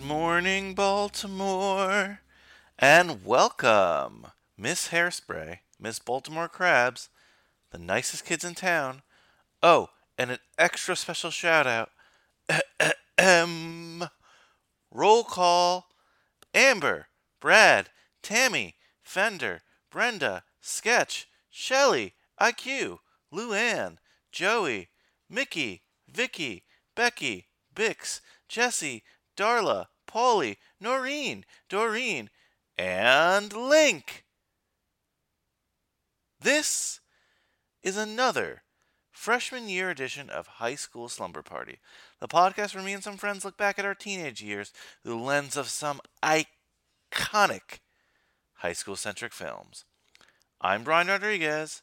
morning, Baltimore, and welcome, Miss Hairspray, Miss Baltimore Crabs, the nicest kids in town. Oh, and an extra special shout out. Ahem. Roll call Amber, Brad, Tammy, Fender, Brenda, Sketch, Shelly, IQ, Luann, Joey, Mickey, Vicky, Becky, Bix, Jesse, Darla, Polly, Noreen, Doreen, and Link. This is another freshman year edition of High School Slumber Party, the podcast where me and some friends look back at our teenage years through the lens of some iconic high school centric films. I'm Brian Rodriguez,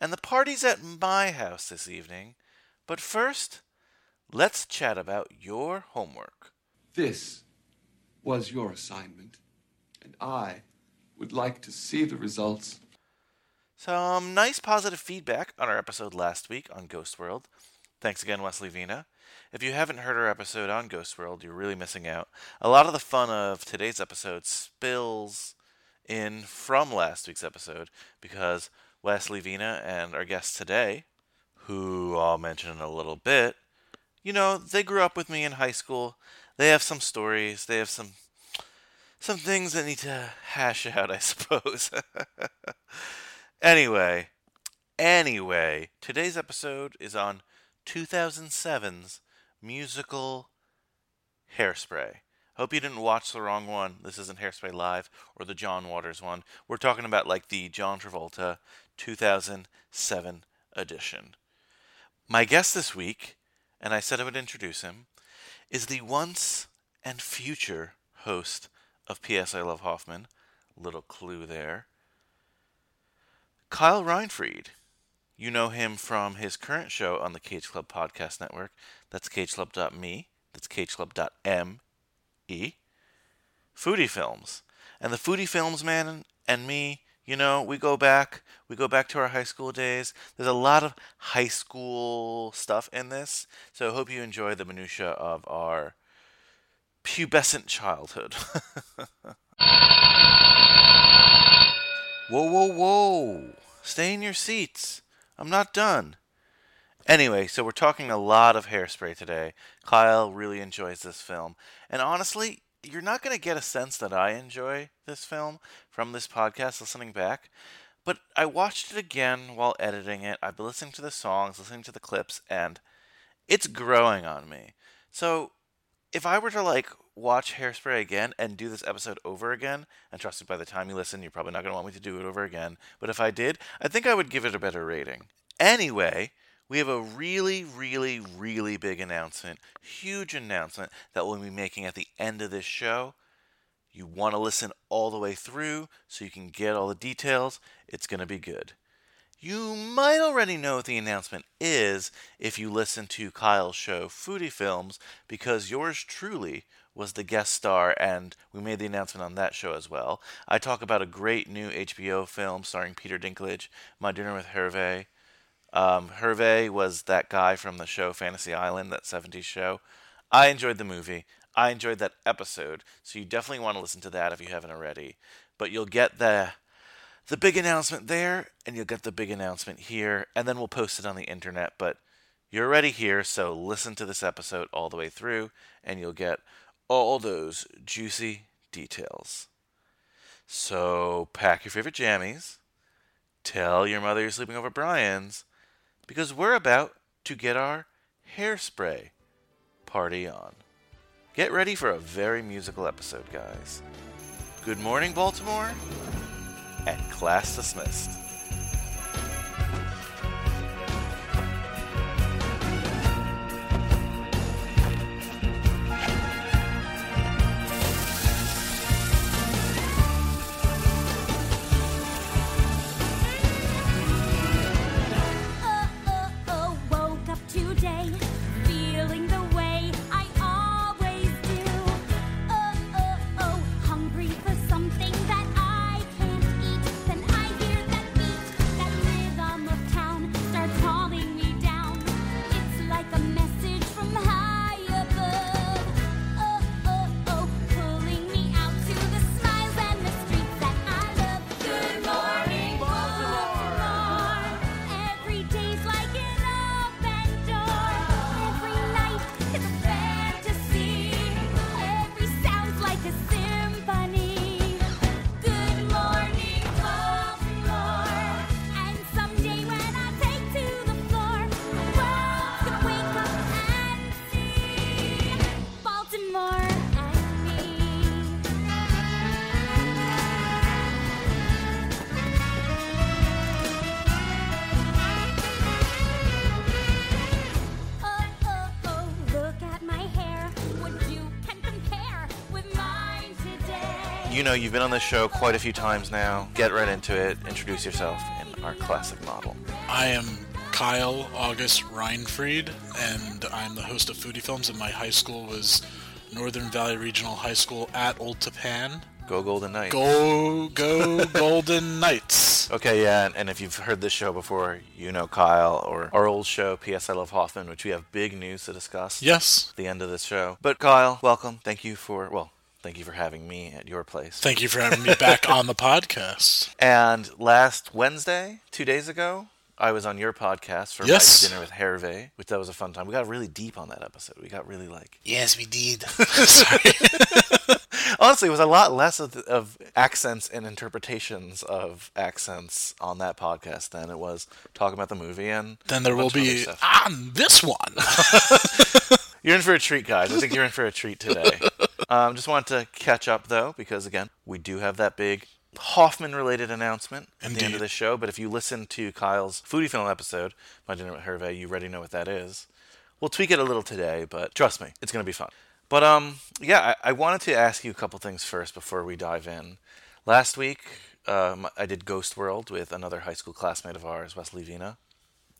and the party's at my house this evening. But first, let's chat about your homework. This was your assignment, and I would like to see the results. Some nice positive feedback on our episode last week on Ghost World. Thanks again, Wesley Vina. If you haven't heard our episode on Ghost World, you're really missing out. A lot of the fun of today's episode spills in from last week's episode because Wesley Vina and our guest today, who I'll mention in a little bit, you know, they grew up with me in high school. They have some stories, they have some some things that need to hash out, I suppose. Anyway, anyway, today's episode is on 2007's musical Hairspray. Hope you didn't watch the wrong one. This isn't Hairspray Live or the John Waters one. We're talking about like the John Travolta 2007 edition. My guest this week, and I said I would introduce him, is the once and future host of P.S. I Love Hoffman. Little clue there. Kyle Reinfried. You know him from his current show on the Cage Club Podcast Network. That's cageclub.me. That's cageclub.me. Foodie Films. And the Foodie Films man and me, you know, we go back. We go back to our high school days. There's a lot of high school stuff in this. So I hope you enjoy the minutia of our pubescent childhood. Whoa, whoa, whoa. Stay in your seats. I'm not done. Anyway, so we're talking a lot of hairspray today. Kyle really enjoys this film. And honestly, you're not going to get a sense that I enjoy this film from this podcast listening back. But I watched it again while editing it. I've been listening to the songs, listening to the clips, and it's growing on me. So if I were to like watch Hairspray again and do this episode over again, and trust me, by the time you listen, you're probably not going to want me to do it over again. But if I did, I think I would give it a better rating. Anyway, we have a really, really, really big announcement, huge announcement that we'll be making at the end of this show. You want to listen all the way through so you can get all the details. It's going to be good. You might already know what the announcement is if you listen to Kyle's show Foodie Films, because yours truly was the guest star, and we made the announcement on that show as well. I talk about a great new HBO film starring Peter Dinklage, My Dinner with Hervé. Um, Hervé was that guy from the show Fantasy Island, that 70s show. I enjoyed the movie. I enjoyed that episode, so you definitely want to listen to that if you haven't already. But you'll get the the big announcement there, and you'll get the big announcement here, and then we'll post it on the internet. But you're already here, so listen to this episode all the way through, and you'll get all those juicy details. So pack your favorite jammies, tell your mother you're sleeping over at Brian's, because we're about to get our hairspray party on. Get ready for a very musical episode, guys. Good morning, Baltimore and class dismissed. Oh, oh, oh, woke up today, feeling the way I always do. Oh, oh, oh, hungry for something that I can't eat. Then I hear that me Oh, you know you've been on this show quite a few times now. Get right into it. Introduce yourself in our classic model. I am Kyle August Reinfried, and I'm the host of Foodie Films. And my high school was Northern Valley Regional High School at Old Tapan. Go Golden Knights. Go, go, Golden Knights! Okay, yeah, and, and if you've heard this show before, you know Kyle or our old show, P.S. I Love Hoffman, which we have big news to discuss. Yes. At the end of this show. But Kyle, welcome. Thank you for well, thank you for having me at your place. Thank you for having me back on the podcast. And last Wednesday, two days ago, I was on your podcast for Yes. my dinner with Hervé, which that was a fun time. We got really deep on that episode. We got really like Yes, we did. Sorry. honestly, it was a lot less of, of accents and interpretations of accents on that podcast than it was talking about the movie. And Then there a will bunch of other be stuff. on this one. You're in for a treat, guys. I think you're in for a treat today. Um, just wanted to catch up though, because again, we do have that big Hoffman-related announcement at the end Indeed. of this show. But if you listen to Kyle's foodie film episode, my dinner with Hervé, you already know what that is. We'll tweak it a little today, but trust me, it's gonna be fun. But um, yeah, I, I wanted to ask you a couple things first before we dive in. Last week, um, I did Ghost World with another high school classmate of ours, Wesley Vina.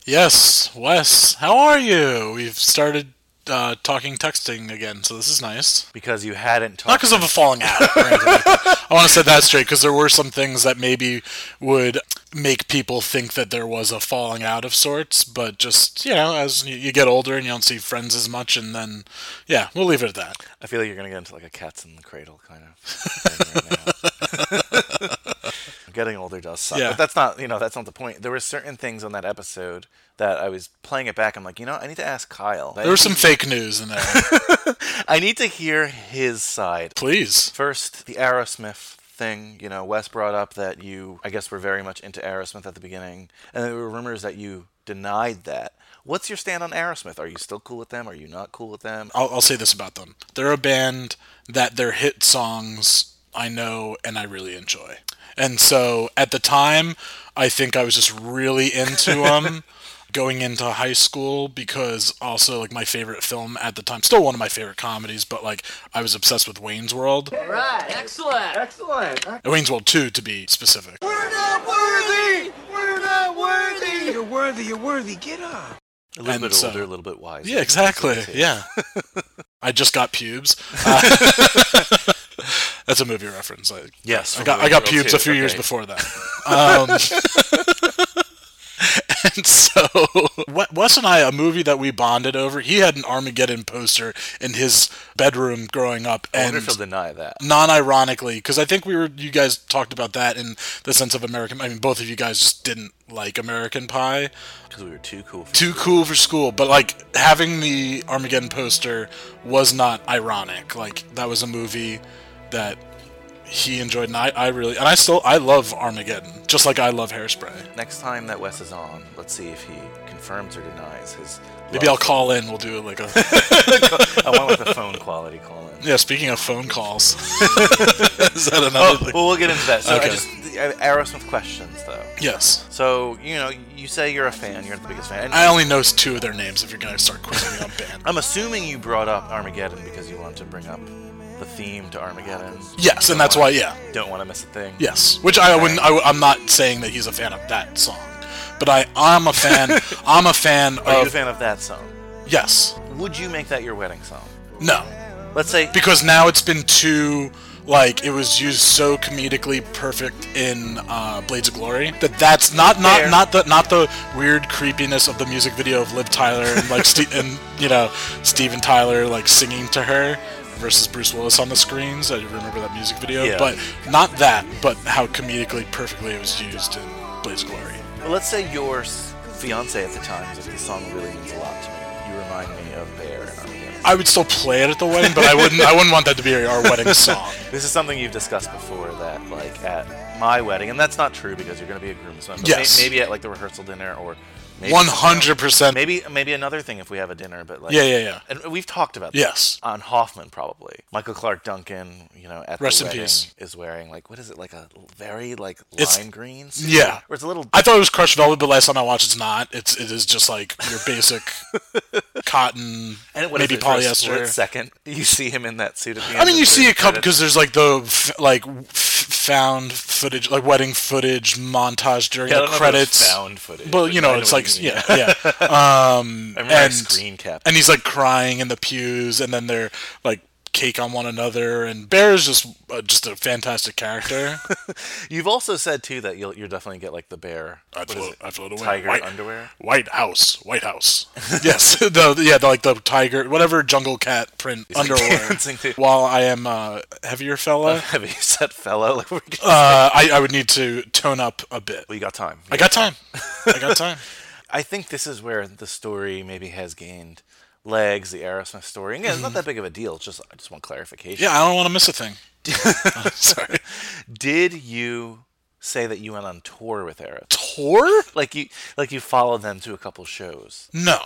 yes, Wes, how are you? We've started uh, talking texting again, so this is nice. Because you hadn't talked. Not because of a falling out. Or anything like that. I want to set that straight because there were some things that maybe would make people think that there was a falling out of sorts, but just you know, as you, you get older and you don't see friends as much, and then yeah, we'll leave it at that. I feel like you're gonna get into like a cats in the cradle kind of thing right now. Getting older does suck, Yeah. but that's not you know that's not the point. There were certain things on that episode that I was playing it back. I'm like, you know, I need to ask Kyle. There was some fake news in there. I need to hear his side Please, first. The Aerosmith thing, you know, Wes brought up that you, I guess, were very much into Aerosmith at the beginning, and there were rumors that you denied that. What's your stand on Aerosmith? Are you still cool with them? Are you not cool with them? I'll, I'll say this about them: they're a band that their hit songs I know and I really enjoy, and so at the time, I think I was just really into them. going into high school because also like my favorite film at the time still one of my favorite comedies but like i was obsessed with wayne's world Right, excellent. Excellent. wayne's world 2 to be specific We're not worthy. We're not worthy. You're worthy. You're worthy. Get up. A little And bit so- older, a little bit wiser. yeah exactly yeah i just got pubes Uh, that's a movie reference I, Yes, I from got I Wayne's got World pubes too, a few years okay. before that. Um, and so We- Wes and I, a movie that we bonded over. He had an Armageddon poster in his bedroom growing up, I wonder and if he'll deny that. non-ironically, because I think we were you guys talked about that in the sense of American. I mean, both of you guys just didn't like American Pie Because we were too cool for too cool for school, but like having the Armageddon poster was not ironic. Like that was a movie that he enjoyed, and I, I really and I still I love Armageddon, just like I love Hairspray. Next time that Wes is on, let's see if he confirms or denies his. Maybe I'll love call in. We'll do like a for- I want like the phone quality call in. yeah. Speaking of phone calls, is that another thing? Well, we'll get into that. So I Okay. just the- uh, Aerosmith questions though. Yes, So you know, you say you're a fan. You're the biggest fan. And I only know two of their names. If you're gonna start quizzing me on band, I'm assuming you brought up Armageddon because you wanted to bring up the theme to Armageddon. yes, and that's why yeah, Don't want to miss a thing. yes. Which I wouldn't. I, am not saying that he's a fan of that song, but I I'm a fan. I'm a fan Are you a of fan of that song? yes. Would you make that your wedding song? No, Let's say because now it's been too like it was used so comedically perfect in uh, Blades of Glory that that's not not Fair. not the not the weird creepiness of the music video of Liv Tyler and like Ste- and you know Steven Tyler like singing to her versus Bruce Willis on the screens. I remember that music video, Yeah. but not that, but how comedically perfectly it was used in Blades of Glory. Well, let's say your s- fiance at the time is like, this song really means a lot to me. You remind me of Bear and Armageddon. I would still play it at the wedding, but I wouldn't. I wouldn't want that to be our wedding song. This is something you've discussed before that, like, at my wedding, and that's not true because you're going to be a groomsman, but may- Yes. maybe at, like, the rehearsal dinner or maybe, One hundred percent. maybe maybe another thing if we have a dinner, but, like... Yeah, yeah, yeah. And we've talked about this. Yes. On Hoffman, probably. Michael Clark Duncan, you know, at Rest the in wedding peace. is wearing, like, what is it, like a very, like, lime It's- green? yeah. Or it's a little... I thought it was crushed velvet, but last time I watched, it's not. It's it is just like your basic cotton, And what if maybe it- for a split polyester. second you see him in that suit at the end? I mean, of you the see a couple credits. because there's like the f- like f- found footage, like wedding footage montage during Yeah, I the don't know if it was credits. Found footage. Well, but you I know, it's what like you mean. yeah, yeah. I remember I and- screen cap. and he's like crying in the pews, and then they're like cake on one another. And Bear is just uh, just a fantastic character. You've also said too that you'll you'll definitely get like the bear. I what is float, it? I float away. Tiger White- underwear. White House, White House. yes, the yeah, the, like the tiger, whatever jungle cat print underwear. dancing too. While I am uh, heavier fella, Have you said fellow? Like, we got- uh, I, I would need to tone up a bit. we got time. I got time. I got time. I think this is where the story maybe has gained legs. The Aerosmith story. Again, it's not that big of a deal. It's just I just want clarification. Mm-hmm. Yeah, I don't want to miss a thing. Uh, Sorry. Did you say that you went on tour with Aerosmith? Tour? Like you, like you followed them to a couple shows. No,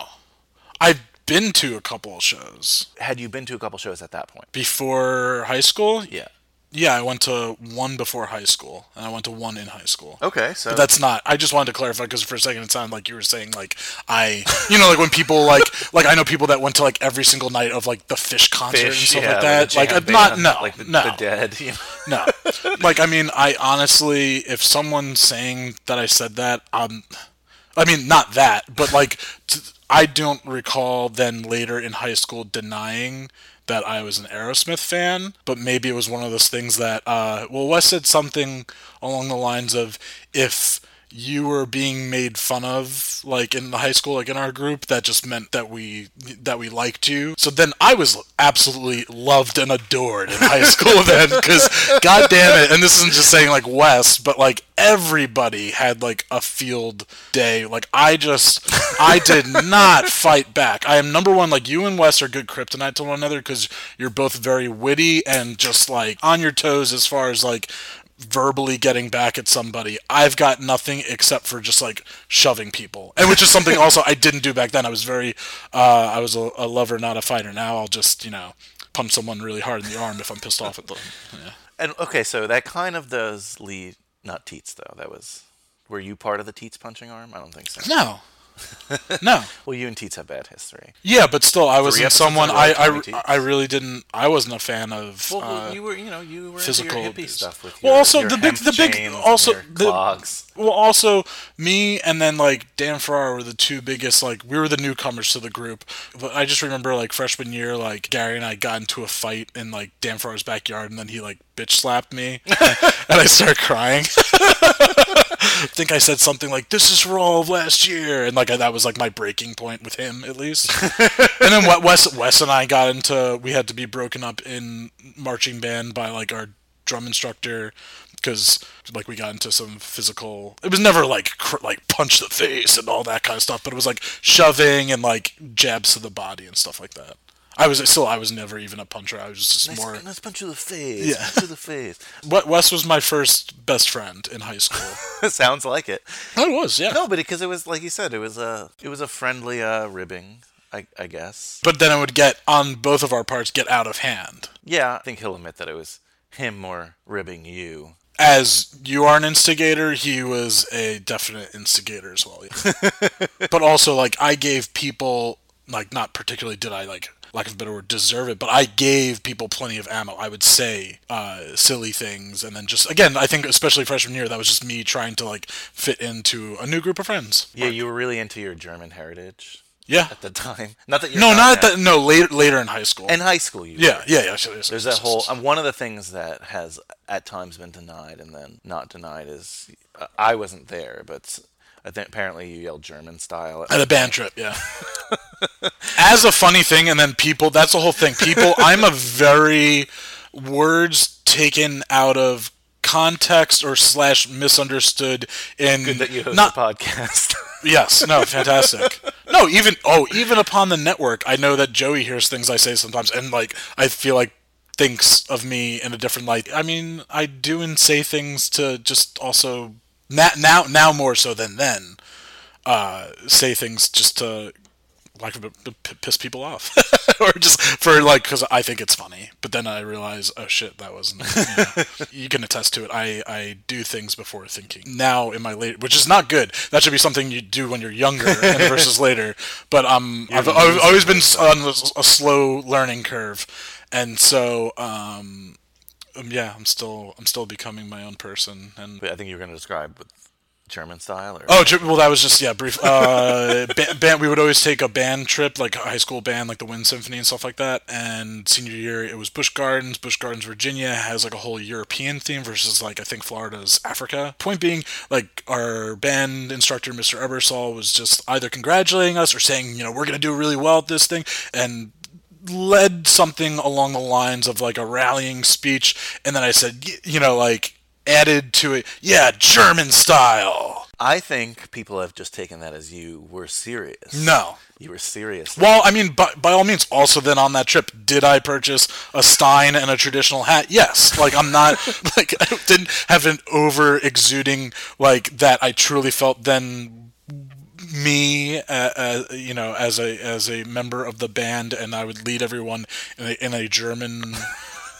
I've been to a couple of shows Had you been to a couple shows at that point? before high school. Yeah. Yeah, I went to one before high school, and I went to one in high school. Okay, so But that's not. I just wanted to clarify because for a second it sounded like you were saying like I, you know, like when people like like I know people that went to like every single night of like the Fish concert and fish, stuff yeah, like that. the Like, jam uh, not band, no, like the, no, the dead. You know? no. Like I mean, I honestly, if someone's saying that I said that, um, I mean not that, but like t- I don't recall then later in high school denying that I was an Aerosmith fan, but maybe it was one of those things that uh, well, Wes said something along the lines of if you were being made fun of like in the high school like in our group that just meant that we that we liked you so then i was absolutely loved and adored in high school then because god damn it and this isn't just saying like wes but like everybody had like a field day like i just i did not fight back i am number one like you and wes are good kryptonite to one another because you're both very witty and just like on your toes as far as like verbally getting back at somebody. I've got nothing except for just like shoving people, and which is something also I didn't do back then. I was very, uh, I was a, a lover, not a fighter. Now I'll just you know punch someone really hard in the arm if I'm pissed off at them. Yeah. And okay, so that kind of does lead not Teats though. That was were you part of the Teats punching arm? I don't think so. No, no. Well, you and Teats have bad history. Yeah, but still, I wasn't episodes someone. in a row, I, I, Tommy T. I really didn't. I wasn't a fan of. Well, uh, well, you were, you know, you were physical physical into your hippie abuse. stuff with Well, your, also your the big- hemp the big- chains and also your the- clogs. Well, also me and then like Dan Farrar were the two biggest. Like we were the newcomers to the group, but I just remember like freshman year, like Gary and I got into a fight in like Dan Farrar's backyard, and then he like bitch slapped me, and I started crying. I think I said something like "This is raw of last year," and like that was like my breaking point with him at least. and then what Wes Wes and I got into we had to be broken up in marching band by like our drum instructor because like we got into some physical it was never like cr- like punch the face and all that kind of stuff but it was like shoving and like jabs to the body and stuff like that i was still i was never even a puncher i was just Nice- more Let's punch you in the face. Yeah. Punch you in the face. what wes was my first best friend in high school Sounds like it. i was yeah No, but because it was like you said, it was a it was a friendly uh, ribbing, I, I guess. but then it would get on both of our parts get out of hand Yeah, I think he'll admit that it was him more ribbing you as you are an instigator, he was a definite instigator as well. but also, like, I gave people, like, not particularly did I, like, lack of a better word, deserve it, but I gave people plenty of ammo. I would say uh, silly things, and then just, again, I think especially freshman year, that was just me trying to, like, fit into a new group of friends. Yeah, you were really into your German heritage Yeah. at the time. Not that you're No, not at now. that. No, later, later in high school. In high school, you yeah, were. yeah, yeah. sure, There's that whole. And one of the things that has at times been denied and then not denied is uh, I wasn't there, but I think apparently you yelled German style. At a band trip, yeah. As a funny thing, and then people, that's the whole thing. People, I'm a very words taken out of context or slash misunderstood in Good that you host not a podcast. yes no fantastic no even oh even upon the network i know that joey hears things i say sometimes and like i feel like thinks of me in a different light i mean i do and say things to just also now now, now more so than then uh say things just to like to p- piss people off, or just for like because I think it's funny. But then I realize, oh shit, that wasn't. You, know. You can attest to it. I I do things before thinking. Now in my later, which is not good. That should be something you do when you're younger and versus later. But um, I've, I've always been s- on a s- a slow learning curve, and so um, um, yeah, I'm still I'm still becoming my own person and. But I think you were going to describe with German style or Oh, ju- well, that was just yeah, brief. Uh, ba- band, we would always take a band trip, like a high school band, like the Wind Symphony and stuff like that. And senior year, it was Busch Gardens. Busch Gardens, Virginia, has like a whole European theme versus like I think Florida's Africa. Point being, like our band instructor, Mr. Ebersol, was just either congratulating us or saying, you know, we're gonna do really well at this thing, and led something along the lines of like a rallying speech. And then I said, y- you know, like added to it, yeah, German style. I think people have just taken that as you were serious. No. You were serious. Well, I mean, by, by all means, also then on that trip, did I purchase a Stein and a traditional hat? Yes. Like, I'm not, like, I didn't have an over exuding, like, that I truly felt then me uh, uh, you know as a as a member of the band and i would lead everyone in a, in a german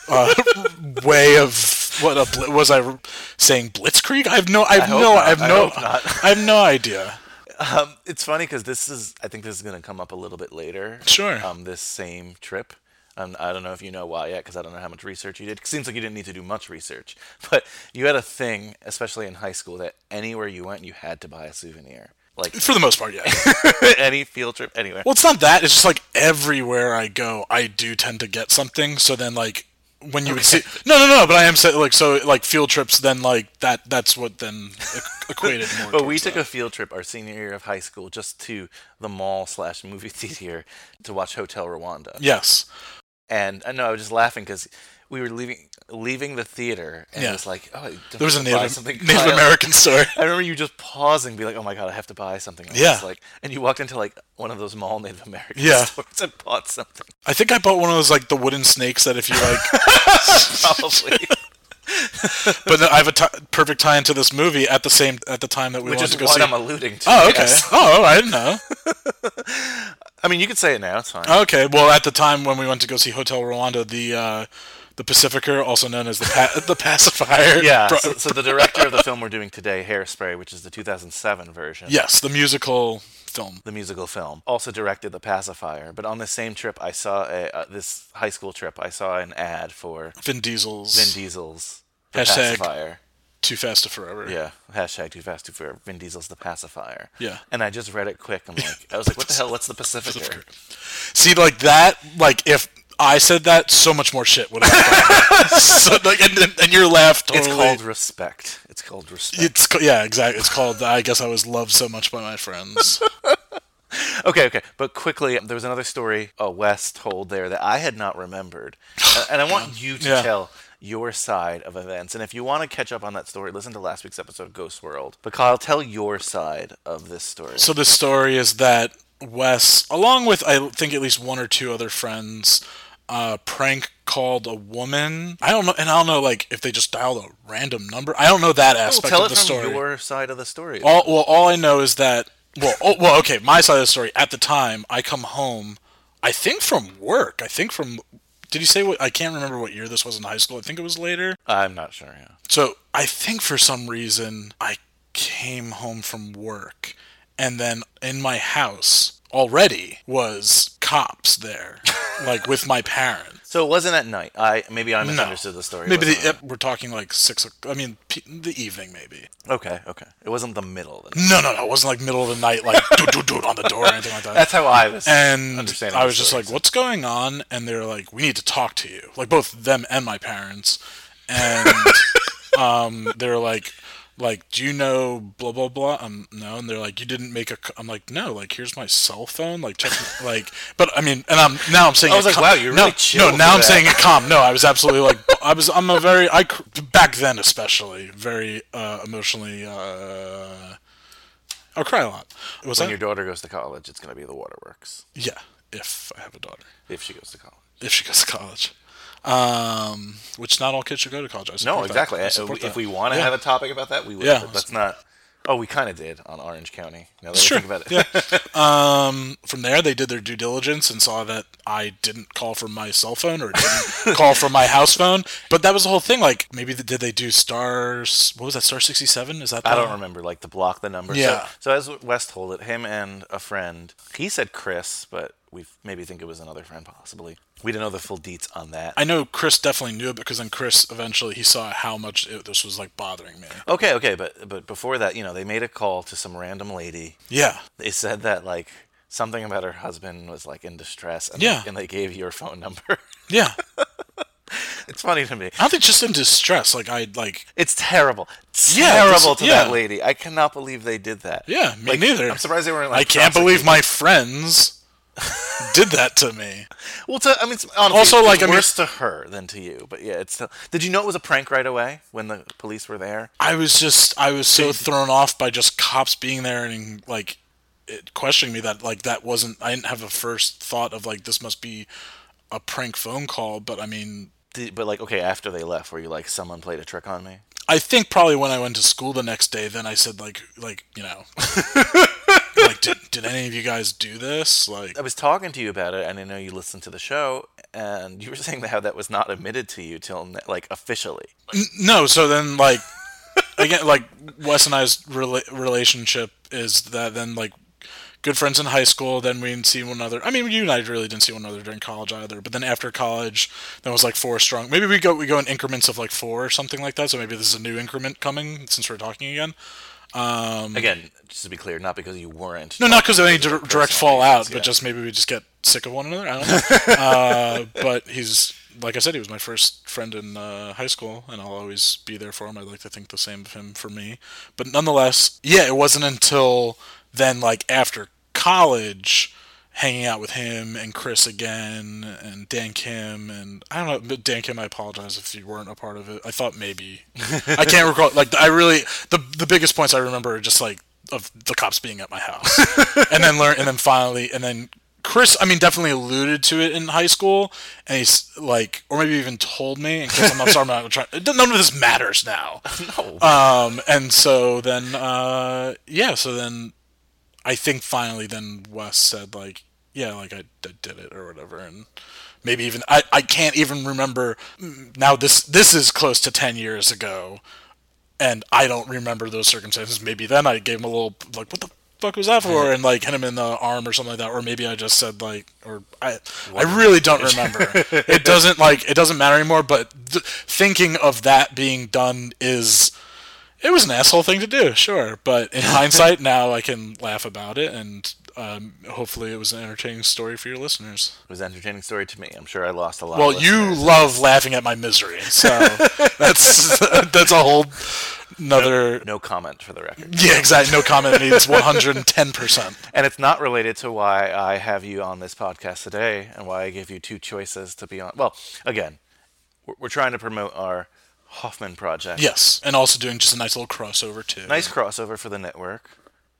uh, way of what a bl- was i saying blitzkrieg i have no i have hope no not. i have I no hope not. i have no idea Um, it's funny because this is, I think this is going to come up a little bit later. Sure. Um, this same trip. Um, I don't know if you know why yet because I don't know how much research you did. It seems like you didn't need to do much research. But you had a thing, especially in high school, that anywhere you went, you had to buy a souvenir. Like for the most part yeah any field trip, anywhere. Well, it's not that. It's just like everywhere I go, I do tend to get something. So then, like when you would see, no, no, no. But I am saying, like, so like field trips. Then, like that. That's what then equ- equated more. But we towards took that. a field trip our senior year of high school just to the mall slash movie theater to watch Hotel Rwanda. yes. And uh, I know I was just laughing because we were leaving leaving the theater and Yeah. it was like, oh, don't There was you a buy Native, something. Native Kyle? American store. I remember you just pausing, be like, oh my god, I have to buy something. And I Yeah. was Like, and you walked into like one of those mall Native American Yeah. stores and bought something. I think I bought one of those like the wooden snakes that if you like. Probably. but then I have a ti perfect tie into this movie at the same at the time that we which wanted is to go what see. I'm alluding to. oh, okay. yes. Oh, I didn't know. I mean, you could say it now. It's fine. Okay, well, at the time when we went to go see Hotel Rwanda, the uh, the Pacificer, also known as the pa- the pacifier, yeah. pro- so, so the director of the film we're doing today, Hairspray, which is the 2007 version. yes, the musical film. the musical film. Also directed The Pacifier. But on the same trip, I saw a, uh, this high school trip. I saw an ad for Vin Diesel's Vin Diesel's The Hashtag- Pacifier. Too Fast to Forever. Yeah, hashtag Too Fast Too Fair. Vin Diesel's The Pacifier. Yeah. and I just read it quick. I'm like, I was like, what the hell? What's the Pacificer? See, like that, like if I said that, so much more shit would have happened. so, like, and, and, and your laugh It's totally. called respect. It's called respect. It's ca- yeah, exactly. It's called. I guess I was loved so much by my friends. Okay, okay. But quickly, there was another story uh, Wes told there that I had not remembered. Uh, and I want you to Yeah. tell your side of events. And if you want to catch up on that story, listen to last week's episode of Ghost World. But Kyle, tell your side of this story. So the story is that Wes, along with I think at least one or two other friends, uh, prank called a woman. I don't know, and I don't know like if they just dialed a random number. I don't know that Well, aspect Oh, tell of it the from story. your side of the story. All well, all I know is that well, oh, well, okay. My side of the story. At the time, I come home. I think from work. I think from. Did you say what? I can't remember what year this was in high school. I think it was later. I'm not sure. Yeah. So I think for some reason I came home from work and then in my house already was cops there, like with my parents. So it wasn't at night. I maybe I No. misunderstood the story. Maybe but- the, yep, we're talking like six. o'c- I mean, p- the evening maybe. okay, okay. It wasn't the middle. Of the night. No, no, no. It wasn't like middle of the night, like doot doot doot on the door or anything like that. That's how I was. and understanding I the was just story. like, "What's going on?" And they're like, "We need to talk to you." Like both them and my parents, and um, they're like, "Like, do you know blah blah blah?" Um, no, and they're like, "You didn't make a." c-" I'm like, "No, like here's my cell phone." Like, check, like, but I mean, and I'm now I'm saying I was it like, cal- "Wow, you're no, really chill No, now for I'm that." saying it calm. No, I was absolutely like, I was. I'm a very I cr- back then especially very uh, emotionally. Uh, I cry a lot. Was when that? your daughter goes to college, it's going to be the waterworks Yeah, if I have a daughter. if she goes to college. if she goes to college. Um, which not all kids should go to college. I No, support that. exactly. Uh, I If support that. we want to Yeah. have a topic about that, we will. Yeah. But that's not Oh, we kind of did on Orange County. Now that I Sure. think about it. From there, they did their due diligence and saw that I didn't call from my cell phone or didn't call from my house phone. But that was the whole thing. Like, maybe th did they do stars? What was that? Star sixty seven? Is that? I the- don't remember like the block, the number. So- Yeah. So, as West told it, him and a friend, he said Chris, but we maybe think it was another friend possibly. We didn't know the full deets on that. I know Chris definitely knew it because then Chris eventually he saw how much it, this was like bothering me. okay, okay, but but before that, you know, they made a call to some random lady. Yeah, They said that like something about her husband was like in distress, and Yeah. they, and they gave your phone number. yeah. it's funny to me. I think just in distress. Like I like It's terrible. Yeah, that's- terrible to yeah. that lady. I cannot believe they did that. yeah. Me Like, neither. I'm surprised they weren't. Like, I can't believe my friends did that to me. Well, to, I mean, it's, honestly, Also, it's like, I mean- worse to her than to you. But yeah, it's. Still, did you know it was a prank right away when the police were there? I was just I was so thrown off by just cops being there and like it questioning me that like that wasn't I didn't have a first thought of like this must be a prank phone call, but I mean Did, but like, okay, after they left, were you like, someone played a trick on me? I think probably when I went to school the next day, then I said like like you know like did, did any of you guys do this like I was talking to you about it, and I know you listened to the show, and you were saying how that was not admitted to you till ne- like officially. no so then like again like Wes and I's rela- relationship is that then like good friends in high school then we didn't see one another I mean you and I really didn't see one another during college either but then after college then it was like four strong maybe we go we go in increments of like four or something like that so maybe this is a new increment coming since we're talking again Again, just to be clear, not because you weren't. No, not because of any dir- direct fallout, yeah. but just maybe we just get sick of one another. I don't know. uh, but he's, like I said, he was my first friend in uh, high school, and I'll always be there for him. I like to think the same of him for me. But nonetheless, yeah, it wasn't until then, like after college, hanging out with him and Chris again, and Dan Kim, and I don't know, but Dan Kim, I apologize if you weren't a part of it. I thought maybe. I can't recall. Like, I really, the, the biggest points I remember are just like, of the cops being at my house, and then learn, and then finally, and then Chris. I mean, definitely alluded to it in high school, and he's like, or maybe even told me. And Chris, I'm not sorry, I'm not trying. None of this matters now. No. Um, and so then, uh, yeah, so then, I think finally, then Wes said like, yeah, like I, I did it or whatever, and maybe even I, I can't even remember mm, now. This this is close to ten years ago and I don't remember those circumstances. Maybe then I gave him a little like, what the fuck was that for? And like hit him in the arm or something like that. Or maybe I just said like, or I, I really don't remember. it doesn't like it doesn't matter anymore. But th- thinking of that being done is. It was an asshole thing to do, sure, but in hindsight, now I can laugh about it, and um, hopefully, it was an entertaining story for your listeners. It was an entertaining story to me. I'm sure I lost a lot. Well, of you listeners. love laughing at my misery, so that's that's a whole another no comment for the record. yeah, exactly. No comment needs 110%. And it's not related to why I have you on this podcast today and why I give you two choices to be on. Well, again, we're, we're trying to promote our Hoffman project. Yes. And also doing just a nice little crossover, too. Nice crossover for the network.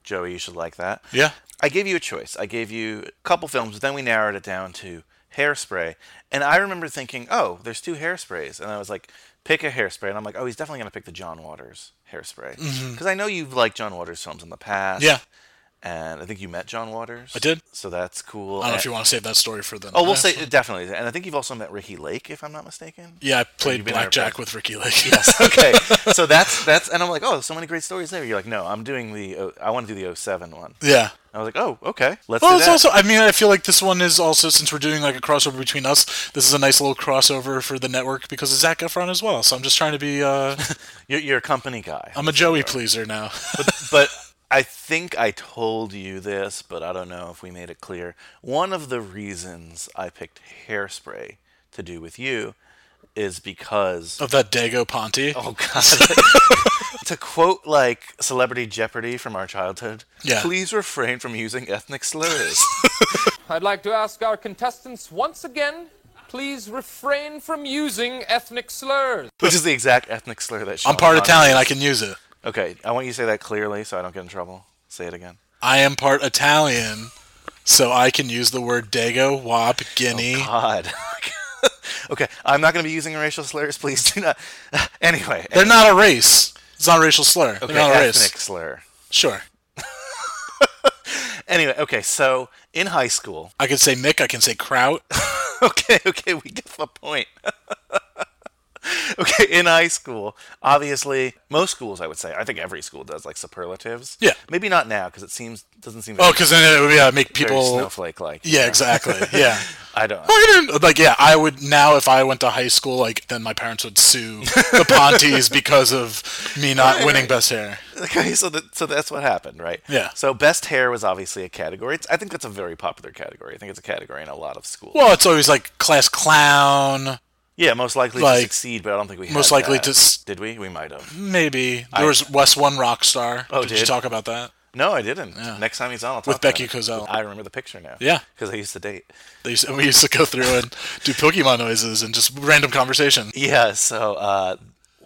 Joey, you should like that. Yeah. I gave you a choice. I gave you a couple films, but then we narrowed it down to Hairspray. And I remember thinking, oh, there's two hairsprays. And I was like, pick a hairspray. And I'm like, oh, he's definitely going to pick the John Waters hairspray. Because I know you've liked John Waters films in the past. Mm-hmm. Yeah. And I think you met John Waters. I did. So that's cool. I don't know And- if you want to save that story for the. Oh, we'll say definitely. And I think you've also met Ricky Lake, if I'm not mistaken. Yeah, I played You've been there, Blackjack with Ricky Lake. okay. So that's that's and I'm like, oh, so many great stories there. You're like, no, I'm doing the uh, I want to do the 07 one. yeah. I was like, oh, okay, let's Well, do it's that. also, I mean, I feel like this one is also, since we're doing like a crossover between us, this is a nice little crossover for the network because of Zach Efron as well. So I'm just trying to be, uh, you're, you're a company guy. I'm a Joey pleaser now. but I think I told you this, but I don't know if we made it clear. One of the reasons I picked hairspray to do with you is because of that Dago Ponte. Oh God! to quote like Celebrity Jeopardy from our childhood, Yeah. please refrain from using ethnic slurs. I'd like to ask our contestants once again, please refrain from using ethnic slurs. which is the exact ethnic slur that Sean I'm part Connery- Italian. I can use it. Okay, I want you to say that clearly so I don't get in trouble. Say it again. I am part Italian, so I can use the word Dago, Wop, Guinea. God. okay, I'm not going to be using racial slurs. Please do not. anyway, They're not a race. It's not a racial slur. okay, They're not a race. ethnic slur. Sure. Anyway, okay, so in high school, I can say Mick. I can say Kraut. okay, okay, we get the point. okay, in high school, obviously, most schools, I would say, I think every school does like superlatives. Yeah. Maybe not now because it seems doesn't seem very, Oh, because then it would yeah, make very people. snowflake like. Yeah, exactly. Yeah. I don't. I didn't- like yeah i would now if i went to high school like then my parents would sue the pontes because of me not Right, winning right. best hair Okay, so that, so that's what happened, right? Yeah. So best hair was obviously a category. It's, I think that's a very popular category. I think it's a category in a lot of schools. well it's always like class clown yeah, most likely to like, succeed, but I don't think we had most likely that. to s- Did we? We might have. maybe there was west one rock star Oh, did, you did? talk about that No, I didn't. Next time he's on, I'll talk With about Becky it. Cozell. I remember the picture now. Yeah. because I used to date. they used, we used to go through and do pokemon noises and just random conversation Yeah, so uh,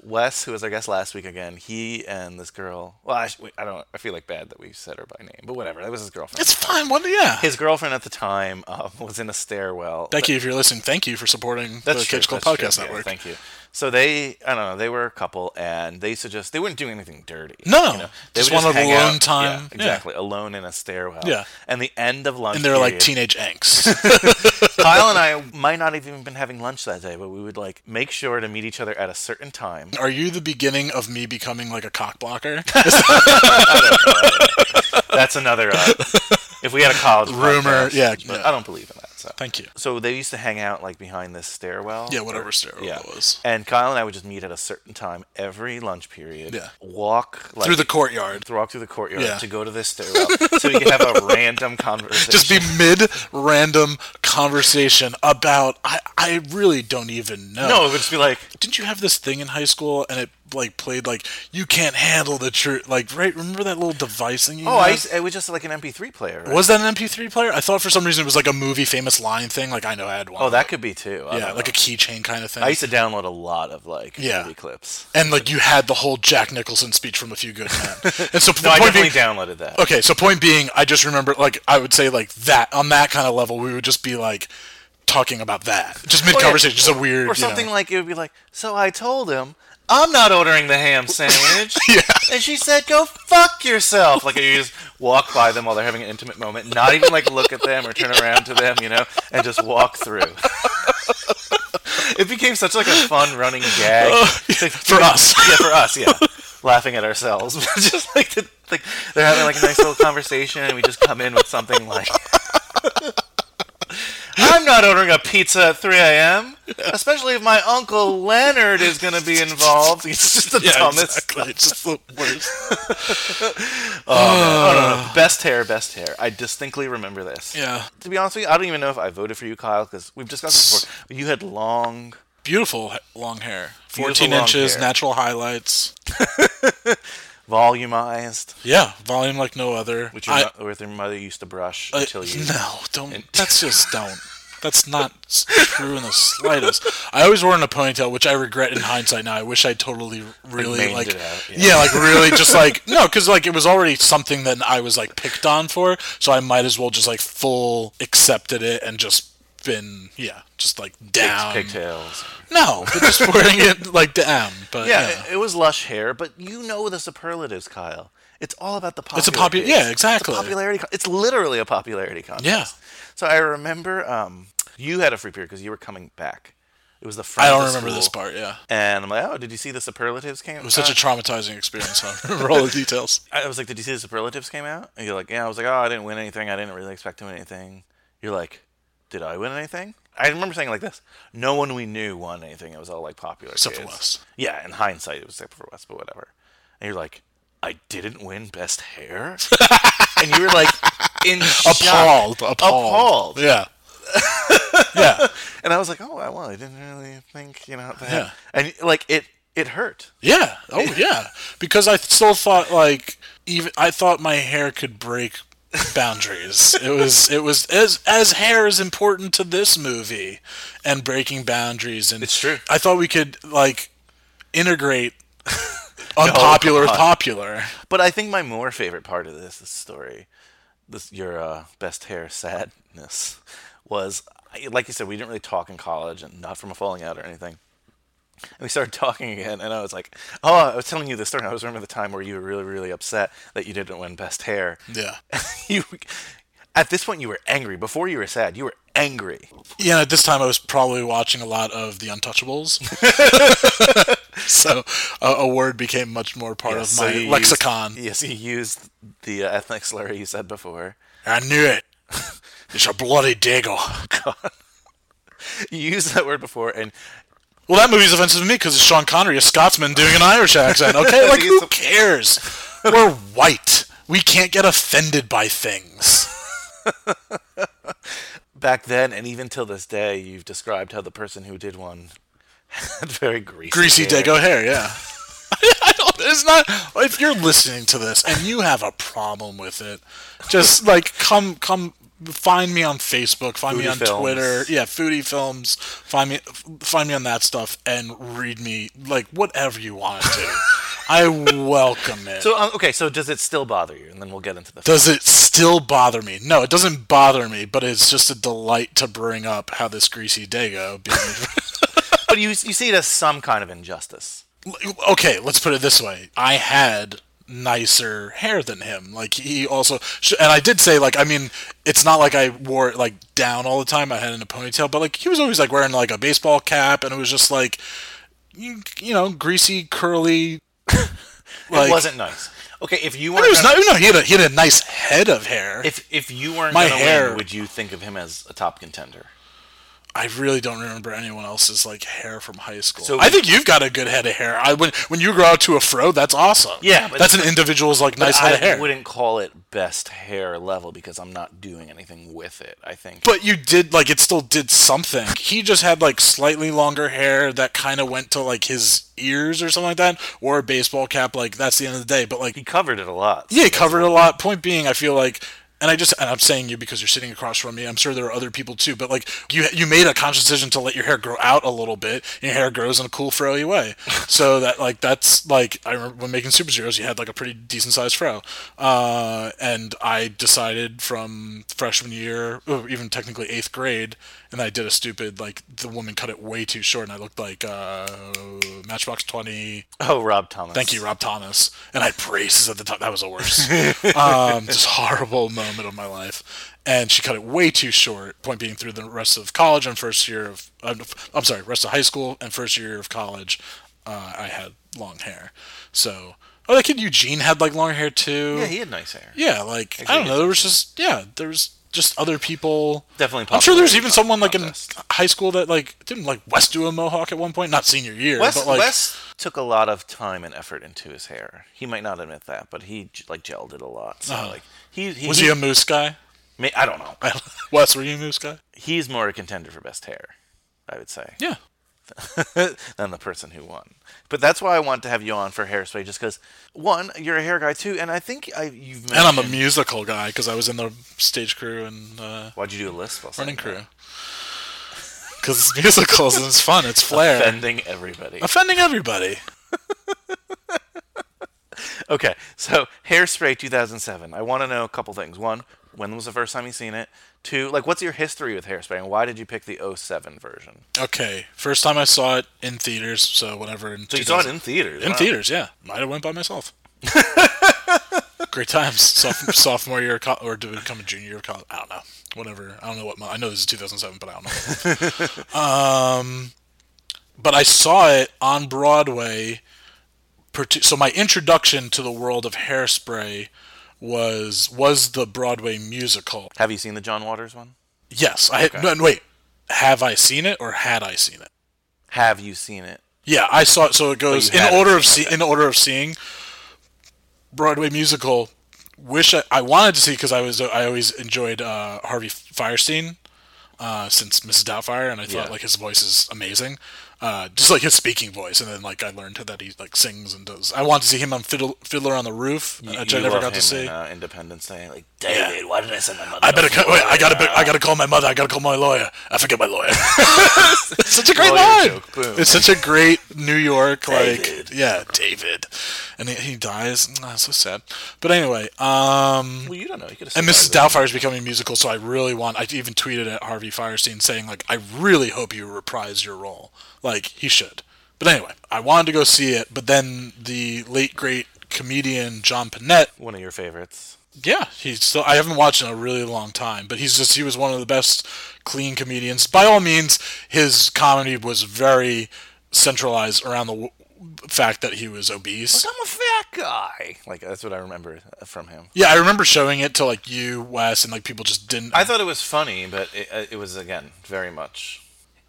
Wes, who was our guest last week again, he and this girl. Well, I, sh- I don't. I feel like bad that we said her by name, but whatever. That was his girlfriend. it's fine one yeah his girlfriend at the time um, was in a stairwell. becky if you're listening thank you for supporting That's the true, kids club that's true, podcast yeah, network thank you. So they, I don't know, they were a couple, and they used to just they weren't doing anything dirty. No, you know? just would wanted hang alone out. time, Yeah, yeah. exactly, alone in a stairwell. Yeah. and the end of lunch. and they're like period, teenage angst Kyle and I might not have even been having lunch that day, but we would like make sure to meet each other at a certain time. are you the beginning of me becoming like a cock blocker That's another. Uh, if we had a college Rumor, podcast, yeah, but yeah. I don't believe in that. So. thank you So they used to hang out like behind this stairwell. yeah whatever stairwell Yeah. it was And Kyle and I would just meet at a certain time every lunch period. Yeah. Walk like, through the courtyard walk through the courtyard Yeah. to go to this stairwell so we could have a random conversation. just be mid random conversation about I, I really don't even know. no, it would just be like Didn't you have this thing in high school and it like played like you can't handle the truth like right remember that little device thing you oh, I had? used, it was just like an MP3 player. right? was that an MP3 player? I thought for some reason it was like a movie famous line thing. Like I know I had one. oh, that could be too. I yeah, don't like a know. keychain kind of thing. I used to download a lot of like Yeah. movie clips. and like you had the whole Jack Nicholson speech from A Few Good Men. and so No, I point definitely being, downloaded that. Okay, so point being, I just remember like I would say like that on that kind of level, we would just be like talking about that, just mid conversation, just a or weird you know. something like it would be like, so I told him I'm not ordering the ham sandwich, and she said, "Go fuck yourself." Like you just walk by them while they're having an intimate moment, not even like look at them or turn around to them, you know, and just walk through. it became such like a fun running gag for us. yeah, Oh, for us, yeah. Laughing at ourselves, just like, the, like they're having like a nice little conversation, and we just come in with something like, "I'm not ordering a pizza at 3 a.m., especially if my uncle Leonard is going to be involved." It's just the dumbest. exactly. It's just the worst. Oh, no, no, best hair, best hair. I distinctly remember this. Yeah, To be honest with you, I don't even know if I voted for you, Kyle, because we've discussed this before. You had long. beautiful h- long hair, Beautiful fourteen long inches, hair. natural highlights. Volumized, Yeah, volume like no other. which your, I- mo- with your mother used to brush I- until you. Uh, no, don't. that's just don't. That's not s- true in the slightest. I always wore in a ponytail, which I regret in hindsight now. I wish I totally, really, mained like, it out, yeah. like really, just like no, because like it was already something that I was like picked on for, so I might as well just like full accepted it and just been yeah, just like down. Pigtails. No, but just wearing it like down. But yeah, Yeah, It, it was lush hair, but you know the superlatives, Kyle. It's all about the popular. It's a popu- case. yeah, It's a exactly. popularity. con- It's literally a popularity contest. Yeah. So I remember um, you had a free period because you were coming back. It was the front. I of don't the remember this school, Uh, part. Yeah, And I'm like, oh, did you see the superlatives came? it was such a traumatizing experience. I don't remember all the details. I was like, did you see the superlatives came out? And you're like, yeah. I was like, oh, I didn't win anything. I didn't really expect to win anything. You're like, did I win anything? I remember saying it like this. No one we knew won anything. It was all like popular. Except for kids. Wes. Yeah, in hindsight, it was except for West, but whatever. And you're like, I didn't win best hair. and you were like, in shock. appalled, appalled, Appalled. Yeah, yeah, And I was like, oh well, I didn't really think, you know. That. Yeah. And like it, it hurt. yeah. Oh yeah, because I still thought like even I thought my hair could break boundaries. it was it was as as hair is important to this movie and breaking boundaries and It's true. I thought we could like integrate unpopular with No. popular. But I think my more favorite part of this, this story, this your uh, best hair sadness, was I- like you said, we didn't really talk in college, and not from a falling out or anything. And we started talking again, and I was like, "Oh, I was telling you this story. and I was remember the time where you were really, really upset that you didn't win Best Hair. Yeah. you, at this point, you were angry. Before you were sad, you were angry. Yeah, at this time I was probably watching a lot of The Untouchables. so a, a word became much more part of So my you used- lexicon. yes, you used the uh, ethnic slur you said before. I knew it. It's a bloody dagger. You used that word before, and Well, that movie's offensive to me because it's Sean Connery, a Scotsman, doing an Irish accent. Okay, like who cares? We're white. We can't get offended by things. back then, and even till this day, you've described how the person who did one had very greasy, Greasy hair. Dago hair, yeah. I don't, it's not. If you're listening to this and you have a problem with it, just like come, come, find me on Facebook, find me Foodie on Films. Twitter, yeah, Foodie Films. Find me, find me on that stuff, and read me like whatever you want to. I welcome it. So um, okay, so does it still bother you? And then we'll get into the. Does it still bother me? No, it doesn't bother me, but it's just a delight to bring up how this greasy dago. Being... but you you see it as some kind of injustice. okay, let's put it this way: I had nicer hair than him. Like he also, sh- and I did say like, I mean, it's not like I wore it like down all the time. I had it in a ponytail, but like he was always like wearing like a baseball cap, and it was just like, you, you know, greasy, curly. like, it wasn't nice. Okay, if you It weren't was gonna, not, no, he had a he had a nice head of hair. if if you weren't My gonna hair- win, would you think of him as a top contender? I really don't remember anyone else's like hair from high school. So- I think you've got a good head of hair. I when when you grow out to a fro, that's awesome. Yeah, but- that's an individual's like nice head I of hair. wouldn't call it best hair level because I'm not doing anything with it. I think. But you did like it still did something. He just had like slightly longer hair that kind of went to like his ears or something like that, or a baseball cap. Like that's the end of the day. But like he covered it a lot. Yeah, it covered a lot. Point being, I feel like, and I just, and I'm saying you because you're sitting across from me. I'm sure there are other people too, but like you, you made a conscious decision to let your hair grow out a little bit. And your hair grows in a cool frowy way, so that like that's like I remember when making Super Zeros, you had like a pretty decent sized fro, uh, and I decided from freshman year, or even technically eighth grade, and I did a stupid like the woman cut it way too short, and I looked like uh, Matchbox Twenty. Oh, Rob Thomas. Thank you, Rob Thomas. And I had braces at the time. That was the worst. um, just horrible moment of my life. And she cut it way too short. Point being, through the rest of college and first year of, I'm, I'm sorry, rest of high school and first year of college, uh, I had long hair. So, oh, that kid Eugene had like long hair too. Yeah, he had nice hair. Yeah, like I don't know. There was just yeah, there was just other people. Definitely I'm sure there's popularity even someone like contest. in high school that like didn't like West do a mohawk at one point. Not senior year, Wes, but like Wes took a lot of time and effort into his hair. He might not admit that, but he j- like gelled it a lot. So like he, he Uh-huh. was he a moose guy? ma- I don't know. Wes, were you a moose guy? He's more a contender for best hair, I would say, Yeah. than the person who won. But that's why I want to have you on for hairspray, just because one, you're a hair guy too, and I think I, you've mentioned, And I'm a musical guy because I was in the stage crew and uh, why'd you do a list? while running saying that? crew. Because it's musicals and it's fun. It's flair. Offending everybody. Offending everybody. Okay, so Hairspray 2007. I want to know a couple things. One, when was the first time you seen it? Two, like what's your history with Hairspray and why did you pick the 07 version? Okay, first time I saw it in theaters, so whatever. In So you saw it 2000 in theaters. in wow. theaters, yeah. Might have went by myself. Great times. Soph- sophomore year of college, or did it become a junior year of college? I don't know. Whatever. I don't know what month. I know this is 2007, but I don't know. um, but I saw it on Broadway. parti- So my introduction to the world of Hairspray was was the Broadway musical. Have you seen the John Waters one? Yes, I had, no, no, wait. Have I seen it or had I seen it? Have you seen it? Yeah, I saw it. So it goes you in haven't order of see, in order of seeing Broadway musical. Wish I, I wanted to see because I was I always enjoyed uh, Harvey Firestein uh, since Mrs. Doubtfire, and I thought Yeah. like his voice is amazing, uh, just like his speaking voice. And then like I learned that he like sings and does. I wanted to see him on Fiddle, Fiddler on the Roof, You- which I you never love got to him see. In, uh, Independence Day, like David, why did I send my mother? I to better Florida?" cut, wait. I gotta I gotta call my mother. I gotta call my lawyer. I forget my lawyer. it's such a great Lawyer line. joke, boom. It's such a great New York like David. yeah David, and he, he dies. Ah, so sad. But anyway, um, Well, you don't know. You could have and Mrs. Doubtfire is becoming musical, so I really want. I even tweeted at Harvey Firestein saying like, I really hope you reprise your role. Like he should. But anyway, I wanted to go see it, but then the late great comedian John Panette One of your favorites. yeah, he's still. I haven't watched in a really long time, but he's just he was one of the best clean comedians. By all means, his comedy was very centralized around the w- fact that he was obese. I'm a fat guy. Like that's what I remember uh, from him. Yeah, I remember showing it to like you, Wes, and like people just didn't. I thought it was funny, but it, uh, it was again very much.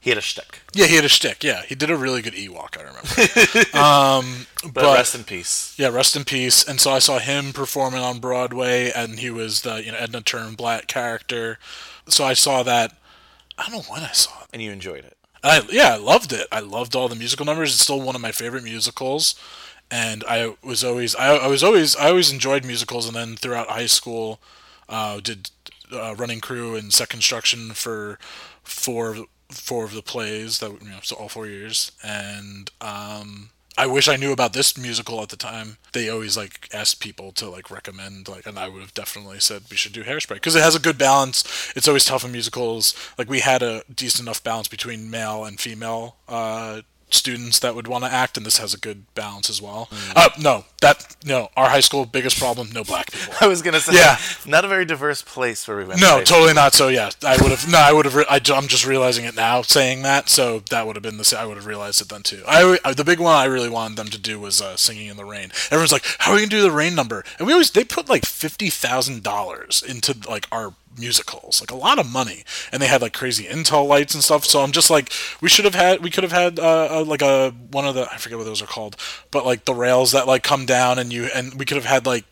He had a shtick. yeah, he had a shtick. Yeah, he did a really good Ewok. I remember. um, But, but rest in peace. Yeah, rest in peace. And so I saw him performing on Broadway, and he was the you know Edna Turnblatt character. So I saw that. I don't know when I saw it. And you enjoyed it. I, yeah, I loved it. I loved all the musical numbers. It's still one of my favorite musicals, and I was always I, I was always I always enjoyed musicals. And then throughout high school, uh, did uh, running crew and set construction for four of- four of the plays that you know so all four years. And um, I wish I knew about this musical at the time. They always like asked people to like recommend like, and I would have definitely said we should do Hairspray because it has a good balance. It's always tough in musicals. Like we had a decent enough balance between male and female uh, students that would want to act, and this has a good balance as well. Uh, no, that no, our high school biggest problem: no black people. I was gonna say, Yeah. not a very diverse place where we went. No, right? totally not. So yeah, I would have. No, I would have. Re- I, am just realizing it now, saying that. So that would have been the. sa- I would have realized it then too. I re- uh, the big one I really wanted them to do was uh, singing in the rain. Everyone's like, "How are you gonna do the rain number?" And we always they put like fifty thousand dollars into like our musicals, like a lot of money, and they had like crazy Intel lights and stuff. So I'm just like, we should have had. We could have had uh, uh, like a one of the I forget what those are called, but like the rails that like come down and you and we could have had like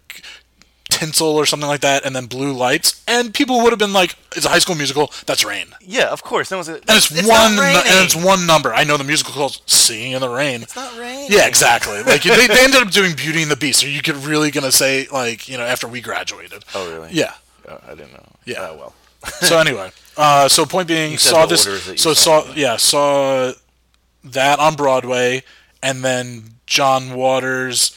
tinsel or something like that, and then blue lights, and people would have been like, "It's a High School Musical. That's rain." Yeah, of course. No one's. And And it's, one, and it's one number. I know the musical called "Singing in the Rain." It's not raining. Yeah, exactly. Like they, they ended up doing Beauty and the Beast. Are you could really gonna say like you know after we graduated? Oh really? Yeah. Oh, I didn't know. Yeah. Oh, well. so anyway, uh, so point being, said saw the this. orders that you So saw, saw, yeah, saw that on Broadway, and then John Waters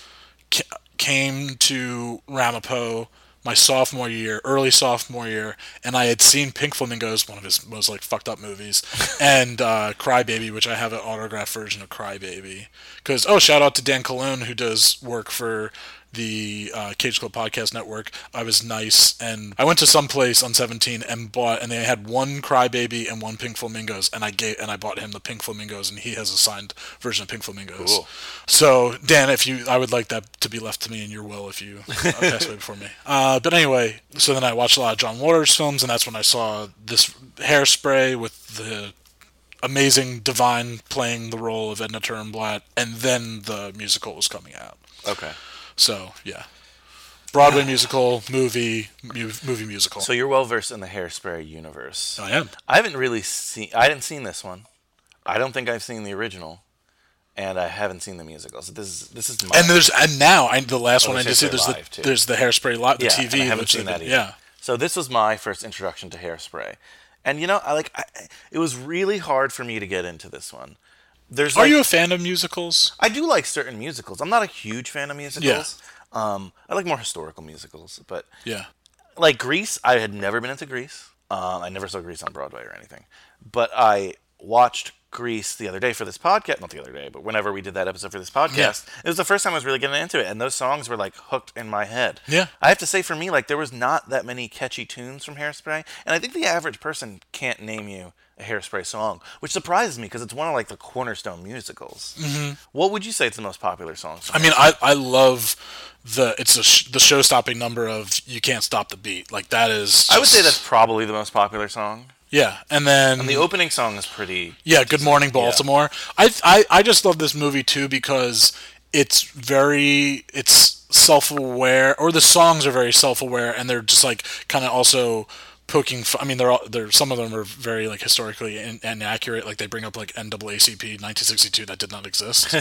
ca- came to Ramapo my sophomore year, early sophomore year, and I had seen Pink Flamingos, one of his most like fucked up movies, and uh, Crybaby, which I have an autographed version of Crybaby. Because oh, shout out to Dan Colon who does work for the uh, Cage Club Podcast Network. I was nice, and I went to some place on 17 and bought, and they had one Crybaby and one Pink Flamingos, and I gave, and I bought him the Pink Flamingos, and he has a signed version of Pink Flamingos. Cool. So Dan, if you, I would like that to be left to me in your will if you uh, pass away before me. Uh, but anyway, so then I watched a lot of John Waters films, and that's when I saw this Hairspray with the amazing Divine playing the role of Edna Turnblatt, and then the musical was coming out. Okay. So yeah, Broadway musical, movie, mu- movie musical. So you're well versed in the hairspray universe. I am. I haven't really seen. I hadn't seen this one. I don't think I've seen the original, and I haven't seen the musical. So this is this is my And there's and now I, the last one I there's did see Hairspray there's Live, the too. there's the Hairspray lot the yeah, TV. and I haven't which seen they that did. either. Yeah. So this was my first introduction to hairspray, and you know, I like. I, it was really hard for me to get into this one. There's Are like, you a fan of musicals? I do like certain musicals. I'm not a huge fan of musicals. Um, I like more historical musicals, but Yeah. like Grease, I had never been into Grease. Um, I never saw Grease on Broadway or anything, but I watched Grease the other day for this podcast. Not the other day, but whenever we did that episode for this podcast, it was the first time I was really getting into it, and those songs were like hooked in my head. Yeah. I have to say, for me, like there was not that many catchy tunes from Hairspray, and I think the average person can't name you a Hairspray song, which surprises me because it's one of like the cornerstone musicals. Mm-hmm. What would you say it's the most popular song? I mean, I I love the it's a sh- the show stopping number of you can't stop the beat like that is. I would say just- that's probably the most popular song. yeah, and then The opening song is pretty Yeah, Good Morning Baltimore. I, I I just love this movie too because it's very it's self-aware or the songs are very self-aware and they're just like kind of also poking fu- I mean they're all they're some of them are very like historically in, inaccurate like they bring up like NAACP 1962 that did not exist.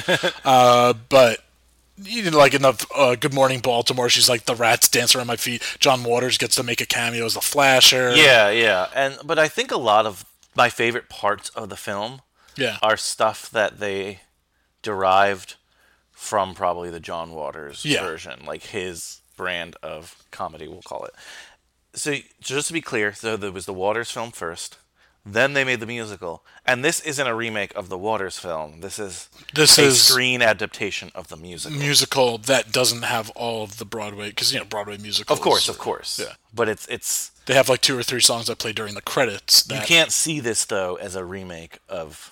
uh, but you know, like in the uh, Good Morning Baltimore, she's like the rats dance around my feet. John Waters gets to make a cameo as the Flasher. Yeah, yeah, and but I think a lot of my favorite parts of the film yeah. are stuff that they derived from probably the John Waters Yeah. version, like his brand of comedy, we'll call it. So, so just to be clear, so there was the Waters film first, Then they made the musical, and this isn't a remake of the Waters film. This is This a is- screen adaptation of the musical. musical that doesn't have all of the Broadway because you know Broadway musicals. of course, of course. Yeah. But it's it's They have like two or three songs that play during the credits. That, you can't see this though as a remake of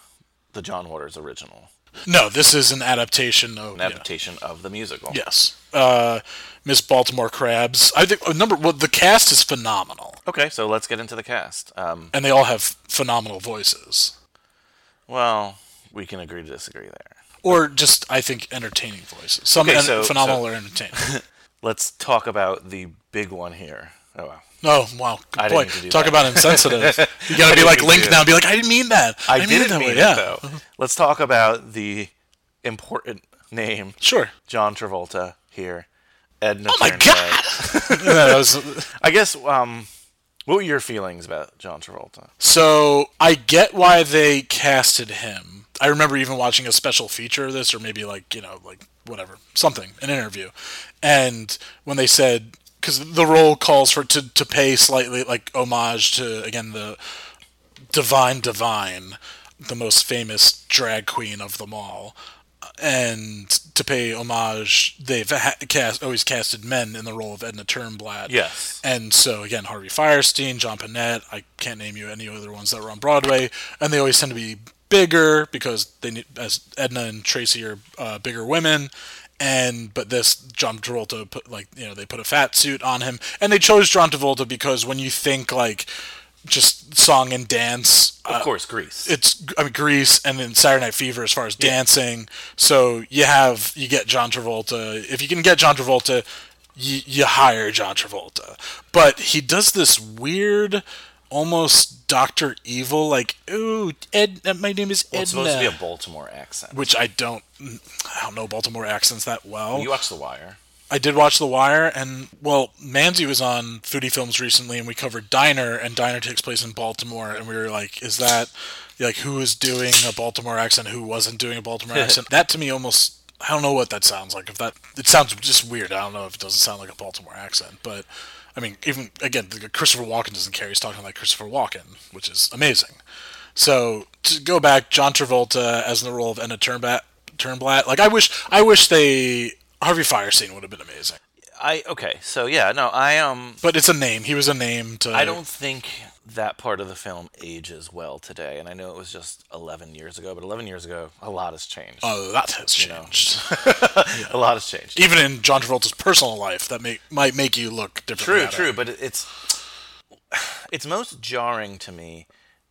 the John Waters original, No, this is an adaptation of. an adaptation of the musical. Yeah. Yes. Uh, Miss Baltimore Crabs. I think oh, number well the cast is phenomenal, Okay, so let's get into the cast. Um, and they all have phenomenal voices, well, we can agree to disagree there. or just I think entertaining voices. Some Okay, en- so- phenomenal so- or entertaining. Let's talk about the big one here. Oh wow. Oh wow, good I didn't boy. mean to do Talk that. about insensitive. You gotta be didn't like mean Link to. now. and Be like, I didn't mean that. I, didn't mean didn't that mean way. it yeah. though. Let's talk about the important name Sure. John Travolta here. Edna Oh my Turnblad. god. That was- I guess um what were your feelings about John Travolta? So I get why they casted him. I remember even watching a special feature of this, or maybe like you know, like whatever, something, an interview, and when they said because the role calls for to to pay slightly like homage to again the divine divine, the most famous drag queen of them all. And to pay homage, they've ha- cast always casted men in the role of Edna Turnblad. Yes. And so again, Harvey Firestein, John Panette, I can't name you any other ones that were on Broadway, and they always tend to be bigger because they need, as Edna and Tracy are uh, bigger women, and but this John Travolta put like you know they put a fat suit on him, and they chose John Travolta because when you think like just song and dance, uh, Of course, Greece. it's I mean Grease and then Saturday Night Fever as far as dancing. So you have you get John Travolta. If you can get John Travolta, you, you hire John Travolta. But he does this weird, almost Doctor Evil like ooh Ed. uh, My name is Edna, it's supposed to be a Baltimore accent. which I don't I don't know Baltimore accents that well. you watch The Wire. I did watch The Wire, and well, Manzi was on Foodie Films recently, and we covered Diner, and Diner takes place in Baltimore, and we were like, is that like who is doing a Baltimore accent, who wasn't doing a Baltimore accent? That to me almost. I don't know what that sounds like. If that it sounds just weird. I don't know if it doesn't sound like a Baltimore accent, but I mean, even again, the- Christopher Walken doesn't care. He's talking like Christopher Walken, which is amazing. So to go back, John Travolta as in the role of Enna Turnblat. Turnblatt. Like I wish, I wish they Harvey Firestein would have been amazing. I okay, so yeah, no, I um But it's a name. He was a name to. I don't think that part of the film ages well today, and I know it was just 11 years ago, but 11 years ago, a lot has changed. A lot Oh, has changed. a lot has changed. Even in John Travolta's personal life, that may, might make you look different. True, true, but it- it's it's most jarring to me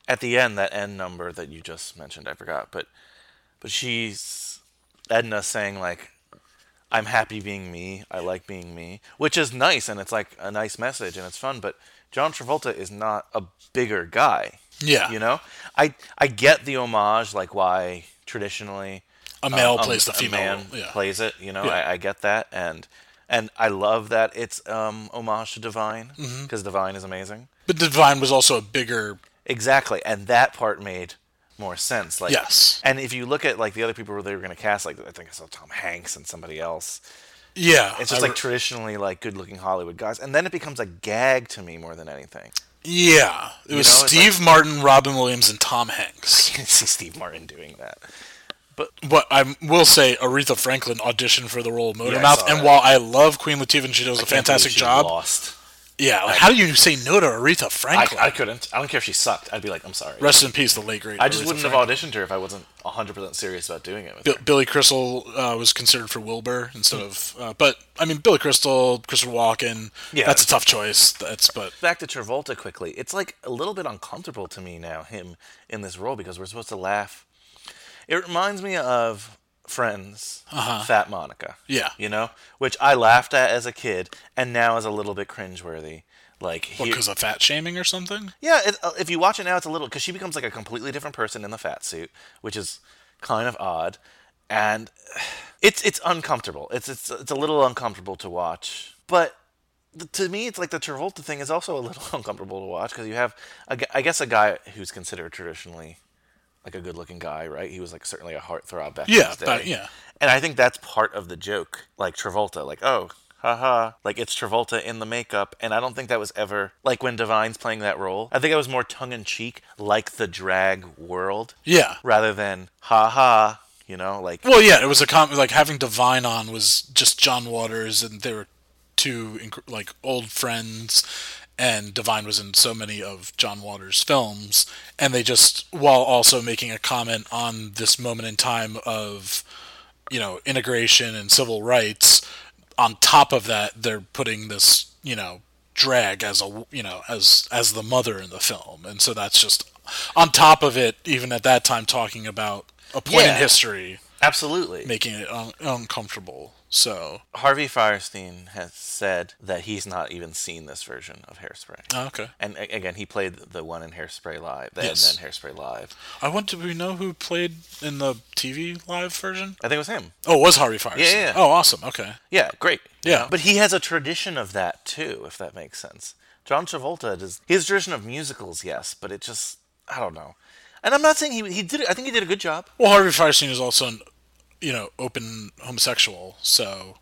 at the end that end number that you just mentioned. I forgot, but but she's Edna saying like, "I'm happy being me. I like being me," which is nice, and it's like a nice message, and it's fun. But John Travolta is not a bigger guy. Yeah. you know, I I get the homage, like why traditionally A male um, Oh, plays the female. A man yeah. plays it. You know, Yeah. I, I get that, and and I love that it's um, homage to Divine Mm-hmm. because Divine is amazing. But Divine was also a bigger. Exactly, and that part made more sense. Like Yes. and if you look at like the other people they were going to cast, like I think I saw Tom Hanks and somebody else. Yeah. It's just I like re- traditionally like good-looking Hollywood guys, and then it becomes a gag to me more than anything. yeah. It was know, it's Steve Martin, Robin Williams, and Tom Hanks. I see Steve Martin doing that. But I will say, Aretha Franklin auditioned for the role of Yeah, I Motormouth, saw and that. while I love Queen Latifah and she does a fantastic She job, Lost. yeah. Like, how do you say no to Aretha I, Franklin? I couldn't. I don't care if she sucked. I'd be like, I'm sorry. Rest in peace, the late great. I just Aretha wouldn't Franklin. have auditioned her if I wasn't 100% serious about doing it. With her. Bi- Billy Crystal uh, was considered for Wilbur instead of, uh, but I mean Billy Crystal, Christopher Walken. Yeah. that's a tough choice. That's but Back to Travolta quickly. It's like a little bit uncomfortable to me now, him in this role, because we're supposed to laugh. It reminds me of Friends, Fat Monica. Uh-huh. Yeah. You know? Which I laughed at as a kid and now is a little bit cringeworthy. Like, he, because of fat shaming or something. yeah, it, uh, if you watch it now, it's a little because she becomes like a completely different person in the fat suit, which is kind of odd, and it's it's uncomfortable. It's it's it's a little uncomfortable to watch, but th- to me, it's like the Travolta thing is also a little uncomfortable to watch because you have, a gu- I guess, a guy who's considered traditionally like a good-looking guy, right? He was like certainly a heartthrob back Yeah, in his day. but- yeah. And I think that's part of the joke, like Travolta, like oh, haha. Like it's Travolta in the makeup, and I don't think that was ever like when Divine's playing that role. I think it was more tongue in cheek, like the drag world, Yeah. rather than haha. You know, like Well, yeah, it was a com- like having Divine on was just John Waters, and they were two inc- like old friends, and Divine was in so many of John Waters' films, and they just while also making a comment on this moment in time of you know integration and civil rights. On top of that, they're putting this you know drag as a you know as as the mother in the film, and so that's just on top of it. Even at that time, talking about a point in Yeah. history absolutely. making it un- uncomfortable. So Harvey Firestein has said that he's not even seen this version of Hairspray. oh, okay, and a- again, he played the one in Hairspray Live, the Yes. and then Hairspray Live. I want to. We know who played in the TV live version. I think it was him. Oh, it was Harvey Firestein. Yeah, yeah. Oh, awesome. Okay. Yeah, great. Yeah. But he has a tradition of that too, if that makes sense. John Travolta does he has a tradition of musicals, yes, but it just I don't know. And I'm not saying he he did it. I think he did a good job. Well, Harvey Firestein is also an, you know, open homosexual. So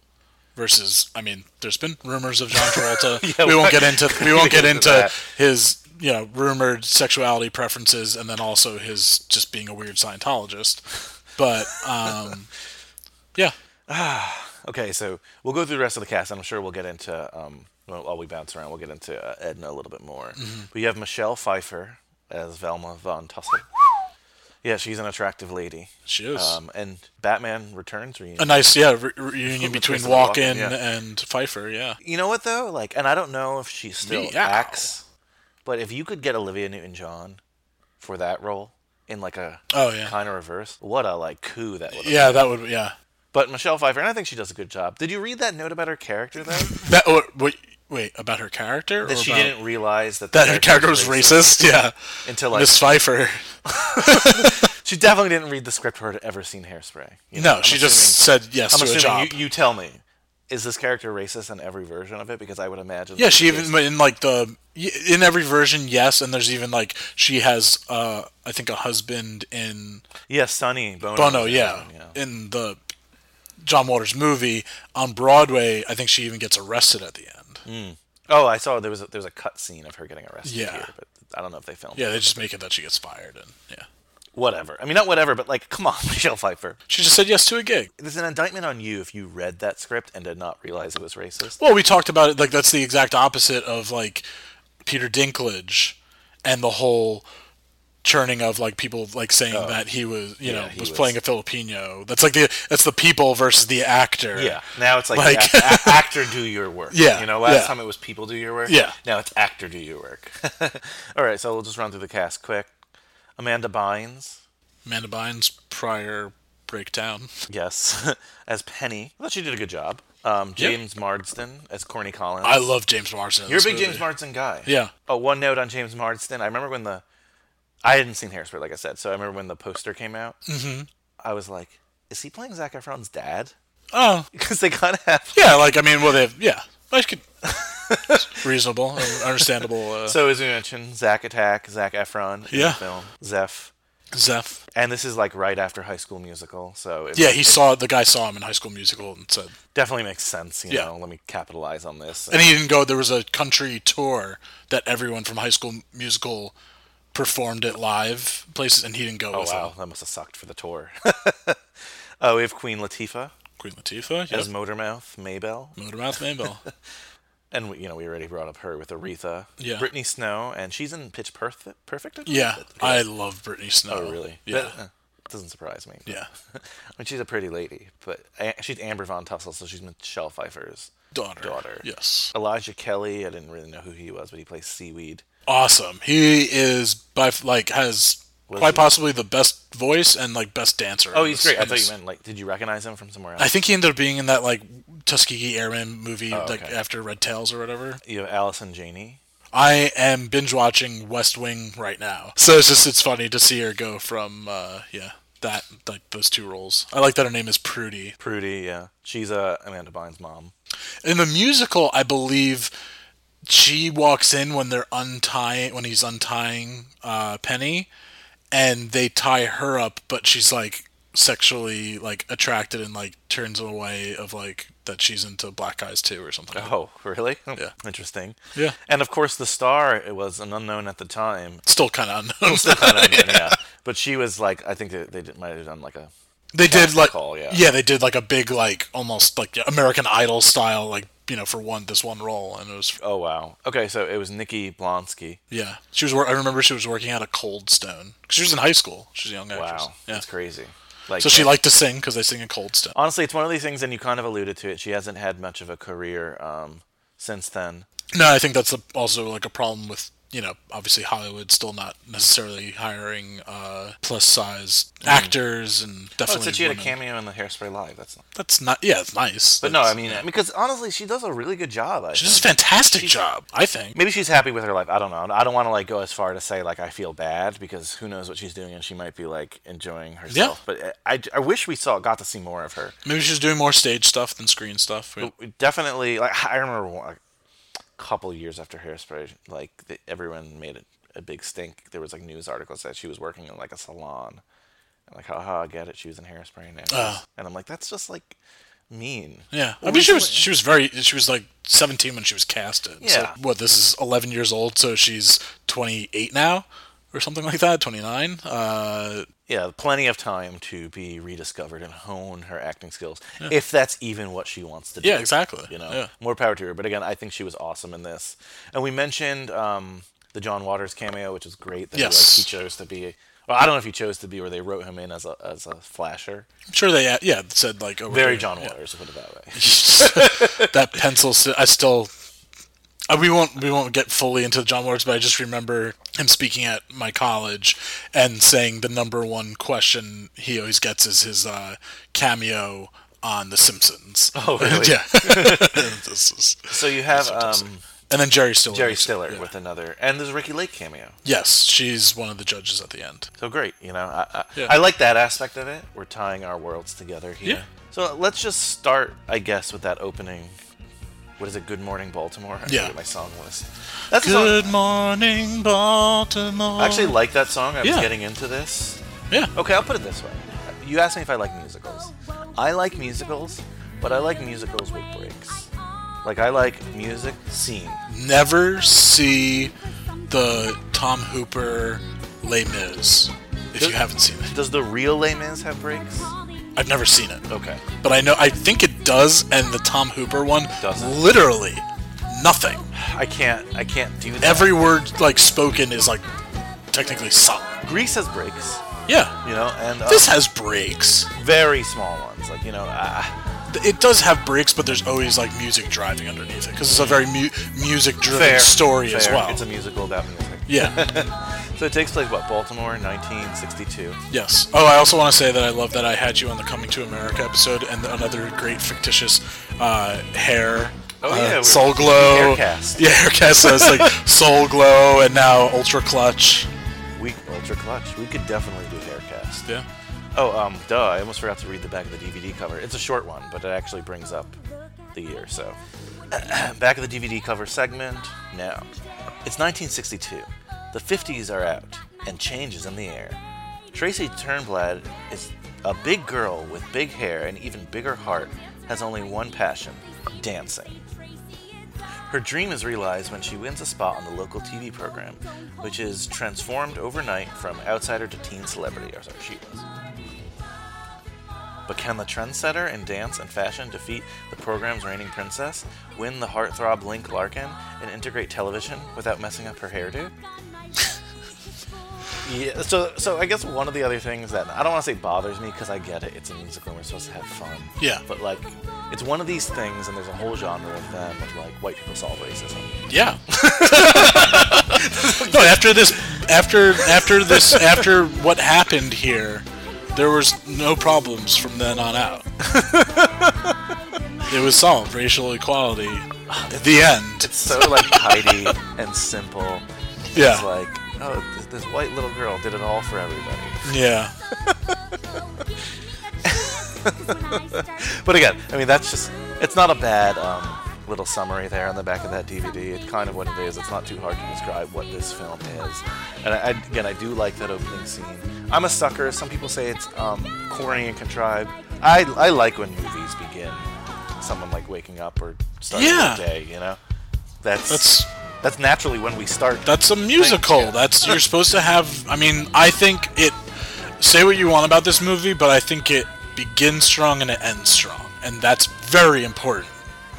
versus, I mean, there's been rumors of John Travolta. we won't get into. We won't get into into that. his you know rumored sexuality preferences, and then also his just being a weird Scientologist. But um, yeah, Okay, so we'll go through the rest of the cast, and I'm sure we'll get into um well, while we bounce around, we'll get into uh, Edna a little bit more. Mm-hmm. But you have Michelle Pfeiffer as Velma von Tussle. Yeah, she's an attractive lady. she is. Um, and Batman Returns reunion. a nice yeah re- reunion between Replacing Walken, Walken yeah. and Pfeiffer. Yeah, You know what though? Like, and I don't know if she still Meow. acts, but if you could get Olivia Newton-John for that role in like a Oh, yeah. kind of reverse, what a like coup that would. yeah, that would yeah. But Michelle Pfeiffer, and I think she does a good job. Did you read that note about her character though? That or, wait wait about her character that or she about- didn't realize that the that her character was racist. Yeah, until like Miss Pfeiffer. she definitely didn't read the script or had ever seen Hairspray. you know? No, I'm she just assuming- said yes I'm to a assuming job. you, you tell me. Is this character racist in every version of it? Because I would imagine. yeah, that she it even is. in like the y- in every version yes, and there's even like she has uh I think a husband in Yeah, Sonny Bono. Bono yeah, in the John Waters movie on Broadway. I think she even gets arrested at the end. Oh, I saw there was a, there was a cut scene of her getting arrested Yeah. here, but I don't know if they filmed. Yeah, it. they just make it that she gets fired and yeah. Whatever. I mean, not whatever, but like, come on, Michelle Pfeiffer. She just said yes to a gig. There's an indictment on you if you read that script and did not realize it was racist. Well, we talked about it. Like that's the exact opposite of like Peter Dinklage and the whole churning of like people like saying that he was you Oh. Yeah, know he was, was- playing a Filipino. That's like the that's the people versus the actor. Yeah. Now it's like, Like- a- a- actor do your work. Yeah, You know, last yeah. time it was people do your work. Yeah. Now it's actor do your work. All right, so we'll just run through the cast quick. Amanda Bynes, Amanda Bynes prior breakdown. yes, as Penny. I thought she did a good job. Um, James Marsden as Corny Collins. I love James Marsden. in You're a this big movie. James Marsden guy. Yeah. Oh, one note on James Marsden. I remember when the I hadn't seen Hairspray, like I said, so I remember when the poster came out. Mm-hmm. I was like, "Is he playing Zac Efron's dad?" Oh Because they kind of have. yeah, like I mean, well they yeah, I could reasonable, and understandable. Uh, So as we mentioned, Zac Attack, Zac Efron in Yeah. the film, Zeph, Zeph. and this is like right after High School Musical, so it Yeah, he saw the guy saw him in High School Musical and said, definitely makes sense. You Yeah. know, let me capitalize on this. and he didn't go. There was a country tour that everyone from High School Musical performed at live places, and he didn't go oh with wow, them. that must have sucked for the tour. oh, we have Queen Latifah Queen Latifah, as yes, Motormouth Maybell. Motormouth Maybell. and we, you know we already brought up her with Aretha, Yeah. Brittany Snow, and she's in Pitch Perfect. Perfect, I believe? yeah, Okay. I love Britney Snow. oh really? Yeah, That- uh, doesn't surprise me. yeah. I mean she's a pretty lady, but a- she's Amber Von Tussle, so she's Michelle Pfeiffer's Daughter. Daughter. Yes. Elijah Kelly. I didn't really know who he was, but he plays Seaweed. Awesome. He is by f- like has Was quite he- possibly the best voice and like best dancer. Oh, in he's this- great. I in thought this- you meant like, did you recognize him from somewhere else? I think he ended up being in that like Tuskegee Airmen movie, like Oh, okay. after Red Tails or whatever. you have Allison Janney. I am binge watching West Wing right now, so it's just it's funny to see her go from uh, yeah that like those two roles. I like that her name is Prudy. Prudy, yeah, she's uh, Amanda Bynes' mom. In the musical, I believe she walks in when they're untying when he's untying uh, Penny, and they tie her up, but she's like sexually like attracted and like turns away of like that she's into black guys too or something. Oh, really? Hmm, Yeah. Interesting. Yeah. And of course, the star it was an unknown at the time. Still kind of unknown. Not unknown, yeah. But she was like, I think they, they did, might have done like a. they did like call, yeah. they did like a big like almost like American Idol style like you know for one this one role and it was Oh wow. Okay, so it was Nikki Blonsky. yeah she was wor- I remember she was working at a Cold Stone 'Cause she was in high school she's a young actress Wow, yeah that's crazy. Uh, Like, so she uh, liked to sing because they sing in Cold Stone honestly, it's one of these things, and you kind of alluded to it. She hasn't had much of a career um, since then. No, I think that's a, also like a problem with you know obviously Hollywood still not necessarily hiring uh, plus size actors and Mm. Oh, it definitely. said she had a women. cameo in the Hairspray Live. That's not, That's not yeah, it's nice. but no, I That's- mean, because honestly, she does a really good job. I she think. does a fantastic job. I think Maybe she's happy with her life. I don't know. I don't want to like go as far to say like I feel bad because who knows what she's doing and she might be like enjoying herself. But eh, I, I, I wish we saw got to see more of her. maybe she's doing more stage stuff than screen stuff. We- definitely like I remember one, like, a couple years after Hairspray, like the, everyone made a, a big stink. There was like news articles that she was working in like a salon, and like haha, I get it, she was in Hairspray now, and I'm like that's just like mean. Yeah, I mean she was she was very she was like 17 when she was casted. Yeah. So, what this is 11 years old, so she's 28 now or something like that, 29. Uh, Yeah, plenty of time to be rediscovered and hone her acting skills, if that's even what she wants to do. Yeah, exactly. You know, Yeah. more power to her. But again, I think she was awesome in this. And we mentioned um, the John Waters cameo, which is great. That Yes. he, like, he chose to be. Well, I don't know if he chose to be, or they wrote him in as a as a flasher. I'm sure they yeah said like oh, we're Very doing- John yeah. Waters, put it that way. that pencil. st- I still. uh, We won't we won't get fully into John Waters, but I just remember him speaking at my college and saying the number one question he always gets is his uh, cameo on The Simpsons. Oh, really? yeah. This is- So you have um, and then Jerry Stiller. Jerry makes it, Stiller yeah. with another, and there's a Ricky Lake cameo. Yes, she's one of the judges at the end. So great, you know. I, I, Yeah. I like that aspect of it. We're tying our worlds together here. Yeah. So let's just start, I guess, with that opening. What is it? Good morning, Baltimore. I Yeah. forget what my song was. That's a song- Good morning, Baltimore. I actually like that song. I was Yeah. getting into this. yeah, Okay, I'll put it this way. You asked me if I like musicals. I like musicals, but I like musicals with breaks. Like I like music scene. never see the Tom Hooper Les Mis if you haven't seen it. Does the real Les Mis have breaks? I've never seen it. Okay. But I know I think it does, and the Tom Hooper one Doesn't. literally nothing. I can't. I can't do that. Every word like spoken is like technically solid. Grease has breaks, Yeah. you know, and uh, This has breaks. very small ones. Like you know, uh, Th- It does have breaks, but there's always like music driving underneath it because it's a very mu- music-driven fair story as fair. well. It's a musical about music. yeah. So it takes place what Baltimore, 1962. yes. Oh, I also want to say that I love that I had you on the Coming to America episode and another great fictitious uh, hair. Oh, uh, yeah, we were- Soul Glow. Haircast. Yeah, Haircast. So it's like Soul Glow and now Ultra Clutch. We ultra clutch. We could definitely do haircast. Yeah. Oh, um, duh! I almost forgot to read the back of the DVD cover. It's a short one, but it actually brings up the year. So, back of the DVD cover segment. Now, it's 1962. The 50s are out, and change is in the air. Tracy Turnblad is a big girl with big hair and even bigger heart. Has only one passion: dancing. Her dream is realized when she wins a spot on the local TV program, which is transformed overnight from outsider to teen celebrity, or sorry, she was. But can the trendsetter in dance and fashion defeat the program's reigning princess, win the heartthrob Link Larkin, and integrate television without messing up her hairdo? yeah, so so I guess one of the other things that I don't want to say bothers me because I get it, it's a musical and we're supposed to have fun. Yeah. But like, it's one of these things, and there's a whole genre of them of like white people solve racism. Yeah. no, after this, after after this, after what happened here, there was no problems from then on out. it was solved racial equality. The end. Ah, It's so like tidy and simple. It's Yeah. like, oh, th- this white little girl did it all for everybody. Yeah. Oh, But again, I mean, that's just, it's not a bad um, little summary there on the back of that DVD. It's kind of what it is. It's not too hard to describe what this film is. And I, I, again, I do like that opening scene. I'm a sucker. Some people say it's um, corny and contrived. I, I like when movies begin. Someone like waking up or starting Yeah. their day, you know? That's, That's- that's that's naturally when we start. That's a musical. yeah. That's you're supposed to have. I mean, I think it. Say what you want about this movie, but I think it begins strong and it ends strong, and that's very important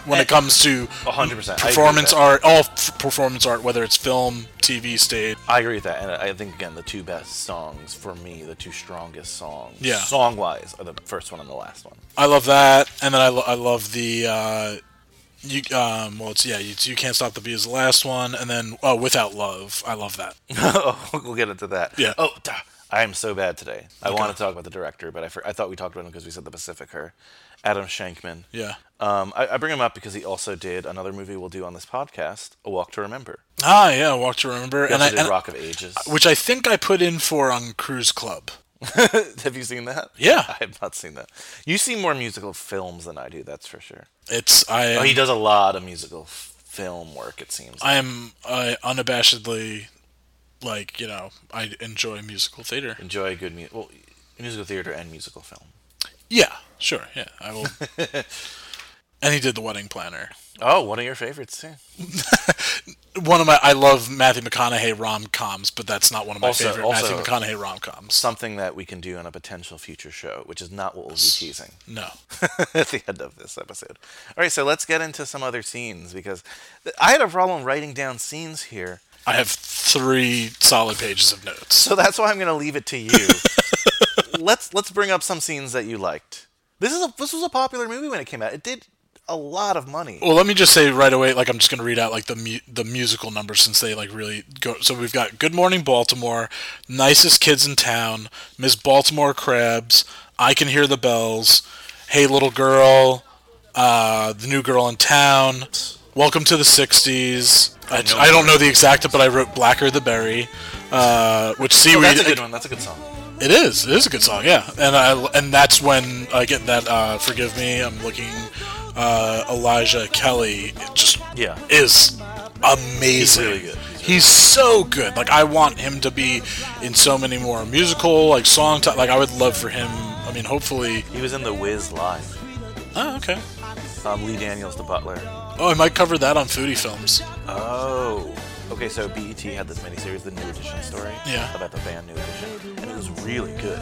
when it comes to 100%. I agree with performance that. art. All f- performance art, whether it's film, TV, stage. I agree with that, and I think again the two best songs for me, the two strongest songs, Yeah. song wise, are the first one and the last one. I love that, and then I, lo- I love the. Uh, you um well it's yeah you, you can't stop the beat is the last one and then oh without love I love that oh, we'll get into that. Yeah. Oh, duh. I am so bad today. I want to talk about the director, but I, for- I thought we talked about him because we said the Pacific Her, Adam Shankman. yeah Um, I, I bring him up because he also did another movie we'll do on this podcast, A Walk to Remember. ah yeah Walk to Remember He and also I did and- Rock of Ages. which I think I put in for on Cruise Club Have you seen that? Yeah. I have not seen that. You see more musical films than I do, that's for sure. It's I am, Oh, he does a lot of musical f- film work, it seems. I am I unabashedly like you know I enjoy musical theater. enjoy good music. Well, musical theater and musical film. Yeah, sure. Yeah, I will. and he did the Wedding Planner. Oh, one of your favorites too. One of my I love Matthew McConaughey rom coms, but that's not one of my Also- favorite also- Matthew McConaughey rom coms. Something that we can do on a potential future show, which is not what we'll be teasing No. at the end of this episode. All right, so let's get into some other scenes because th- I had a problem writing down scenes here, I have three solid pages of notes. so that's why I'm going to leave it to you. let's let's bring up some scenes that you liked. This is a this was a popular movie when it came out. It did a lot of money. Well, let me just say right away, like I'm just gonna read out like the mu- the musical numbers since they like really go. So we've got Good Morning Baltimore, Nicest Kids in Town, Miss Baltimore Crabs, I Can Hear the Bells, Hey Little Girl, uh, The New Girl in Town, Welcome to the '60s. I, I don't know the exact, but I wrote Blacker the Berry, uh, which Oh, seaweed. that's a good one. That's a good song. It is. It is a good song. Yeah, and I and that's when I get that. Uh, Forgive me. I'm looking. Uh, Elijah Kelly it just Yeah. is amazing. He's really good. He's so good. Like I want him to be in so many more musical like song. T- like I would love for him. I mean, hopefully. He was in The Wiz live. Oh, okay. Um, Lee Daniels, the butler. Oh, I might cover that on Foodie Films. Oh. Okay, so BET had this miniseries, the New Edition story, Yeah. about the band New Edition, and it was really good.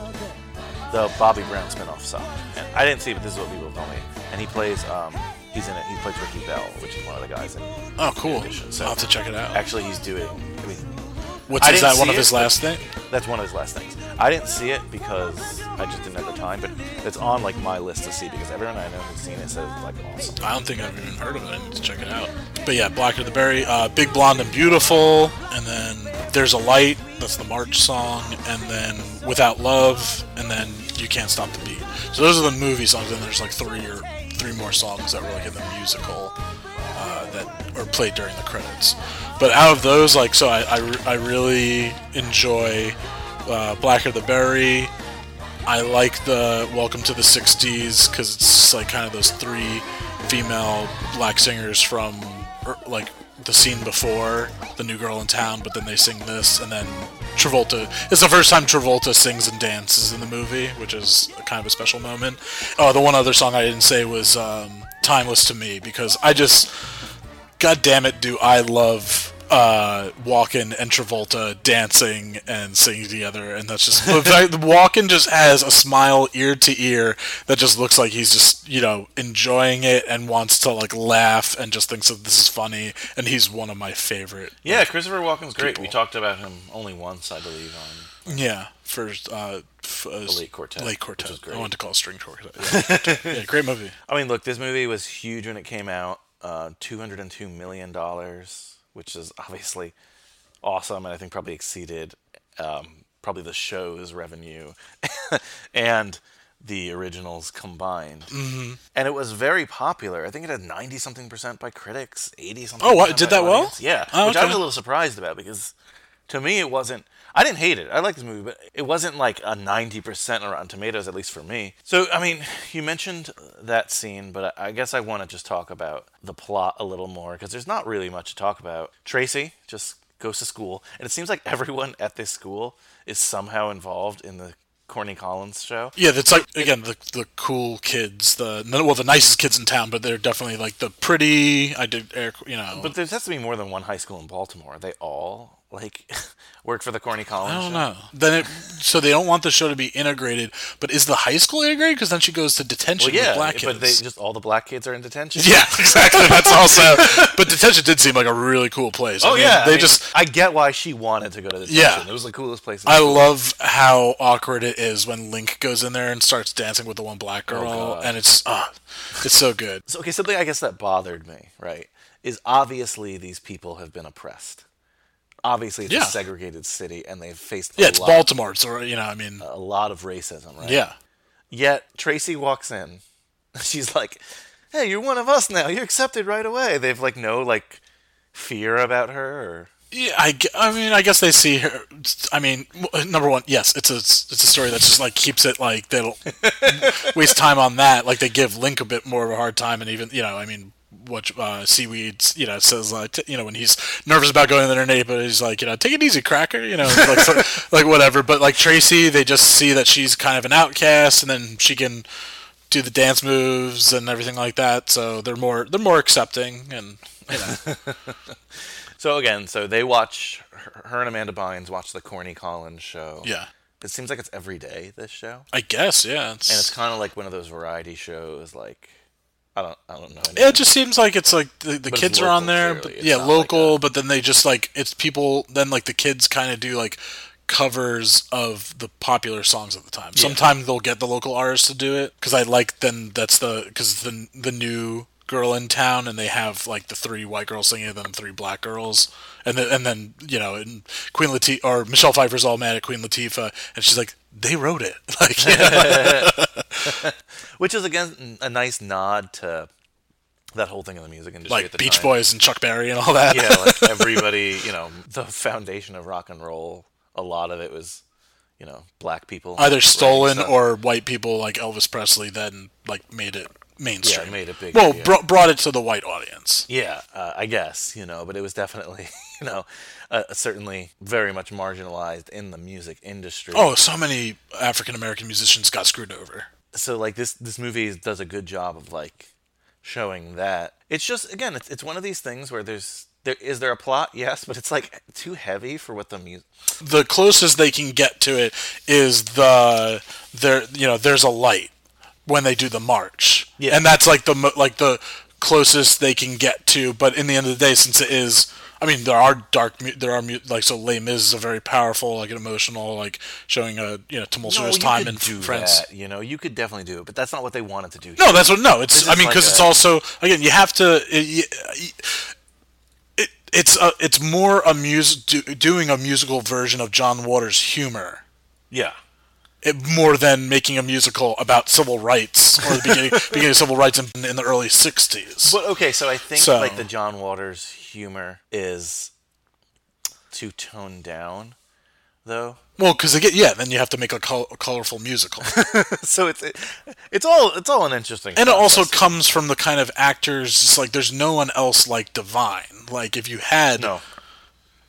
The Bobby Brown spinoff sucked, and I didn't see it, but this is what people told me. And he plays, um, he's in it. He plays Ricky Bell, which is one of the guys. In, Oh, cool. Edition, so- I'll have to check it out. actually, he's doing. I mean, What's I is didn't that? One see of it, his but- last thing? that's one of his last things. I didn't see it because I just didn't have the time, but it's on like my list to see because everyone I know who's seen it says it's like awesome. I don't think I've even heard of it. I need to check it out. But yeah, Blacker the Berry, uh, Big Blonde and Beautiful, and then There's a Light, that's the March song, and then Without Love, and then You Can't Stop the Beat. So those are the movie songs, and there's like three or three more songs that were like in the musical uh, that are played during the credits. But out of those, like, so I, I, re- I really enjoy uh, Blacker the Berry. I like the Welcome to the 60s because it's like kind of those three female black singers from er, like the scene before the new girl in town, but then they sing this, and then Travolta. It's the first time Travolta sings and dances in the movie, which is kind of a special moment. Oh, the one other song I didn't say was um, Timeless to Me because I just. God damn it, do I love uh, Walken and Travolta dancing and singing together. And that's just. the fact that Walken just has a smile ear to ear that just looks like he's just, you know, enjoying it and wants to, like, laugh and just thinks that this is funny. And he's one of my favorite. Yeah, Christopher Walken's great. We People. talked about him only once, I believe, on Yeah. First. Uh, f- uh, Late Quartet, Late which Quartet. is great. I wanted to call it String Quartet. Yeah, yeah great movie. I mean, look, this movie was huge when it came out. Uh, two hundred and two million dollars, which is obviously awesome, and I think probably exceeded um, probably the show's revenue and the originals combined. Mm-hmm. And it was very popular. I think it had ninety something percent by critics, eighty something. Oh, what? Did that well? Yeah, Oh, which I was okay. a little surprised about because to me it wasn't. I didn't hate it. I liked this movie, but it wasn't like a 90% on Rotten Tomatoes, at least for me. So, I mean, you mentioned that scene, but I I guess I want to just talk about the plot a little more because there's not really much to talk about. Tracy just goes to school, and it seems like everyone at this school is somehow involved in the Corny Collins show. Yeah, that's like again the the cool kids, the well the nicest kids in town, but they're definitely like the pretty. I did air, you know. But there has to be more than one high school in Baltimore. They all like work for the Corny Collins I don't show. know. Then it, so they don't want the show to be integrated. But is the high school integrated? Because then she goes to detention Well, yeah, with black but kids. they just all the black kids are in detention. yeah, exactly. That's also. But detention did seem like a really cool place. I Oh mean, yeah, they I mean, just. I get why she wanted to go to detention. Yeah. it was the coolest place. in I the world. love how awkward it is when Link goes in there and starts dancing with the one black girl, Oh, God. and it's ah, it's so good. So, okay, something I guess that bothered me, right, is obviously these people have been oppressed. Obviously, it's Yeah. a segregated city, and they've faced Yeah, a, it's lot, Oh. Baltimore, so you know, I mean, a lot of racism, right? yeah. Yet Tracy walks in. She's like, "Hey, you're one of us now. You're accepted right away." They've like no like fear about her. Or... Yeah, I, gue- I mean, I guess they see her. I mean, w- number one, yes, it's a it's a story that just like keeps it like they'll waste time on that. Like they give Link a bit more of a hard time, and even you know, I mean, what uh, seaweed you know says like t- you know when he's nervous about going to their neighbor, but he's like you know take it easy, cracker, you know like so- like whatever. But like Tracy, they just see that she's kind of an outcast, and then she can do the dance moves and everything like that. So they're more they're more accepting and. You know. So again, so they watch her, her and Amanda Bynes watch the Corny Collins show. Yeah. it seems like it's every day. This show. I guess, yeah. and it's kind of like one of those variety shows. Like, I don't, I don't know. Yeah, it just seems like it's like the, the it's kids are on local, there. clearly. But, It's yeah, not like local, a- but then they just like it's people. Then like the kids kind of do like covers of the popular songs at the time. Sometimes they'll get the local artists to do it because I like then that's the because the the new girl in town and they have like the three white girls singing and then three black girls and then and then you know and Queen Latifah or Michelle Pfeiffer's all mad at Queen Latifah and she's like they wrote it like you know? which is again a nice nod to that whole thing in the music industry. at like the Beach time. Boys and Chuck Berry and all that. Yeah, like everybody, you know, the foundation of rock and roll. A lot of it was, you know, black people either stolen Right, so- or white people like Elvis Presley then like made it mainstream. made it big, Well, yeah. bro- brought it to the white audience. Yeah, uh, I guess you know, but it was definitely you know, uh, certainly very much marginalized in the music industry. Oh, so many African American musicians got screwed over. so like this this movie does a good job of like showing that it's just again it's, it's one of these things where there's there is there a plot yes but it's like too heavy for what the music The closest they can get to it is the there you know there's a light when they do the march. Yeah. And that's like the mo- like the closest they can get to, but in the end of the day since it is I mean, there are dark, mu- there are mu- like so. Les Mis is a very powerful, like an emotional, like showing a you know tumultuous time in France. that, you know you could definitely do it but that's not what they wanted to do No, that's what. No, it's. This I is mean, because like it's a- also again, you have to. It, it, it's a, it's more a mus- do, doing a musical version of John Waters' humor. yeah It, more than making a musical about civil rights or the beginning, beginning of civil rights in, in the early '60s. but okay so i think So- like the john waters humor is too toned down though well, because again, yeah, then you have to make a, col- a colorful musical, so it's it's all it's all an interesting and it also process. comes from the kind of actors. It's like there's no one else like Divine. Like if you had no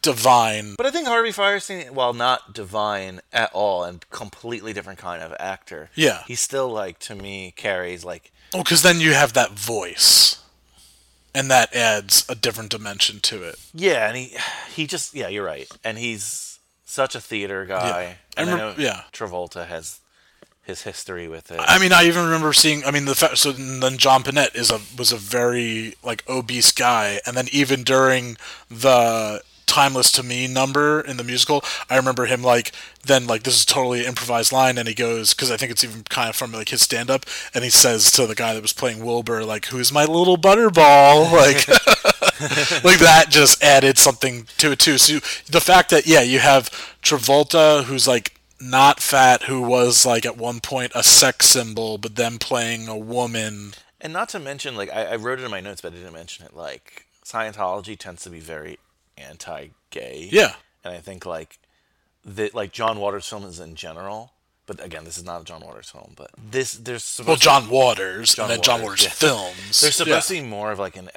Divine, But I think Harvey Firestein, while not divine at all and completely different kind of actor, Yeah. he still like to me carries like Well, because Oh, then you have that voice, and that adds a different dimension to it. yeah, and he he just yeah, you're right, and he's such a theater guy. Yeah. I And I remem- know yeah. Travolta has his history with it. I mean, I even remember seeing. I mean, the fact. So then John Panette is a was a very like obese guy, and then even during the timeless to me number in the musical i remember him like then like this is totally improvised line and he goes because i think it's even kind of from like his stand-up and he says to the guy that was playing wilbur like who's my little butterball like like that just added something to it too. So you- the fact that yeah, you have Travolta who's like not fat, who was like at one point a sex symbol, but then playing a woman. and not to mention like I, I wrote it in my notes, but I didn't mention it. Like Scientology tends to be very anti-gay. Yeah. and I think like that like John Waters films in general. But again, this is not a John Waters film. But this there's supposed Well, to- John Waters and then John Waters, Waters yeah. films. there's supposed Yeah. to be more of like an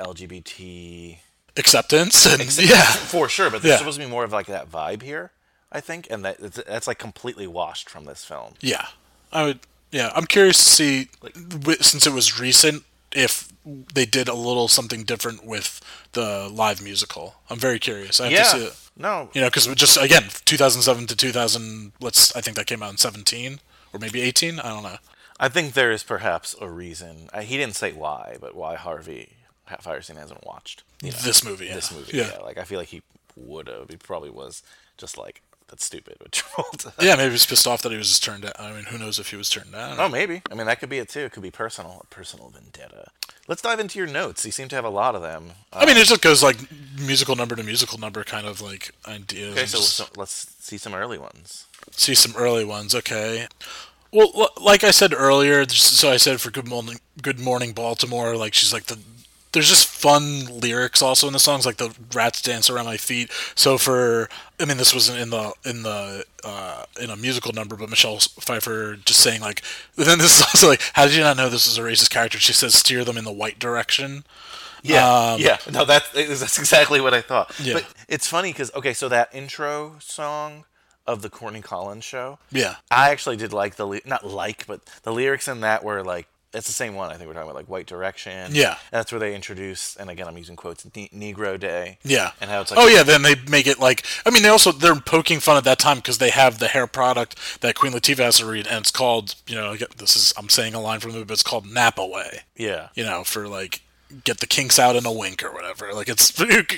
LGBT acceptance and yeah, for sure. But there's Yeah. supposed to be more of like that vibe here, I think, and that that's, that's like completely washed from this film. yeah. I would. Yeah, I'm curious to see wi- since it was recent if they did a little something different with the live musical. I'm very curious. I have to see Yeah, it. no, You know, because just again, 2007 to 2000. Let's. I think that came out in 17 or maybe 18. I don't know. I think there is perhaps a reason. Uh, he didn't say why, but why Harvey Ha- Firestein hasn't watched you know, This movie. Yeah. this movie. Yeah. Yeah. like I feel like he would have. He probably was just like that's stupid with Travolta. Yeah, maybe he was pissed off that he was just turned down. I mean, who knows if he was turned down? Oh, maybe. I mean, that could be it too. It could be personal, a personal vendetta. Let's dive into your notes. You seem to have a lot of them. Uh, I mean, it just goes like musical number to musical number, kind of like ideas. okay, so, Just Um, so let's see some early ones. see some early ones. Okay. Well, l- like I said earlier, just- so I said for Good Morning, Good Morning Baltimore, like she's like the. There's just fun lyrics also in the songs, like the rats dance around my feet. So for, I mean, this wasn't in the in the uh, in a musical number, but Michelle Pfeiffer just saying like, then this is also like, how did you not know this was a racist character? She says, steer them in the white direction. Yeah, Um, yeah. No, that's that's exactly what I thought. Yeah. But it's funny because okay, so that intro song of the Courtney Collins show. Yeah. I actually did like the ly- not like, but the lyrics in that were like it's the same one. I think we're talking about like white direction. Yeah. And that's where they introduce, and again, I'm using quotes, ne- Negro Day. Yeah. and how it's like oh yeah, then they make it like I mean they also they're poking fun at that time because they have the hair product that Queen Latifah has to read and it's called you know again, this is I'm saying a line from the movie but it's called nap away yeah, you know for like get the kinks out in a wink or whatever like it's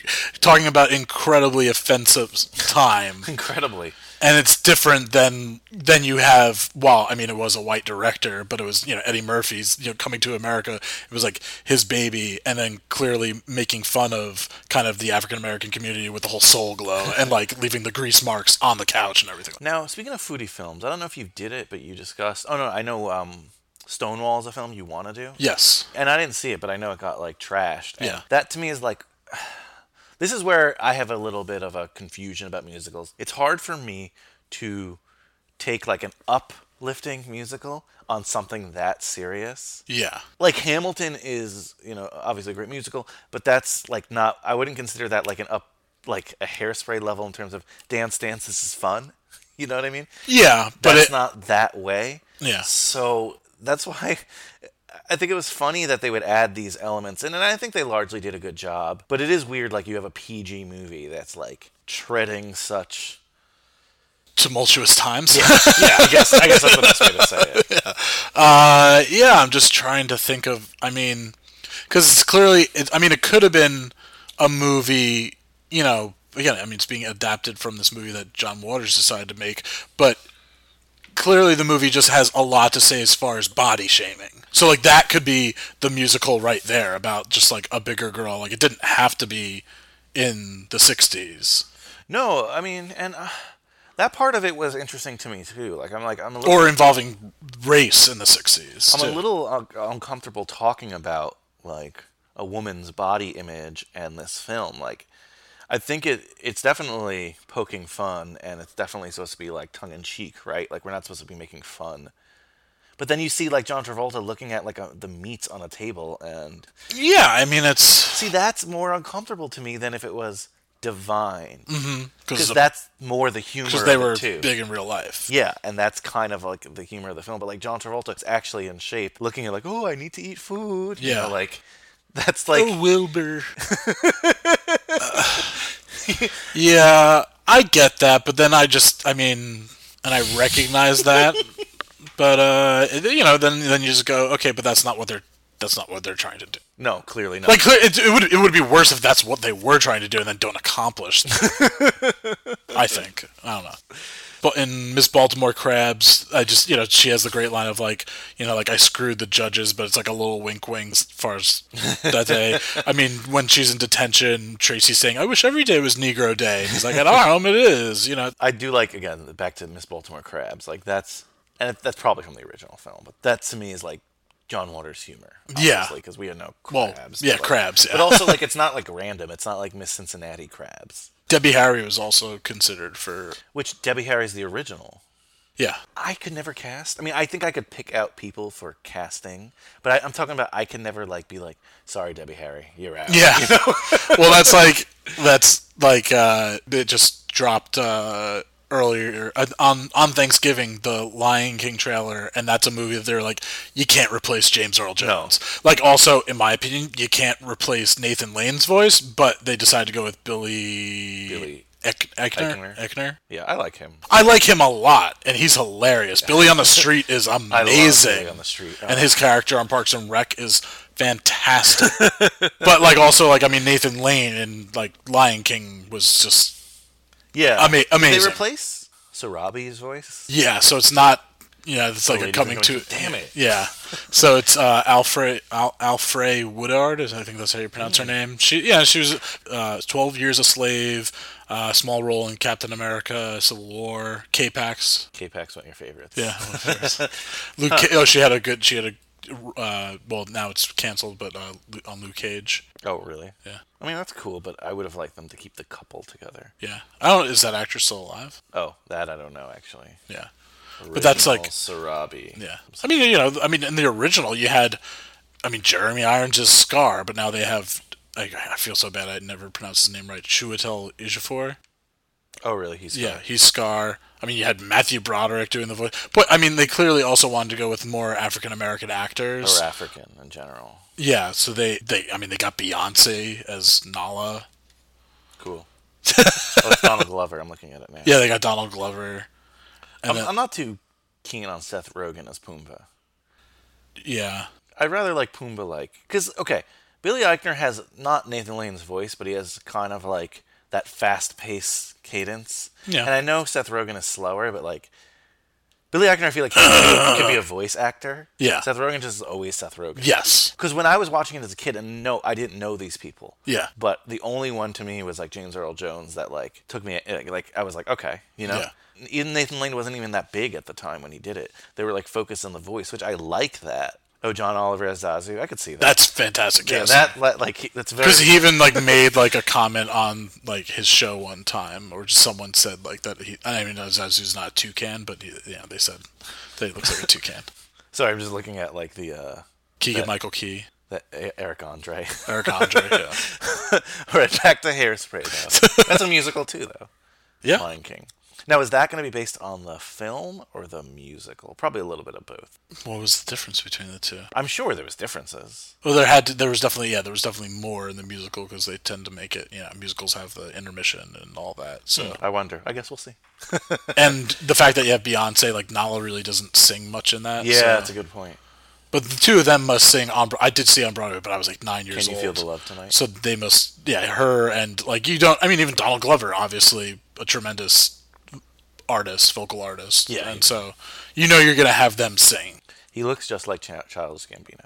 talking about incredibly offensive time incredibly. and it's different than than you have. Well, I mean, it was a white director, but it was you know Eddie Murphy's you know coming to America. It was like his baby, and then clearly making fun of kind of the African American community with the whole soul glow and like leaving the grease marks on the couch and everything. Now, speaking of foodie films, I don't know if you did it, but you discussed. Oh no, I know. Um, Stonewall is a film you want to do. Yes, and I didn't see it, but I know it got like trashed. And Yeah. that to me is like, this is where I have a little bit of a confusion about musicals. It's hard for me to take like an uplifting musical on something that serious. yeah, Like Hamilton is, you know, obviously a great musical, but that's like not. I wouldn't consider that like an up, like a hairspray level in terms of dance, dance. This is fun. You know what I mean? yeah, but that's it, not that way. Yeah. So that's why I think it was funny that they would add these elements in, and I think they largely did a good job. But it is weird, like you have a PG movie that's like treading such. tumultuous times. Yeah, I guess I guess that's the best way to say it. Uh, yeah, I'm just trying to think of. I mean, because it's clearly. It, I mean, it could have been a movie. You know, again, I mean, it's being adapted from this movie that John Waters decided to make, but clearly the movie just has a lot to say as far as body shaming. So like that could be the musical right there about just like a bigger girl. Like it didn't have to be in the 60s No, I mean, and uh, that part of it was interesting to me too. Like I'm like I'm a little or involving race in the 60s. I'm a too. little un- uncomfortable talking about like a woman's body image and this film. Like, I think it it's definitely poking fun, and it's definitely supposed to be like tongue in cheek, right? Like we're not supposed to be making fun. But then you see like John Travolta looking at like a, the meats on a table, and Yeah, I mean it's see that's more uncomfortable to me than if it was divine, because because that's more the humor. Mm-hmm. because they of it, were too. big in real life. Yeah, and that's kind of like the humor of the film. But like John Travolta's actually in shape, looking at like, oh, I need to eat food. You Yeah. Oh. know, like that's like Wilbur. yeah, I get that, but then I just, I mean, and I recognize that, but uh, it- you know, then then you just go, okay, but that's not what they're that's not what they're trying to do. no, clearly not. Like clear- it, it would it would be worse if that's what they were trying to do and then don't accomplish. I think I don't know. But in Miss Baltimore Crabs, I just you know she has the great line of like you know like I screwed the judges, but it's like a little wink wink as far as that day. I mean when she's in detention, Tracy's saying I wish every day was Negro Day. He's like at our home it is. You know I do like again back to Miss Baltimore Crabs. Like that's and it, that's probably from the original film, but that to me is like John Waters' humor. Yeah. because we had no Well, crabs. yeah, but, like- crabs, yeah. But also like it's not like random. It's not like Miss Cincinnati crabs. Debbie Harry was also considered for Which Debbie Harry's the original. yeah. I could never cast. I mean, I think I could pick out people for casting, but I, I'm talking about I can never like be like, sorry, Debbie Harry, you're out. Yeah. well, that's like that's like uh, it just dropped uh, earlier uh, on on Thanksgiving the Lion King trailer, and that's a movie that they're like you can't replace James Earl Jones. Like also, in my opinion, you can't replace Nathan Lane's voice, but they decided to go with Billy. Billy Eck- Eckner, Eichner. Eckner. Yeah, I like him. I like him a lot, and he's hilarious. Billy on the Street is amazing. I love Billy on the Street. and his character on Parks and Rec is fantastic. but like also like I mean Nathan Lane and like Lion King was just yeah, ama- Did amazing. they replace Sarabi's voice? yeah. So it's not you know it's like a lady's coming going, to "Damn it." yeah. So it's uh, Alfred Al- Alfred Woodard is I think that's how you pronounce Hmm. her name. She yeah she was uh, twelve years a slave. Uh, small role in Captain America, Civil War, K-Pax. K-Pax one of your favorites. Yeah, one of hers. Luke. Ca- oh, she had a good. She had a. Uh, well, now it's canceled, but uh, Lu- on Luke Cage. Oh, really? Yeah. I mean, that's cool, but I would have liked them to keep the couple together. Yeah. I don't is that actress still alive? Oh, that I don't know actually. Yeah. But that's Original like- Sarabi. Yeah. I mean, you know, I mean in the original you had I mean Jeremy Irons is Scar, but now they have I, I feel so bad I never pronounced his name right. Chuatel Ejiofor. Oh, really? He's Yeah, he's Scar. I mean, you had Matthew Broderick doing the voice, but I mean, they clearly also wanted to go with more African American actors. or African in general. Yeah, so they, they, I mean, they got Beyonce as Nala. Cool. oh, it's Donald Glover. I'm looking at it now. Yeah, they got Donald Glover. And uh, I'm, then, I'm not too keen on Seth Rogen as Pumbaa. yeah, I'd rather like Pumbaa like because okay, Billy Eichner has not Nathan Lane's voice, but he has kind of like that fast paced cadence. Yeah. And I know Seth Rogen is slower, but like Billy Eichner, I feel like he could be- could be a voice actor. Yeah. Seth Rogen just is always Seth Rogen. yes, Because when I was watching it as a kid, and no, I didn't know these people. Yeah. But the only one to me was like James Earl Jones that like took me like I was like okay, you know. Even Nathan Lane wasn't even that big at the time when he did it. They were like focused on the voice, which I like that. Oh, John Oliver as Zazu, I could see that. that's fantastic. yeah, yes. that li- like he- that's very. Because he even like made like a comment on like his show one time, or just someone said like that he. I mean, Zazu's not a toucan, but he, yeah, they said that he looks like a toucan. Sorry, I'm just looking at like the uh Keegan Michael Key, the E- Eric Andre. Eric Andre, yeah, All right, back to Hairspray though. that's a musical too though. yeah. Lion King. Now, is that going to be based on the film or the musical? Probably a little bit of both. What was the difference between the two? I'm sure there was differences. Well, there had to, there was definitely yeah, there was definitely more in the musical because they tend to make it. You know, musicals have the intermission and all that. So I wonder. I guess we'll see. and the fact that you have Beyonce, like Nala really doesn't sing much in that. so- that's a good point. But the two of them must sing on. Bro- I did see on Broadway, but I was like nine years you old. feel the love tonight? So they must, yeah, her and like you don't. I mean, even Donald Glover, obviously a tremendous artist, vocal artist. Yeah, and yeah. so you know you're gonna have them sing. He looks just like Ch- Childish Gambino.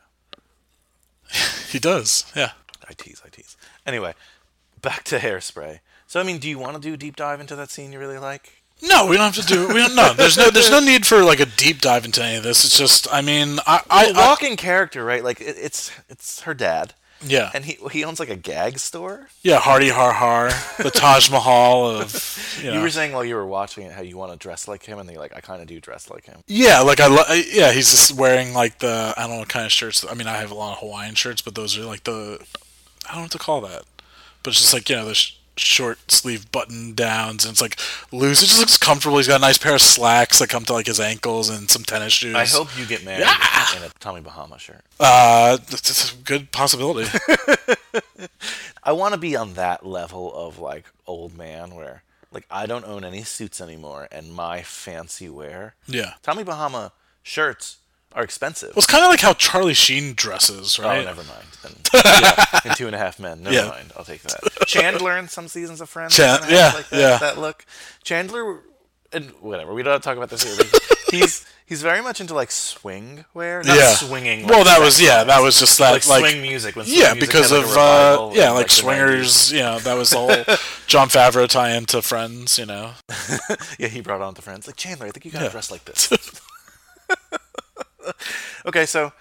He does, yeah. I tease, I tease. Anyway, back to hairspray. So, I mean, do you want to do a deep dive into that scene you really like? No, we don't have to do. We don't. No, there's no. There's no need for like a deep dive into any of this. It's just. I mean, I. I, A I walking character, right? Like it, it's it's her dad, yeah. and he he owns like a gag store. yeah. Hardy har har. The Taj Mahal of. You, You know. were saying while you were watching it how you want to dress like him, and you're like, I kind of do dress like him. Yeah, like I, lo- I- yeah, he's just wearing like the I don't know what kind of shirts. I mean, I have a lot of Hawaiian shirts, but those are like the I don't know what to call that. But it's just like you know the sh- short sleeve button downs, and it's like loose. It just looks comfortable. He's got a nice pair of slacks that come to like his ankles and some tennis shoes. I hope you get married Yeah. in a Tommy Bahama shirt. Uh, that's, that's a good possibility. I want to be on that level of like old man where like I don't own any suits anymore and my fancy wear. yeah. Tommy Bahama shirts are expensive. Well, it's kind of like how Charlie Sheen dresses, Oh, right? never mind. Then, yeah, in Two and a Half Men, never Yeah. mind. I'll take that. Chandler in some seasons of Friends, Chan- kinda has, yeah, like that, yeah. that look. Chandler, and whatever. We don't have to talk about this here. he's he's very much into like swing wear, not yeah. swinging. like, Well, that was sex, yeah, that was just that like, like swing music. When swing Yeah, music because had, of like, a uh, revival in, yeah, like, the 90s. swingers. You know, that was the whole John Favreau tie-in to Friends. You know, Yeah, he brought on the friends. Like Chandler, I think you gotta Yeah. dress like this. okay, so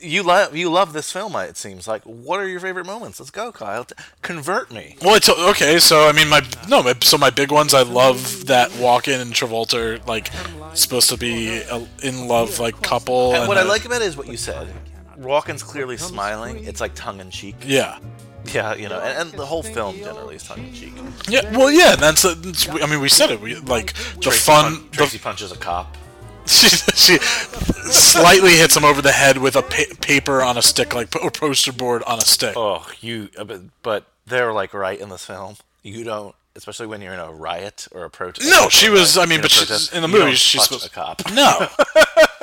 you love you love this film. It seems like. What are your favorite moments? Let's go, Kyle. T- Convert me. Well, it's, okay, so I mean, my no, my, so my big ones. I love that walk in and Travolta are, like supposed to be a, in love like couple. And and what I the- like about it is what you said. Walken's clearly smiling. It's like tongue in cheek. yeah, Yeah, you know, and, and the whole film generally is tongue in cheek. yeah. Well, yeah, that's. A, it's, I mean, we said it. We like the Tracy fun. pun- The, Tracy punches a cop. she, she slightly hits him over the head with a pa- paper on a stick, like a poster board on a stick. Oh, you. uh, But, but they're like right in this film. You don't, especially when you're in a riot or a protest. No, she was. I mean, In a but she's protest, in the you don't movie. She's punch supposed a cop. No.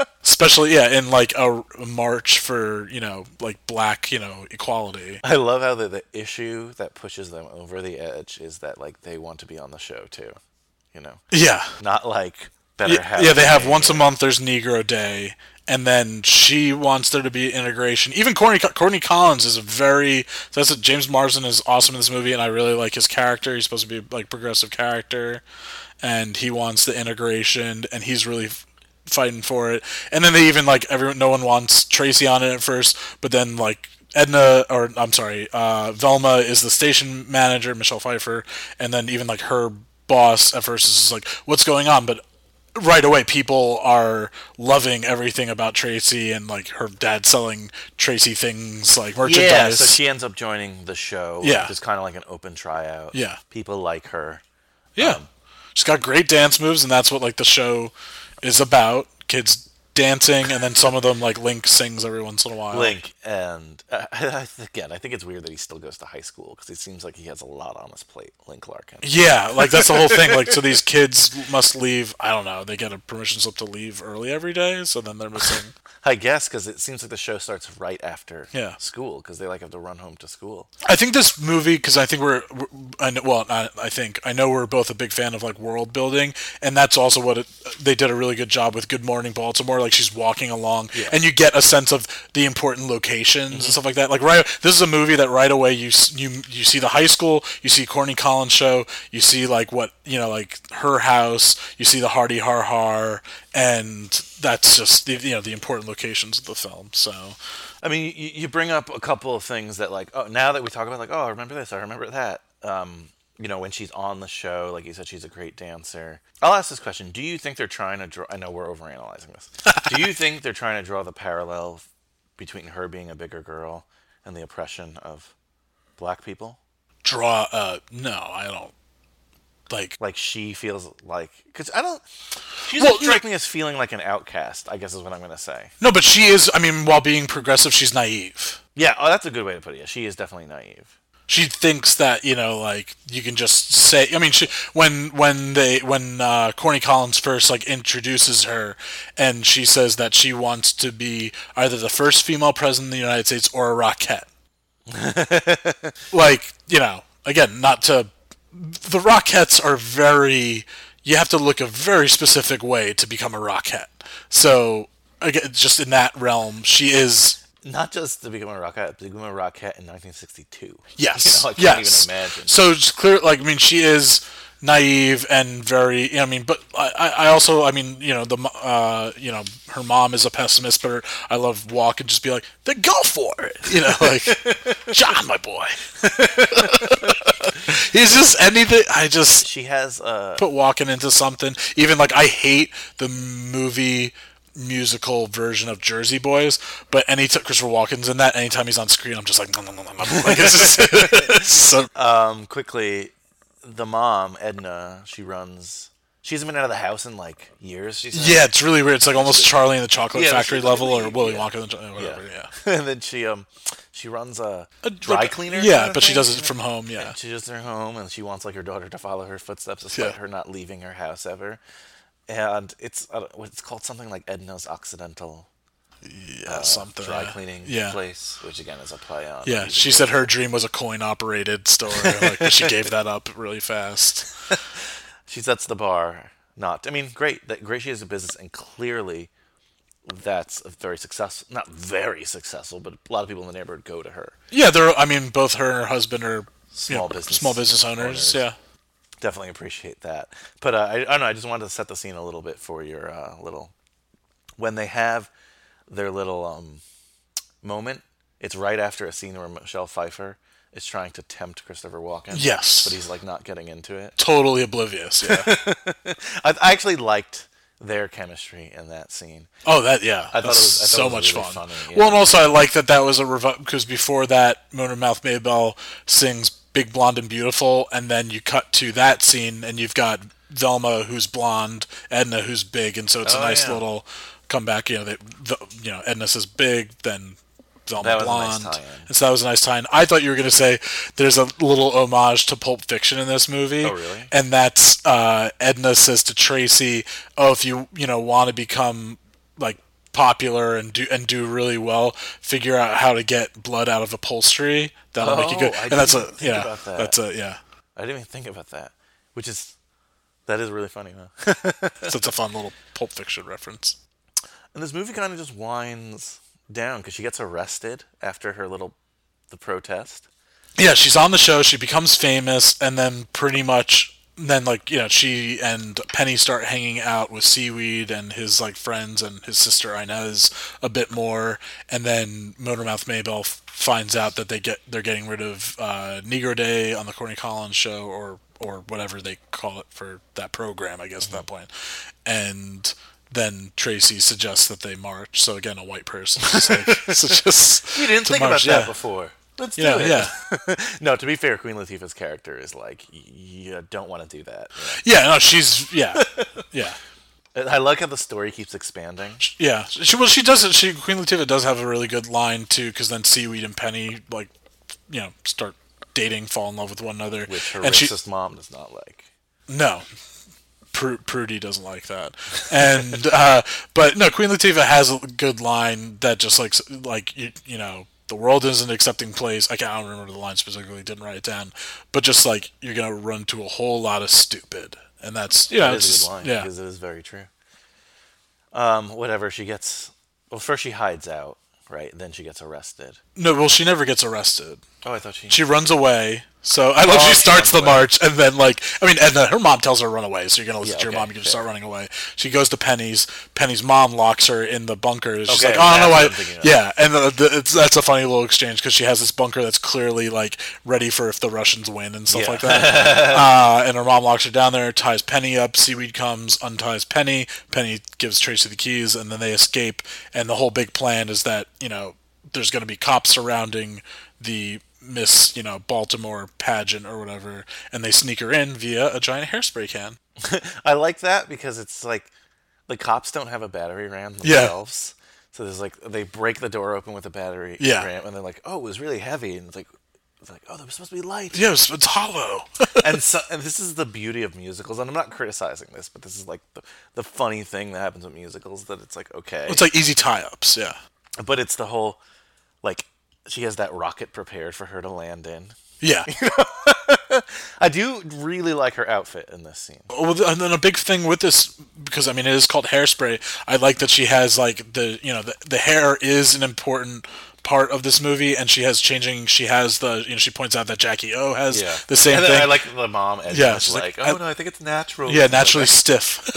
Especially yeah, in like a a march for you know like black you know equality. I love how the, the issue that pushes them over the edge is that like they want to be on the show too, you know, Yeah. not like better Yeah, have. yeah, they have me. once a month. There's Negro Day, and then she wants there to be integration. Even Courtney, Courtney Collins is a very that's it. James Marsden is awesome in this movie, and I really like his character. He's supposed to be like progressive character, and he wants the integration, and he's really f- fighting for it. And then they even like everyone. No one wants Tracy on it at first, but then like. Edna, or I'm sorry, uh, Velma is the station manager, Michelle Pfeiffer, and then even like her boss at first is just like, "What's going on?" But right away people are loving everything about Tracy and like her dad selling Tracy things like merchandise. Yeah, so she um, ends up joining the show. Yeah. which is kind of like an open tryout. Yeah. people like her. Yeah. she's got great dance moves and that's what like the show is about. Kids dancing and then some of them like Link sings every once in a while. Link and uh, again, I think it's weird that he still goes to high school because it seems like he has a lot on his plate. Link Larkin. Yeah, like that's the whole thing. Like so these kids must leave, I don't know, they get a permission slip to leave early every day, so then they're missing I guess because it seems like the show starts right after Yeah. school because they like have to run home to school. I think this movie because I think we're, we're I know, well I, I think I know we're both a big fan of like world building and that's also what it, they did a really good job with Good Morning Baltimore like she's walking along and you get a sense of the important locations and stuff like that like right this is a movie that right away you s- you you see the high school you see Corny Collins show you see like what you know like her house you see the Hardy Har Har and that's just the, you know the important locations of the film so I mean, you, you bring up a couple of things that like oh now that we talk about like oh I remember this I remember that. Um, you know when she's on the show, like you said, she's a great dancer. I'll ask this question: Do you think they're trying to draw? I know we're overanalyzing this. Do you think they're trying to draw the parallel between her being a bigger girl and the oppression of black people? draw uh no I don't like Like she feels like because I don't. She Well, doesn't strike me as feeling like an outcast. I guess is what I'm gonna say. No, but she is. I mean, while being progressive, she's naive. Yeah, oh, that's a good way to put it. Yeah, she is definitely naive. She thinks that you know, like you can just say. I mean, she when when they when uh, Corny Collins first like introduces her, and she says that she wants to be either the first female president of the United States or a Rockette. like you know, again, not to. The Rockettes are very. You have to look a very specific way to become a Rockette. So again, just in that realm, she is Not just to become a rocket, to become a rocket in 1962. Yes. You know, I can't yes. even imagine. So it's clear, like I mean, she is naive and very. I mean, but I- I, I also, I mean, you know, the mo- uh, you know, her mom is a pessimist, but her, I love walk and just be like, then go for it, you know, like John, my boy. He's just anything. I just She has uh, a put walking into something. Even like I hate the movie musical version of Jersey Boys, but any t- Christopher Walken's in that, anytime he's on screen, I'm just like, nom, nom, nom, nom, nom. like it's just, it's so- um quickly. The mom Edna, she runs. She hasn't been out of the house in like years. She said. yeah, it's really weird. It's like almost Charlie and the Chocolate Yeah, Factory it's level really- or Willy yeah. Wonka and the Cho- whatever. Yeah, and then she um she runs a, dry Like, cleaner. Yeah, kinda but she thing. does it from home. Yeah, She does her home, and she wants like her daughter to follow her footsteps, despite Yeah. her not leaving her house ever. And it's I don't- it's called something like Edna's Occidental yeah, something. uh, dry yeah. cleaning Yeah. place, which again is a play on. Yeah, she said her dream was a coin-operated store. Like, but she gave that up really fast. she sets the bar. Not, I mean, great that great she has a business, and clearly, that's a very successful. Not very successful, but a lot of people in the neighborhood go to her. Yeah, they're. I mean, both her and her husband are you Small know, business small business owners. owners. Yeah. Definitely appreciate that. But uh, I, I don't know. I just wanted to set the scene a little bit for your uh, little when they have their little um, moment. It's right after a scene where Michelle Pfeiffer is trying to tempt Christopher Walken. Yes. But he's like not getting into it. Totally oblivious. Yeah. I, I actually liked their chemistry in that scene. oh, that yeah. I thought it was- That's I thought so it was much really fun. funny, yeah. Well, and also I like that that was a revival because before that, Mona Mouth Maybell sings "Big Blonde and Beautiful," and then you cut to that scene, and you've got Velma who's blonde, Edna who's big, and so it's Oh, a nice yeah. little comeback. You know, they, the, you know, Edna says big, then. Velma That was a nice Blonde. tie-in. and so that was a nice tie-in. I thought you were going to say there's a little homage to Pulp Fiction in this movie. Oh, really? And that's uh, Edna says to Tracy, "Oh, if you you know want to become like popular and do and do really well, figure out how to get blood out of upholstery. That'll make you Oh, good." I And that's a didn't think yeah, about that. that's a yeah, I didn't even think about that, which is that is really funny. Huh? that's a fun little Pulp Fiction reference. And this movie kind of just winds down because she gets arrested after her little the protest. yeah, she's on the show. She becomes famous, and then pretty much, then like you know, she and Penny start hanging out with Seaweed and his like friends and his sister Inez a bit more, and then Motormouth Maybell f- finds out that they get they're getting rid of uh, Negro Day on the Corny Collins show or or whatever they call it for that program, I guess at that Mm-hmm. point, and. Then Tracy suggests that they march. So again, a white person just like, suggests. We didn't to think march, about that yeah. before. Let's do Yeah, it. yeah. no, to be fair, Queen Latifah's character is like, y- you don't want to do that. Yeah, no, she's yeah, yeah, And I like how the story keeps expanding. yeah. She well, she does it. She Queen Latifah does have a really good line too, because then Seaweed and Penny like, you know, start dating, fall in love with one another, Which her and she racist mom does not like. no. Pru- Prudy doesn't like that, and uh, but no, Queen Latifah has a good line that just like s- like you, you know the world is an accepting place. I can't I don't remember the line specifically, didn't write it down, but just like you're gonna run to a whole lot of stupid, and that's you know That it's is a Oh, just- good line yeah because it is very true. Um, whatever she gets, well, first she hides out, right? Then she gets arrested. no well she never gets arrested. Oh, I thought she. she runs away. So I love Oh, she she runs starts the away. march and then like I mean Edna her mom tells her to run away so you're gonna listen Yeah, to your okay, mom you can just fair. start running away she goes to Penny's Penny's mom locks her in the bunker she's Okay, like oh that's no what I I'm thinking of. yeah and the, the, it's, that's a funny little exchange because she has this bunker that's clearly like ready for if the Russians win and stuff Yeah. like that uh, and her mom locks her down there ties Penny up Seaweed comes unties Penny Penny gives Tracy the keys and then they escape and the whole big plan is that you know there's going to be cops surrounding the Miss, you know, Baltimore pageant or whatever, and they sneak her in via a giant hairspray can. I like that because it's like the cops don't have a battery ram Yeah. themselves. So there's like they break the door open with a battery Yeah. ram, and they're like, "Oh, it was really heavy," and it's like, it's like, "Oh, there was supposed to be light." Yeah, it's, it's hollow. and so, and this is the beauty of musicals, and I'm not criticizing this, but this is like the, the funny thing that happens with musicals that it's like okay, it's like easy tie ups. Yeah, but it's the whole like she has that rocket prepared for her to land in. yeah. I do really like her outfit in this scene. well, th- and then a big thing with this because I mean it is called hairspray. I like that she has like the you know the, the hair is an important part of this movie, and she has changing. She has the you know she points out that Jackie O has the same and thing. I like the mom. Edna, Yeah, is she's like, like, I- "Oh no, I think it's natural." Yeah, naturally stiff.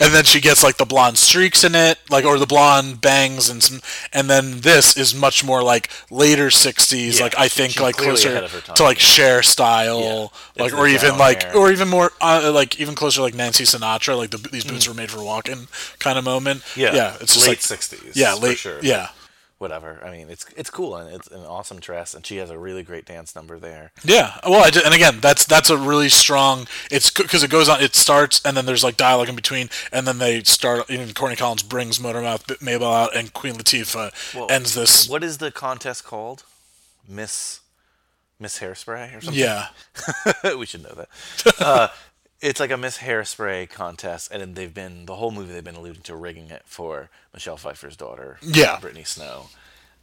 and then she gets like the blonde streaks in it, like or the blonde bangs and some and then this is much more like later 60s, Yeah, like I she- think she's like clearly closer ahead of her time, to like yeah. share style, Yeah, like it's or the even down like hair. or even more uh, like even closer like Nancy Sinatra, like the, these boots were made for walking kind of moment. Mm. Yeah, yeah, it's just late like 60s, Yeah, for late. sure. Yeah, whatever. I mean, it's it's cool and it's an awesome dress, and she has a really great dance number there. Yeah. Well, I did, and again, that's that's a really strong. It's because it goes on. It starts, and then there's like dialogue in between, and then they start. And Corny Collins brings Motormouth B- Maybell out, and Queen Latifah ends this. What is the contest called? Miss Miss Hairspray or something? Yeah. we should know that. Uh, it's like a Miss Hairspray contest, and they've been the whole movie. They've been alluding to rigging it for Michelle Pfeiffer's daughter, Yeah. Brittany Snow.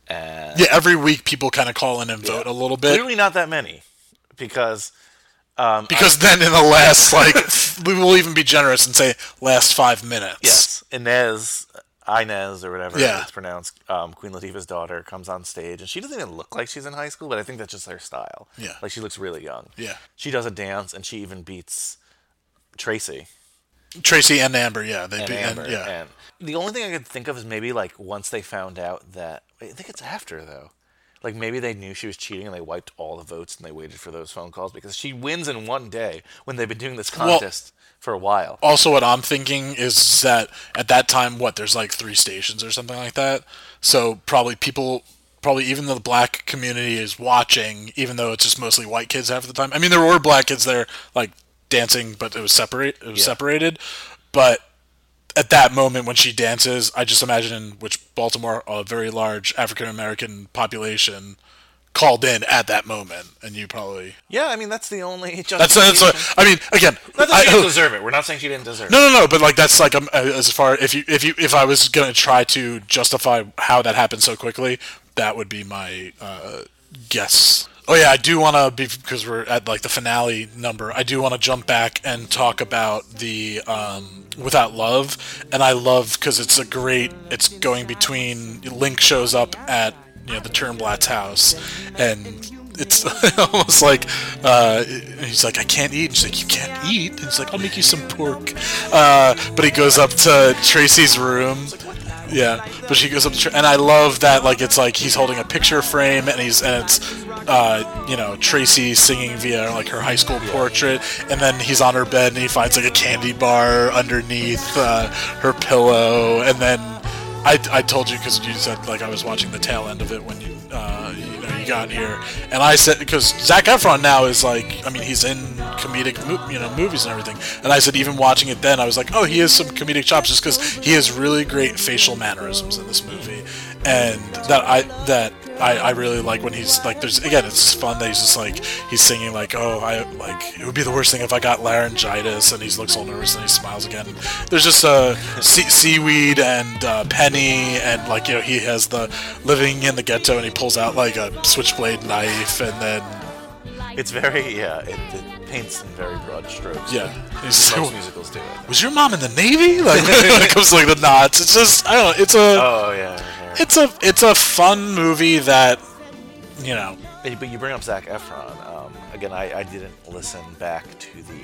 And Yeah. Every week, people kind of call in and vote a little bit clearly not that many, because because then in the last like we will even be generous and say last five minutes. Yes, Inez, Inez or whatever Yeah. it's pronounced. Um, Queen Latifah's daughter comes on stage, and she doesn't even look like she's in high school, but I think that's just her style. Yeah. like she looks really young. Yeah. she does a dance, and she even beats Tracy. Tracy and Amber, yeah, they and be, Amber. and, yeah. And the only thing I could think of is maybe like once they found out that I think it's after though. Like maybe they knew she was cheating and they wiped all the votes and they waited for those phone calls because she wins in one day when they've been doing this contest for a while. also, what I'm thinking is that at that time, what there's like three stations or something like that. So probably people, probably even the black community is watching, even though it's just mostly white kids half of the time. I mean, there were black kids there like dancing, but it was separate. It was Yeah. separated, but at that moment when she dances, I just imagine which Baltimore, a very large African American population, called in at that moment, and you probably Yeah, I mean that's the only that's that's. justification. I mean, again, Not that she didn't I, deserve it. We're not saying she didn't deserve it. no, no, no. But like that's like um, uh, as far if you if you if I was gonna try to justify how that happened so quickly, that would be my uh, guess. Oh yeah, I do want to be because we're at like the finale number. I do want to jump back and talk about the um, without love, and I love because it's a great. It's going between Link shows up at you know the Turnblatt's house, and it's almost like uh, he's like, I can't eat. And she's like, You can't eat. And he's like, I'll make you some pork. Uh, but he goes up to Tracy's room. Yeah, but she goes up to Tra- and I love that. Like it's like he's holding a picture frame and he's and it's uh, you know Tracy singing via like her high school portrait, and then he's on her bed and he finds like a candy bar underneath uh, her pillow, and then I, I told you because you said like I was watching the tail end of it when you uh, you know you got here, and I said because Zach Efron now is like I mean he's in comedic mo- you know movies and everything, and I said even watching it then I was like oh he has some comedic chops just because he has really great facial mannerisms in this movie, and that I that. I, I really like when he's like there's again it's fun that he's just like he's singing like oh I like it would be the worst thing if I got laryngitis and he looks all nervous and he smiles again there's just uh, sea- seaweed and uh, penny and like you know he has the living in the ghetto and he pulls out like a switchblade knife and then It's very yeah. It, it paints in very broad strokes. yeah he's just Most like, musicals do it. was your mom in the navy like when it comes to, like the knots it's just I don't know it's a Oh yeah. yeah. it's a it's a fun movie that you know Hey, But you bring up Zach Efron. Um, again, I, I didn't listen back to the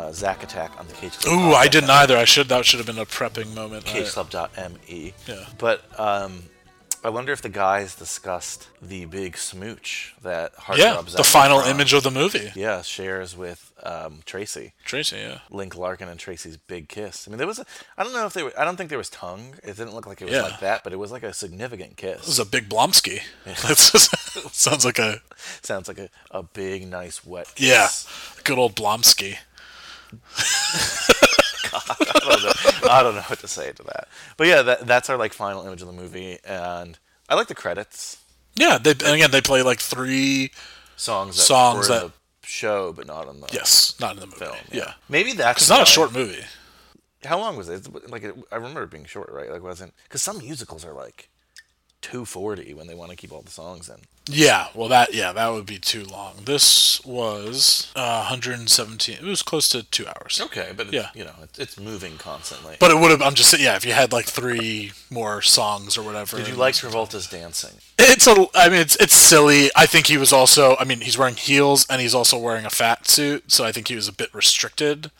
uh, Zach attack on the Cage Club. Ooh, I podcast. didn't either. I should that should have been a prepping moment. I- cageclub.me. Yeah. E. But um, I wonder if the guys discussed the big smooch that Hart yeah, Rubs the final image of the movie. yeah shares with um, Tracy. Tracy, yeah. Link Larkin and Tracy's big kiss. I mean, there was a, I don't know if they were, I don't think there was tongue. It didn't look like it was Yeah. like that, but it was like a significant This kiss. is a big Blomsky. That's just, sounds like a Sounds like a, a big, nice, wet kiss. yeah, good old Blomsky. I don't know. I don't know what to say to that. But yeah, that, that's our like final image of the movie, and I like the credits Yeah, they and again they play like three. songs that Songs were in that- the show, but not on the Yes, not in the movie. film. Yeah, maybe that's it's not why- a short movie. How long was it? It's like it, I remember it being short, right? Like wasn't because some musicals are like two forty when they want to keep all the songs in. Yeah, well that yeah that would be too long. This was uh, 117. It was close to two hours. Okay, but Yeah. you know it's, it's moving constantly. But it would have. I'm just yeah. If you had like three more songs or whatever. did you and- like Travolta's dancing? It's a. I mean, it's it's silly. I think he was also. I mean, he's wearing heels and he's also wearing a fat suit, so I think he was a bit restricted.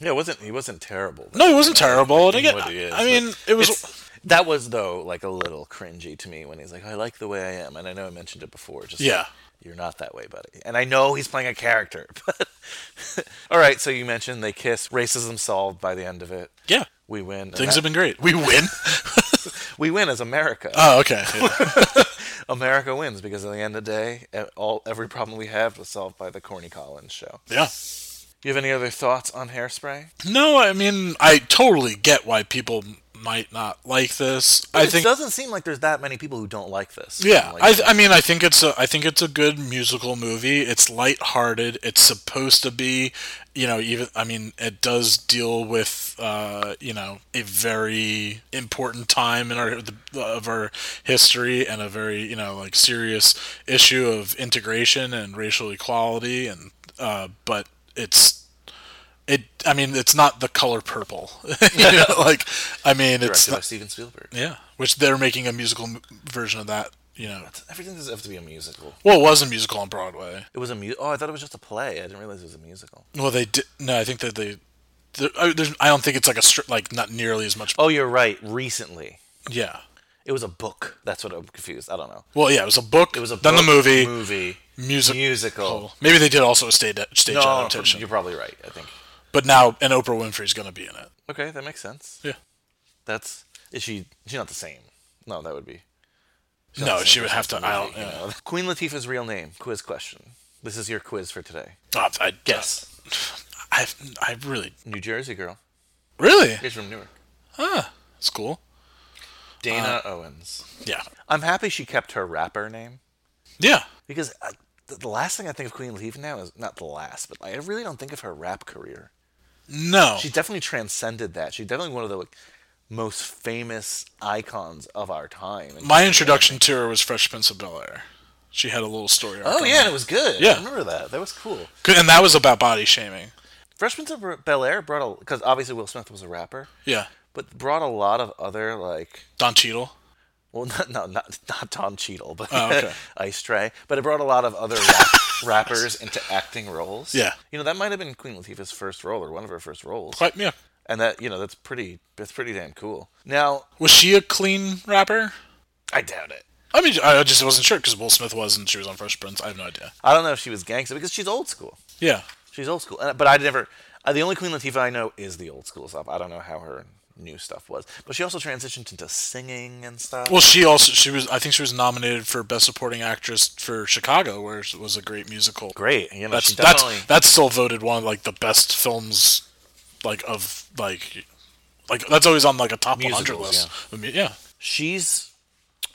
Yeah, it wasn't he wasn't terrible. No, he wasn't terrible. And in again, what he is, I mean, but it was. It's- that was though like a little cringy to me when he's like, "I like the way I am," and I know I mentioned it before. Just like, Yeah. you're not that way, buddy. And I know he's playing a character, but all right. So you mentioned they kiss, racism solved by the end of it. Yeah, We win. and that- things have been great. We win. We win as America. Oh, okay. Yeah. America wins because at the end of the day, e- all every problem we have was solved by the Corny Collins show. Yeah. You have any other thoughts on Hairspray? No, I mean, I totally get why people might not like this. I it think. doesn't seem like there's that many people who don't like this. Yeah, Like, I, th- I mean, I think it's a, I think it's a good musical movie. It's lighthearted. It's supposed to be, you know, even I mean, it does deal with, uh, you know, a very important time in our the, of our history and a very, you know, like serious issue of integration and racial equality, and uh, but it's. It, I mean, it's not the color purple. You know, like, I mean, it's directed by not, Steven Spielberg. yeah, which they're making a musical m- version of that. You know, Everything doesn't have to be a musical. well, it was a musical on Broadway. It was a mu- Oh, I thought it was just a play. I didn't realize it was a musical. Well, they did. No, I think that they There, I, there's, I don't think it's like a stri- like not nearly as much. Oh, you're right. Recently, Yeah. it was a book. That's what I'm confused. I don't know. Well, yeah, it was a book. It was a then book, the movie movie, music. musical. Oh, Maybe they did also a stage stage No, adaptation, you're probably right. I think. but now and Oprah Winfrey's going to be in it. Okay, that makes sense. Yeah. That's is she? She's not the same. No, that would be. no, she would have to. I don't. you yeah. know. Queen Latifah's real name. Quiz question. This is your quiz for today. Oh, I guess. I I really New Jersey girl. really. She's from Newark. It's cool. Dana Uh, Owens. Yeah. I'm happy she kept her rapper name Yeah. because I, the, the last thing I think of Queen Latifah now is not the last, but I really don't think of her rap career. No. She definitely transcended that. She's definitely one of the like, most famous icons of our time. And- My introduction to her was Fresh Prince of Bel Air. She had a little story. arc oh on yeah, and that. it was good. Yeah. I remember that. That was cool. Good- and that was about body shaming. Freshman to Bel Air brought a because obviously Will Smith was a rapper, Yeah. but brought a lot of other like Don Cheadle. well not no not not Tom Cheadle but Oh, okay. Ice Tray, but it brought a lot of other rap, rappers into acting roles. Yeah. you know that might have been Queen Latifah's first role or one of her first roles, Quite yeah. and that you know that's pretty that's pretty damn cool. Now Was she a clean rapper? I doubt it. I mean, I just wasn't sure because Will Smith was and she was on Fresh Prince. I have no idea. I don't know if she was gangster because she's old school. Yeah. She's old school, and, but I never. Uh, the only Queen Latifah I know is the old school stuff. I don't know how her new stuff was, but she also transitioned into singing and stuff. Well, she also she was I think she was nominated for Best Supporting Actress for Chicago, where it was a great musical. great. You know, That's she that's definitely. that's still voted one of like the best films, like of like, like that's always on like a top one hundred Musicals, list. I mean, yeah. she's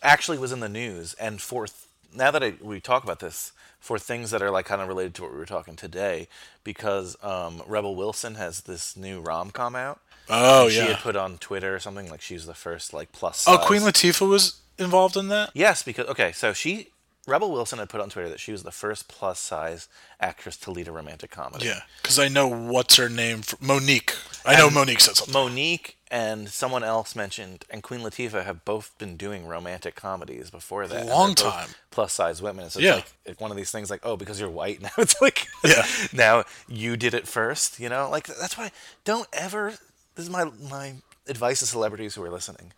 actually was in the news, and for th- now that I, we talk about this, for things that are like kind of related to what we were talking today, because um, Rebel Wilson has this new rom com out. Oh She had yeah. put on Twitter or something like she's the first like plus. Oh, size- Queen Latifah was involved in that. Yes, because okay, so she Rebel Wilson had put on Twitter that she was the first plus size actress to lead a romantic comedy. Yeah, because I know what's her name, fr- Monique. I know Monique said something. Monique and someone else mentioned and Queen Latifah have both been doing romantic comedies before that. and they're Long both time. Plus size women. So it's Yeah. like it's one of these things like, oh, because you're white now it's like Yeah. now you did it first, you know? Like that's why don't ever this is my my advice to celebrities who are listening.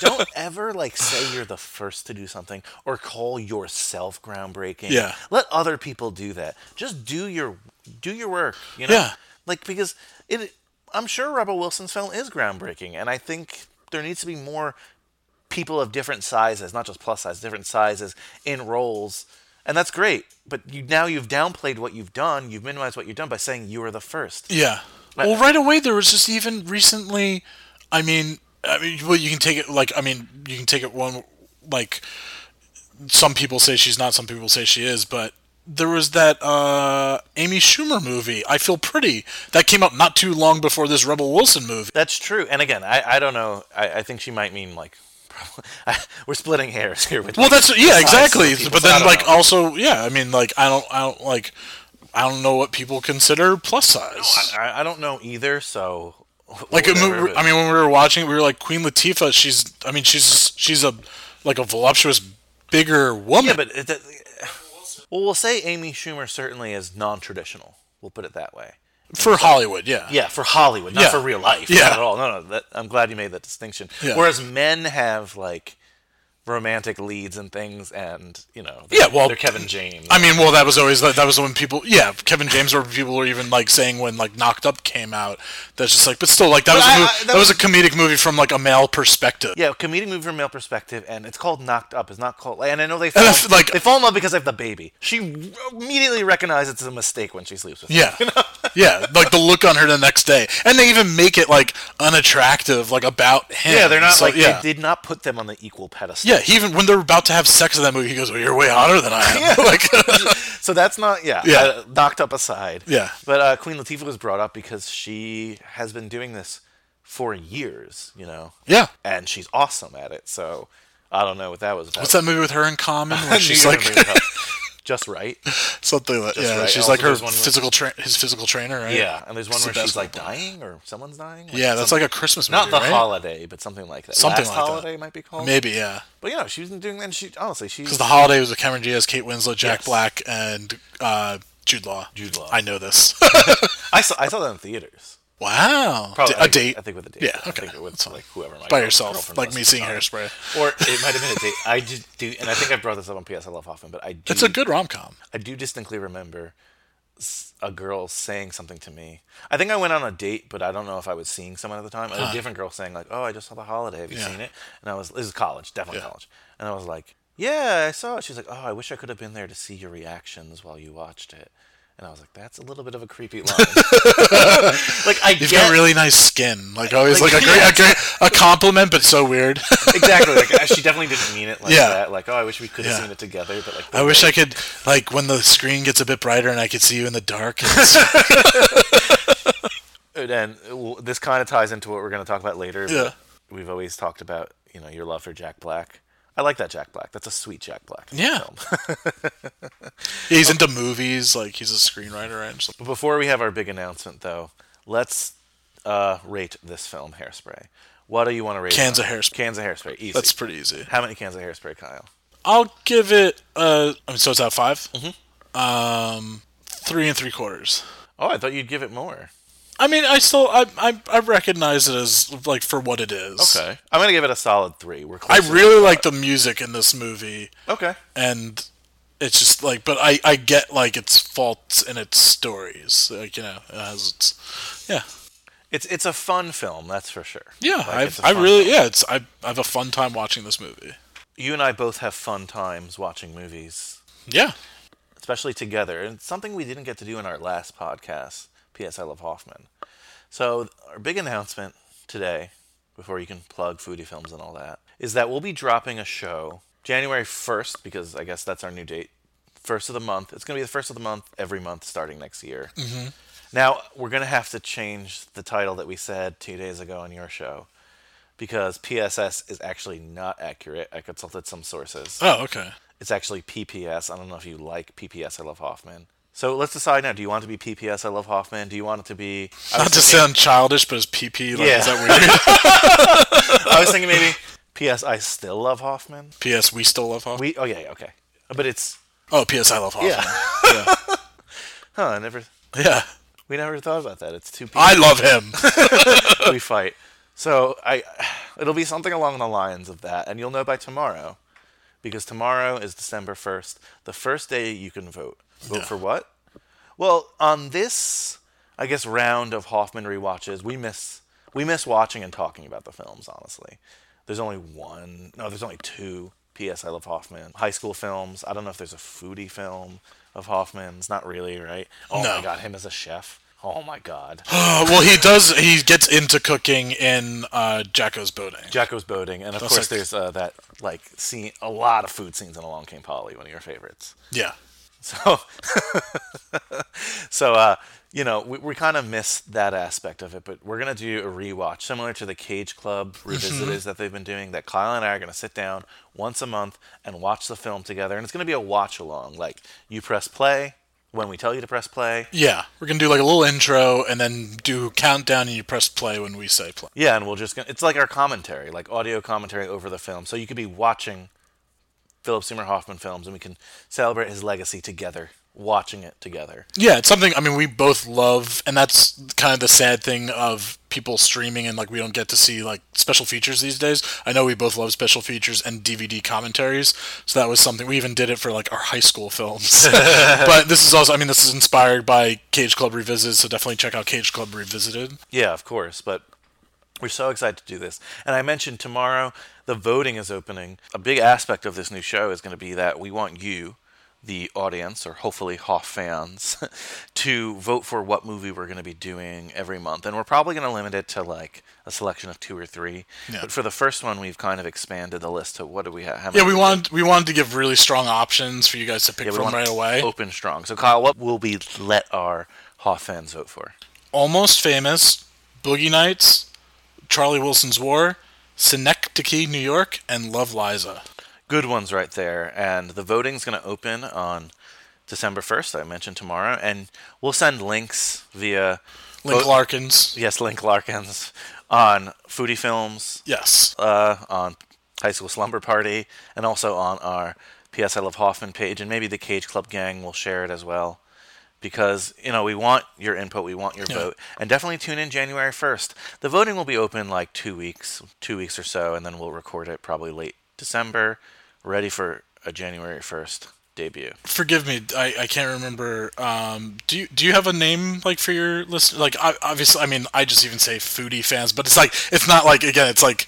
don't ever like say you're the first to do something or call yourself groundbreaking. Yeah. Let other people do that. Just do your do your work, you know? Yeah. Like because it I'm sure Rebel Wilson's film is groundbreaking and I think there needs to be more people of different sizes, not just plus size, different sizes in roles. And that's great, but you now you've downplayed what you've done, you've minimized what you've done by saying you were the first. Yeah. Well, right away there was just even recently. I mean, I mean, well, you can take it like I mean, you can take it one like some people say she's not, some people say she is, but there was that uh, Amy Schumer movie, I Feel Pretty, that came out not too long before this Rebel Wilson movie. That's true. And again, I, I don't know. I, I think she might mean like probably, we're splitting hairs here. With Well, like, that's yeah, size exactly. of people, But so I then don't like know. also yeah, I mean like I don't I don't like I don't know what people consider plus size. I, I don't know either. So like I whatever, mean, but- I mean, when we were watching, it, we were like Queen Latifah. She's, I mean, she's she's a like a voluptuous, bigger woman. yeah, but it, that, well, we'll say Amy Schumer certainly is non-traditional. We'll put it that way. for Hollywood, yeah, Yeah, for Hollywood, not Yeah. for real life. Yeah. Not at all. No, no. That, I'm glad you made that distinction. Yeah. Whereas men have like romantic leads and things, and you know, Yeah, they're, well, they're Kevin James. I mean, well, that was always that, that was when people, yeah, Kevin James, or people were even like saying when like Knocked Up came out, that's just like, but still, like that was a I- movie, I- that, that was, a comedic movie from like a male perspective. yeah, comedic movie from a male perspective, and it's called Knocked Up. It's not called. And I know they And fall, I f- like- they fall in love because they have the baby. She immediately recognizes it's a mistake when she sleeps with. him. Yeah. Yeah, like the look on her the next day, and they even make it like unattractive, like about him. Yeah, they're not So, like yeah, they did not put them on the equal pedestal. yeah. He even when they're about to have sex in that movie, he goes, "Well, you're way hotter than I am." Like, So that's not yeah. Yeah. uh, knocked up aside. Yeah. But uh, Queen Latifah was brought up because she has been doing this for years. You know. yeah. and she's awesome at it. So I don't know what that was about. What's that movie with her in common? Where She she's didn't like bring it up. just right. something like yeah, right. she's Also, like her there's one with- physical tra- his physical trainer, right? Yeah, and there's one It's the where she's best like one. dying or someone's dying. Like yeah, that's some- like a Christmas movie, not the right? holiday, but something like that. Something Last like that. holiday might be called. Maybe yeah, But you know, she was doing that. And she honestly, she because the holiday was with Cameron Diaz, Kate Winslet, Jack Yes. Black, and uh, Jude Law. Jude Law. I know this. I saw I saw that in theaters. wow. Probably D- I a think- date. I think with a date. Yeah, I okay. think it was like whoever my by girl- yourself, girlfriend like was me at the seeing time. hairspray. Or it might have been a date. I did do, and I think I brought this up on PS. I love Hoffman, but I do. It's a good rom com. I do distinctly remember s- a girl saying something to me. I think I went on a date, but I don't know if I was seeing someone at the time. A different girl saying like, "Oh, I just saw the holiday. Have you Yeah. seen it?" And I was, "This is college, definitely Yeah. college." And I was like, "Yeah, I saw it." She's like, "Oh, I wish I could have been there to see your reactions while you watched it." And I was like, "That's a little bit of a creepy line." like I You've get got really nice skin. Like always, Like, like, a, great, yeah. a great, a compliment, but so weird. exactly like she definitely didn't mean it like Yeah. that. Like, "Oh, I wish we could have Yeah. seen it together," but like I wish I could, like, when the screen gets a bit brighter and I could see you in the dark. And it's- and then well, this kind of ties into what we're going to talk about later. but Yeah. We've always talked about, you know, your love for Jack Black. I like that Jack Black. That's a sweet Jack Black. yeah. he's into movies. Like he's a screenwriter and just But before we have our big announcement, though, let's uh, rate this film, Hairspray. What do you want to rate? it Cans on? of Hairspray. Cans of Hairspray. Easy. that's pretty easy. How many cans of hairspray, Kyle? I'll give it. Uh, I mean, so it's out 5 Um, Mm-hmm. three and three quarters. Oh, I thought you'd give it more. I mean, I still, I, I, I recognize it as like for what it is. I'm gonna give it a solid three. We're close. I to- really like the music in this movie, okay. and it's just like, but I, I get like its faults and its stories. Like you know, it has its, yeah, It's it's a fun film, that's for sure. yeah. Like, it's I've, a I fun really, film. yeah. It's I, I have a fun time watching this movie. You and I both have fun times watching movies. Yeah, especially together, and it's something we didn't get to do in our last podcast. P.S. I love Hoffman. So our big announcement today, before you can plug foodie films and all that, is that we'll be dropping a show January first because I guess that's our new date, first of the month. It's gonna be the first of the month every month starting next year. Mm-hmm. Now we're gonna have to change the title that we said two days ago on your show. Because PSS is actually not accurate. I consulted some sources. Oh, okay. It's actually PPS. I don't know if you like PPS. I love Hoffman. So let's decide now. Do you want it to be PPS? I love Hoffman. Do you want it to be? I was Not to thinking- sound childish, but it's PP. Like, Yeah. is that weird? I was thinking maybe PS. I still love Hoffman. P.S. We still love Hoffman. We. Oh yeah. yeah, Okay. But it's. oh, P.S. I love Hoffman. Yeah. Yeah. Huh. I never. yeah. We never thought about that. It's two people I love him. we fight. So I. It'll be something along the lines of that, and you'll know by tomorrow, because tomorrow is December first, the first day you can vote. Vote for what? Well, on this, I guess round of Hoffman rewatches, we miss we miss watching and talking about the films. Honestly, there's only one. No, there's only two. P.S. I love Hoffman. High school films. I don't know if there's a foodie film of Hoffman's. Not really, right? Oh my No. god, him as a chef. Oh my god. Uh, well, he does. He gets into cooking in uh, Jacko's boating. Jacko's boating, and of That's course, like- there's uh, that like scene. A lot of food scenes in Along Came Polly, one of your favorites. yeah. So, so uh, you know, we, we kind of miss that aspect of it, but we're gonna do a rewatch similar to the Cage Club revisitors that they've been doing. That Kyle and I are gonna sit down once a month and watch the film together, and it's gonna be a watch along. Like you press play when we tell you to press play. Yeah. We're gonna do like a little intro and then do countdown, and you press play when we say play. Yeah, and we'll just go- it's like our commentary, like audio commentary over the film. So you could be watching Philip Seymour Hoffman films, and we can celebrate his legacy together, watching it together. Yeah, it's something. I mean, we both love, and that's kind of the sad thing of people streaming, and like we don't get to see like special features these days. I know we both love special features and DVD commentaries, so that was something we even did it for like our high school films. but this is also, I mean, this is inspired by Cage Club Revisited, so definitely check out Cage Club Revisited. Yeah, of course, but we're so excited to do this. And I mentioned tomorrow the voting is opening. A big aspect of this new show is going to be that we want you, the audience, or hopefully Hoff fans, to vote for what movie we're going to be doing every month. And we're probably going to limit it to like a selection of two or three. Yeah. But for the first one, we've kind of expanded the list to what do we have? How Yeah, many we do wanted we wanted to give really strong options for you guys to pick Yeah, we from want Oh. right away. open strong. So Kyle, what will we let our Hoff fans vote for? Almost Famous, Boogie Nights, Charlie Wilson's War, Synecdoche, New York, and Love Liza. good ones right there. And the voting's going to open on December 1st, I mentioned tomorrow. And we'll send links via, Link Oh. Larkins. yes, Link Larkins on Foodie Films, Yes. uh, on High School Slumber Party, and also on our PS I Love Hoffman page. And maybe the Cage Club Gang will share it as well. because you know we want your input, we want your vote, and definitely tune in January first. The voting will be open like two weeks, two weeks or so, and then we'll record it probably late December, ready for a January first debut. Forgive me, I, I can't remember. Um, do you do you have a name like for your list? Like I, obviously, I mean, I just even say foodie fans, but it's like it's not like again, it's like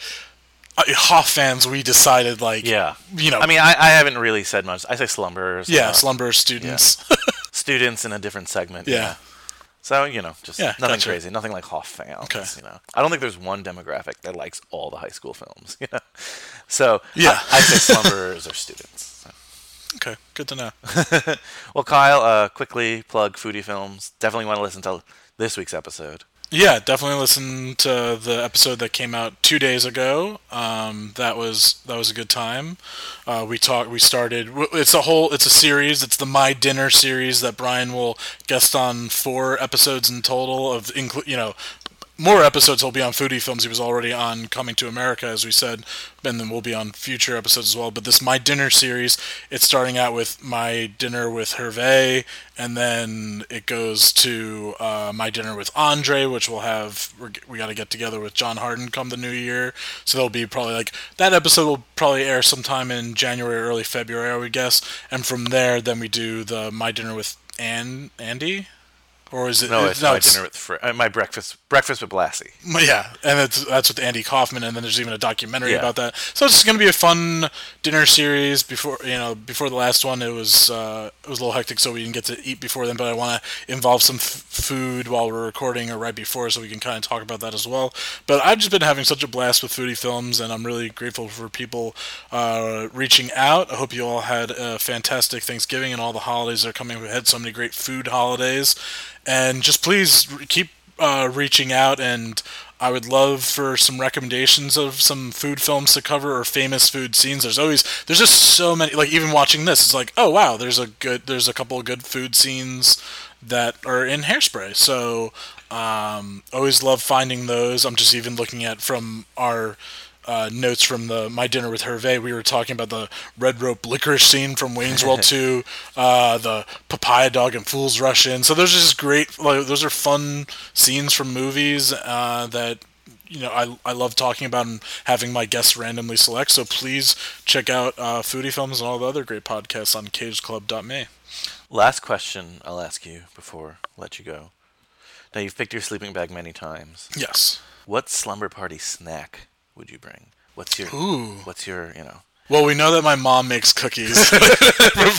uh, Hoff fans. We decided like Yeah, you know, I mean, I, I haven't really said much. I say slumberers, yeah, uh, slumber students. students in a different segment. Yeah. So you know, just Yeah, nothing gotcha. crazy, nothing like Hoff fans. Okay. You know, I don't think there's one demographic that likes all the high school films. You know, so Yeah. I, I say slumberers or students. Okay, good to know. Well, Kyle, uh, quickly plug Foodie Films. Definitely want to listen to this week's episode. Yeah, definitely listen to the episode that came out two days ago. Um, that was that was a good time. Uh, we talked. We started. w- It's a whole. It's a series. It's the My Dinner series that Brian will guest on four episodes in total of include. You know, more episodes will be on foodie films. He was already on Coming to America, as we said, and then we'll be on future episodes as well. But this My Dinner series, it's starting out with My Dinner with Hervé, and then it goes to uh, My Dinner with Andre, which we'll have. We're, we got to get together with John Harden come the new year, so there'll be probably like that episode will probably air sometime in January, early February, I would guess. And from there, then we do the My Dinner with An- Andy. Or is it uh, No, it's my dinner with Fr- uh, my breakfast breakfast with Blassie. but yeah, and that's that's with Andy Kaufman, and then there's even a documentary Yeah. about that. So it's just gonna be a fun dinner series. Before you know, before the last one, it was uh, it was a little hectic, so we didn't get to eat before then. But I want to involve some f- food while we're recording or right before, so we can kind of talk about that as well. But I've just been having such a blast with foodie films, and I'm really grateful for people uh, reaching out. I hope you all had a fantastic Thanksgiving and all the holidays that are coming. We had so many great food holidays, and just please re- keep uh, reaching out, and I would love for some recommendations of some food films to cover or famous food scenes. There's always there's just so many. Like even watching this, it's like oh wow, there's a good there's a couple of good food scenes that are in Hairspray. So um, always love finding those. I'm just even looking at from our. Uh, notes from the my dinner with Hervé. We were talking about the red rope licorice scene from Wayne's World 2, uh, the papaya dog and fools rush in. So those are just great. Like, those are fun scenes from movies uh, that you know I, I love talking about and having my guests randomly select. So please check out uh, Foodie Films and all the other great podcasts on CagesClub.me. Last question I'll ask you before I let you go. Now you've picked your sleeping bag many times. Yes. What slumber party snack would you bring? What's your What's your you know? Well, we know that my mom makes cookies from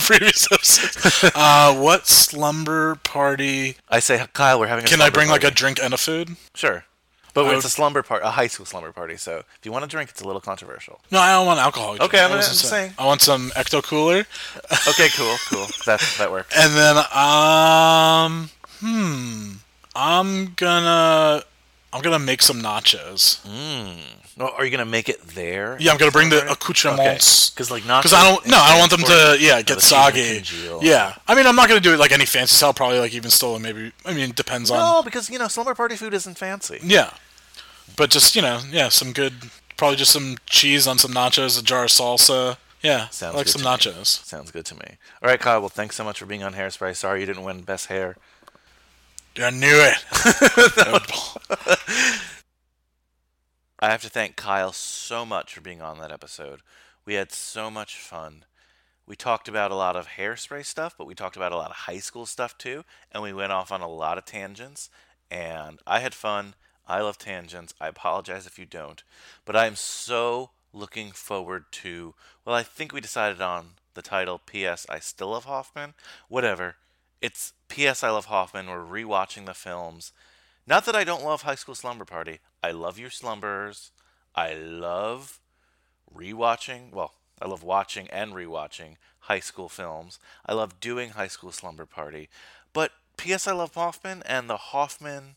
previous episodes. Uh, what slumber party? I say Kyle, we're having. a Can I slumber bring like a party." drink and a food? sure? But I it's would- a slumber party, a high school slumber party. So if you want to drink, it's a little controversial. No, I don't want alcohol. Okay, I'm I wasn't just saying. I want some Ecto Cooler. Okay, cool, cool. That that works. And then um hmm I'm gonna I'm gonna make some nachos. No, are you gonna make it there? Yeah, I'm gonna bring the Slumber party? accoutrements. Okay, 'cause, like, Because I nachos don't no, I don't want them to transport- yeah No, get the food's gonna soggy. congeal. Yeah, I mean I'm not gonna do it like any fancy style. Probably like even stolen. Maybe I mean it depends on No, because you know slumber party food isn't fancy. yeah, but just you know yeah some good probably just some cheese on some nachos, a jar of salsa. Yeah, Sounds like good some to me. nachos. Sounds good to me. All right, Kyle. Well, thanks so much for being on Hairspray. Sorry you didn't win best hair. I knew it. I have to thank Kyle so much for being on that episode. We had so much fun. We talked about a lot of hairspray stuff, but we talked about a lot of high school stuff too, and we went off on a lot of tangents. And I had fun. I love tangents. I apologize if you don't, but I'm so looking forward to. Well, I think we decided on the title P.S. I Still Love Hoffman. Whatever. It's P.S. I Love Hoffman. We're rewatching the films. Not that I don't love High School Slumber Party. I love your slumbers. I love rewatching. Well, I love watching and rewatching high school films. I love doing High School Slumber Party. But P.S. I Love Hoffman and the Hoffman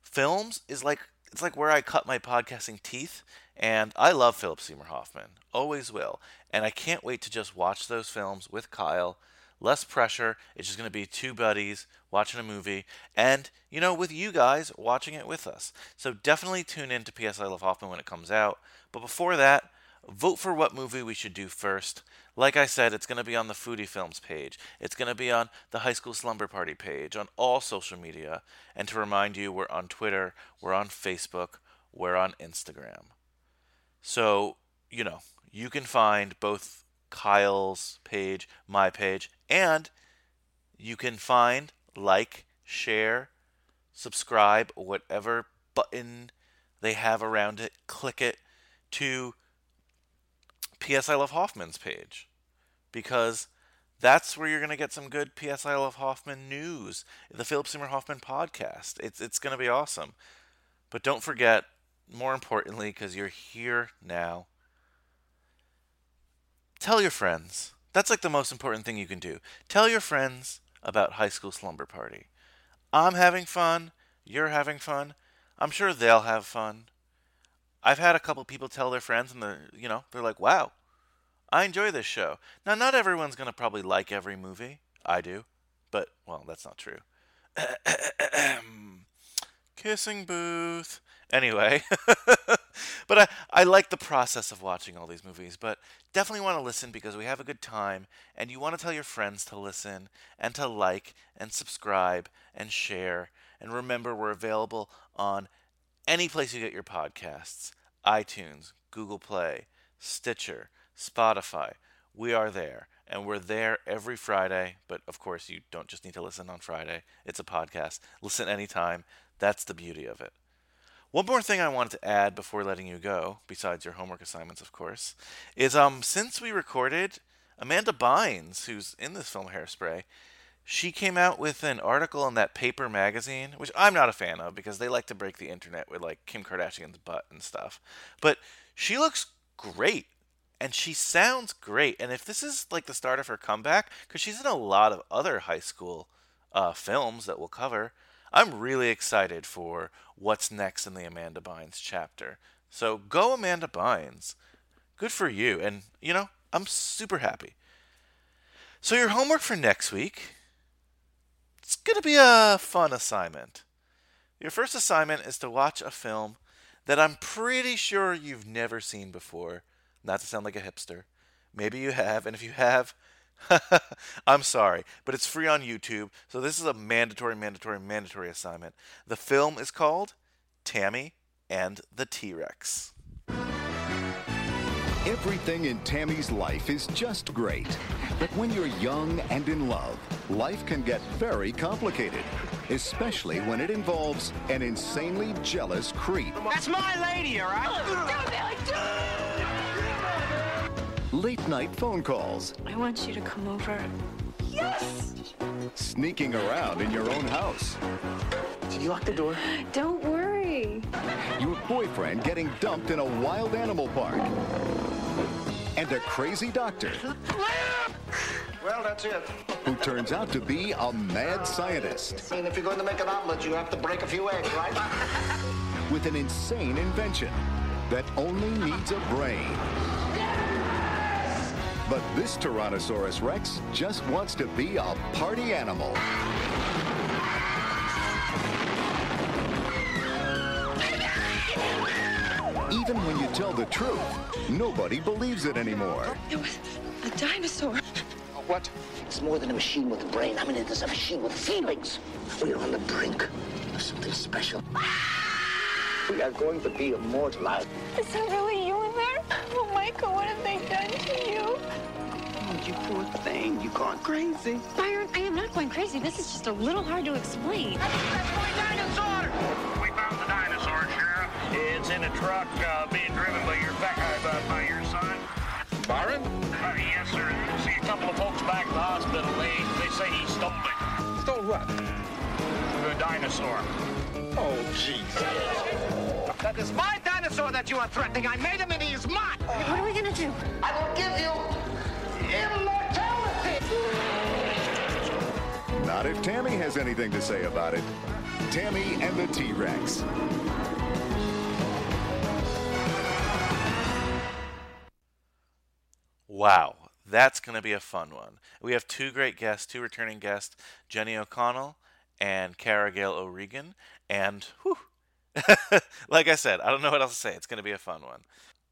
films is like it's like where I cut my podcasting teeth. And I love Philip Seymour Hoffman, always will. And I can't wait to just watch those films with Kyle. Less pressure. It's just going to be two buddies watching a movie, and you know, with you guys watching it with us. So definitely tune in to PS I Love Hoffman when it comes out. But before that, vote for what movie we should do first. Like I said, it's going to be on the Foodie Films page. It's going to be on the High School Slumber Party page, on all social media. And to remind you, we're on Twitter, we're on Facebook, we're on Instagram. So, you know, you can find both Kyle's page, my page, and you can find, like, share, subscribe, whatever button they have around it, click it to PS I Love Hoffman's page because that's where you're going to get some good PS I Love Hoffman news. The Philip Seymour Hoffman podcast. It's it's going to be awesome. But don't forget, more importantly, because you're here now, tell your friends. That's like the most important thing you can do. Tell your friends about High School Slumber Party. I'm having fun. You're having fun. I'm sure they'll have fun. I've had a couple people tell their friends, and they're you know they're like, "Wow, I enjoy this show." Now, not everyone's gonna probably like every movie. I do, but well, that's not true. Kissing booth. Anyway, but I, I like the process of watching all these movies, but definitely want to listen because we have a good time, and you want to tell your friends to listen, and to like, and subscribe, and share. And remember, we're available on any place you get your podcasts iTunes, Google Play, Stitcher, Spotify. We are there. And we're there every Friday. But of course, you don't just need to listen on Friday, it's a podcast. Listen anytime. That's the beauty of it. One more thing I wanted to add before letting you go, besides your homework assignments, of course, is um since we recorded, Amanda Bynes, who's in this film Hairspray, she came out with an article in that paper magazine, which I'm not a fan of because they like to break the internet with like Kim Kardashian's butt and stuff. But she looks great and she sounds great. And if this is like the start of her comeback, because she's in a lot of other high school uh, films that we'll cover, I'm really excited for what's next in the Amanda Bynes chapter. So go, Amanda Bynes. Good for you. And, you know, I'm super happy. So, your homework for next week it's going to be a fun assignment. Your first assignment is to watch a film that I'm pretty sure you've never seen before. Not to sound like a hipster. Maybe you have, and if you have, I'm sorry, but it's free on YouTube, so this is a mandatory, mandatory, mandatory assignment. The film is called Tammy and the T Rex. Everything in Tammy's life is just great. But when you're young and in love, life can get very complicated, especially when it involves an insanely jealous creep. That's my lady, all right? Late night phone calls, I want you to come over. sneaking around in your own house, Don't worry. your boyfriend getting dumped in a wild animal park, and a crazy doctor Well, that's it. who turns out to be a mad scientist. I mean, if you're going to make an omelet, you have to break a few eggs, right? with an insane invention that only needs a brain. But this Tyrannosaurus Rex just wants to be a party animal. Even when you tell the truth, nobody believes it anymore. It was a dinosaur. What? It's more than a machine with a brain. I mean, it is a machine with feelings. We are on the brink of something special. Ah! We are going to be immortalized. Is that really you in there? Oh, Michael, what have they done to you? Oh, you poor thing. You gone crazy. Byron, I am not going crazy. This is just a little hard to explain. We found the dinosaur, Sheriff. It's in a truck uh, being driven by your back, uh, by your son. Byron? Uh, yes, sir. See a couple of folks back at the hospital. They they say he stole it. Stole what? The dinosaur. Oh, jeez. That is my dinosaur that you are threatening. I made him and he is mine. What are we gonna do? I will give you immortality. Not if Tammy has anything to say about it. Tammy and the T Rex. Wow, that's going to be a fun one. We have two great guests, two returning guests, Jenny O'Connell and Cara Gail O'Regan. And, whew, like I said, I don't know what else to say. It's going to be a fun one.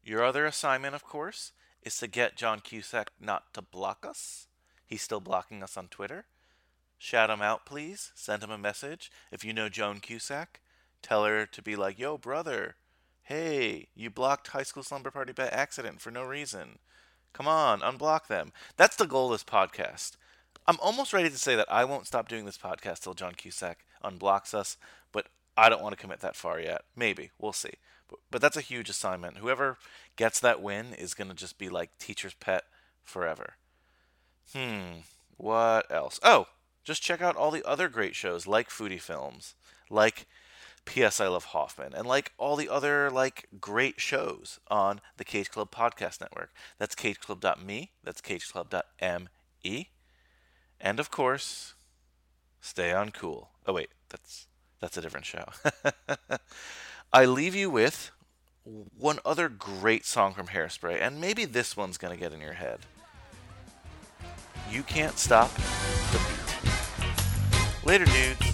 Your other assignment, of course, is to get John Cusack not to block us. He's still blocking us on Twitter. Shout him out, please. Send him a message. If you know Joan Cusack, tell her to be like, yo, brother, hey, you blocked High School Slumber Party by accident for no reason. Come on, unblock them. That's the goal of this podcast. I'm almost ready to say that I won't stop doing this podcast till John Cusack unblocks us, but I don't want to commit that far yet. Maybe. We'll see. But, but that's a huge assignment. Whoever gets that win is going to just be like teacher's pet forever. Hmm. What else? Oh, just check out all the other great shows like Foodie Films, like P.S. I Love Hoffman, and like all the other like great shows on the Cage Club Podcast Network. That's cageclub.me. That's cageclub.me. And of course, stay on cool. Oh wait, that's that's a different show. I leave you with one other great song from Hairspray, and maybe this one's gonna get in your head. You can't stop the beat. Later, dudes.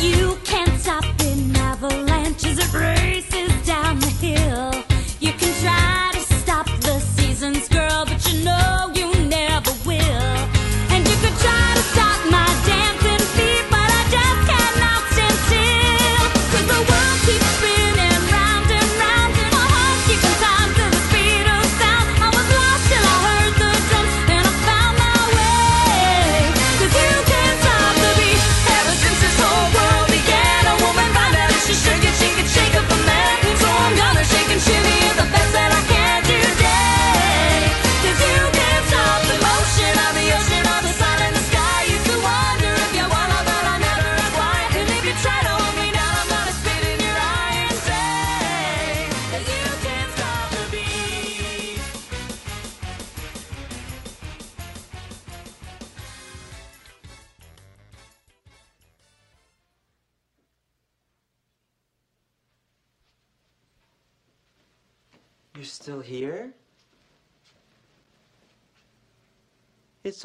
You can't stop an avalanche as it races down the hill. You can try to stop the seasons, girl, but you know you never will. And you could try to stop my dancing feet, but I just cannot stand still. 'Cause the world keeps spinning round and round, and my heart keeps time to the speed of sound. I was lost till I heard the drums, and I found my way. 'Cause you can't stop the beat. Ever since this whole world began, a woman found out if she shook it, she could shake up a man. So I'm gonna shake and shimmy at the best that I can today. 'Cause you can't stop the motion of the ocean or the sun and the sky. You could wonder if you wanna, but I never ask why. And if you try to hold me down, I'm gonna spit in your eye and say that you can't stop the beat. You're still here? It's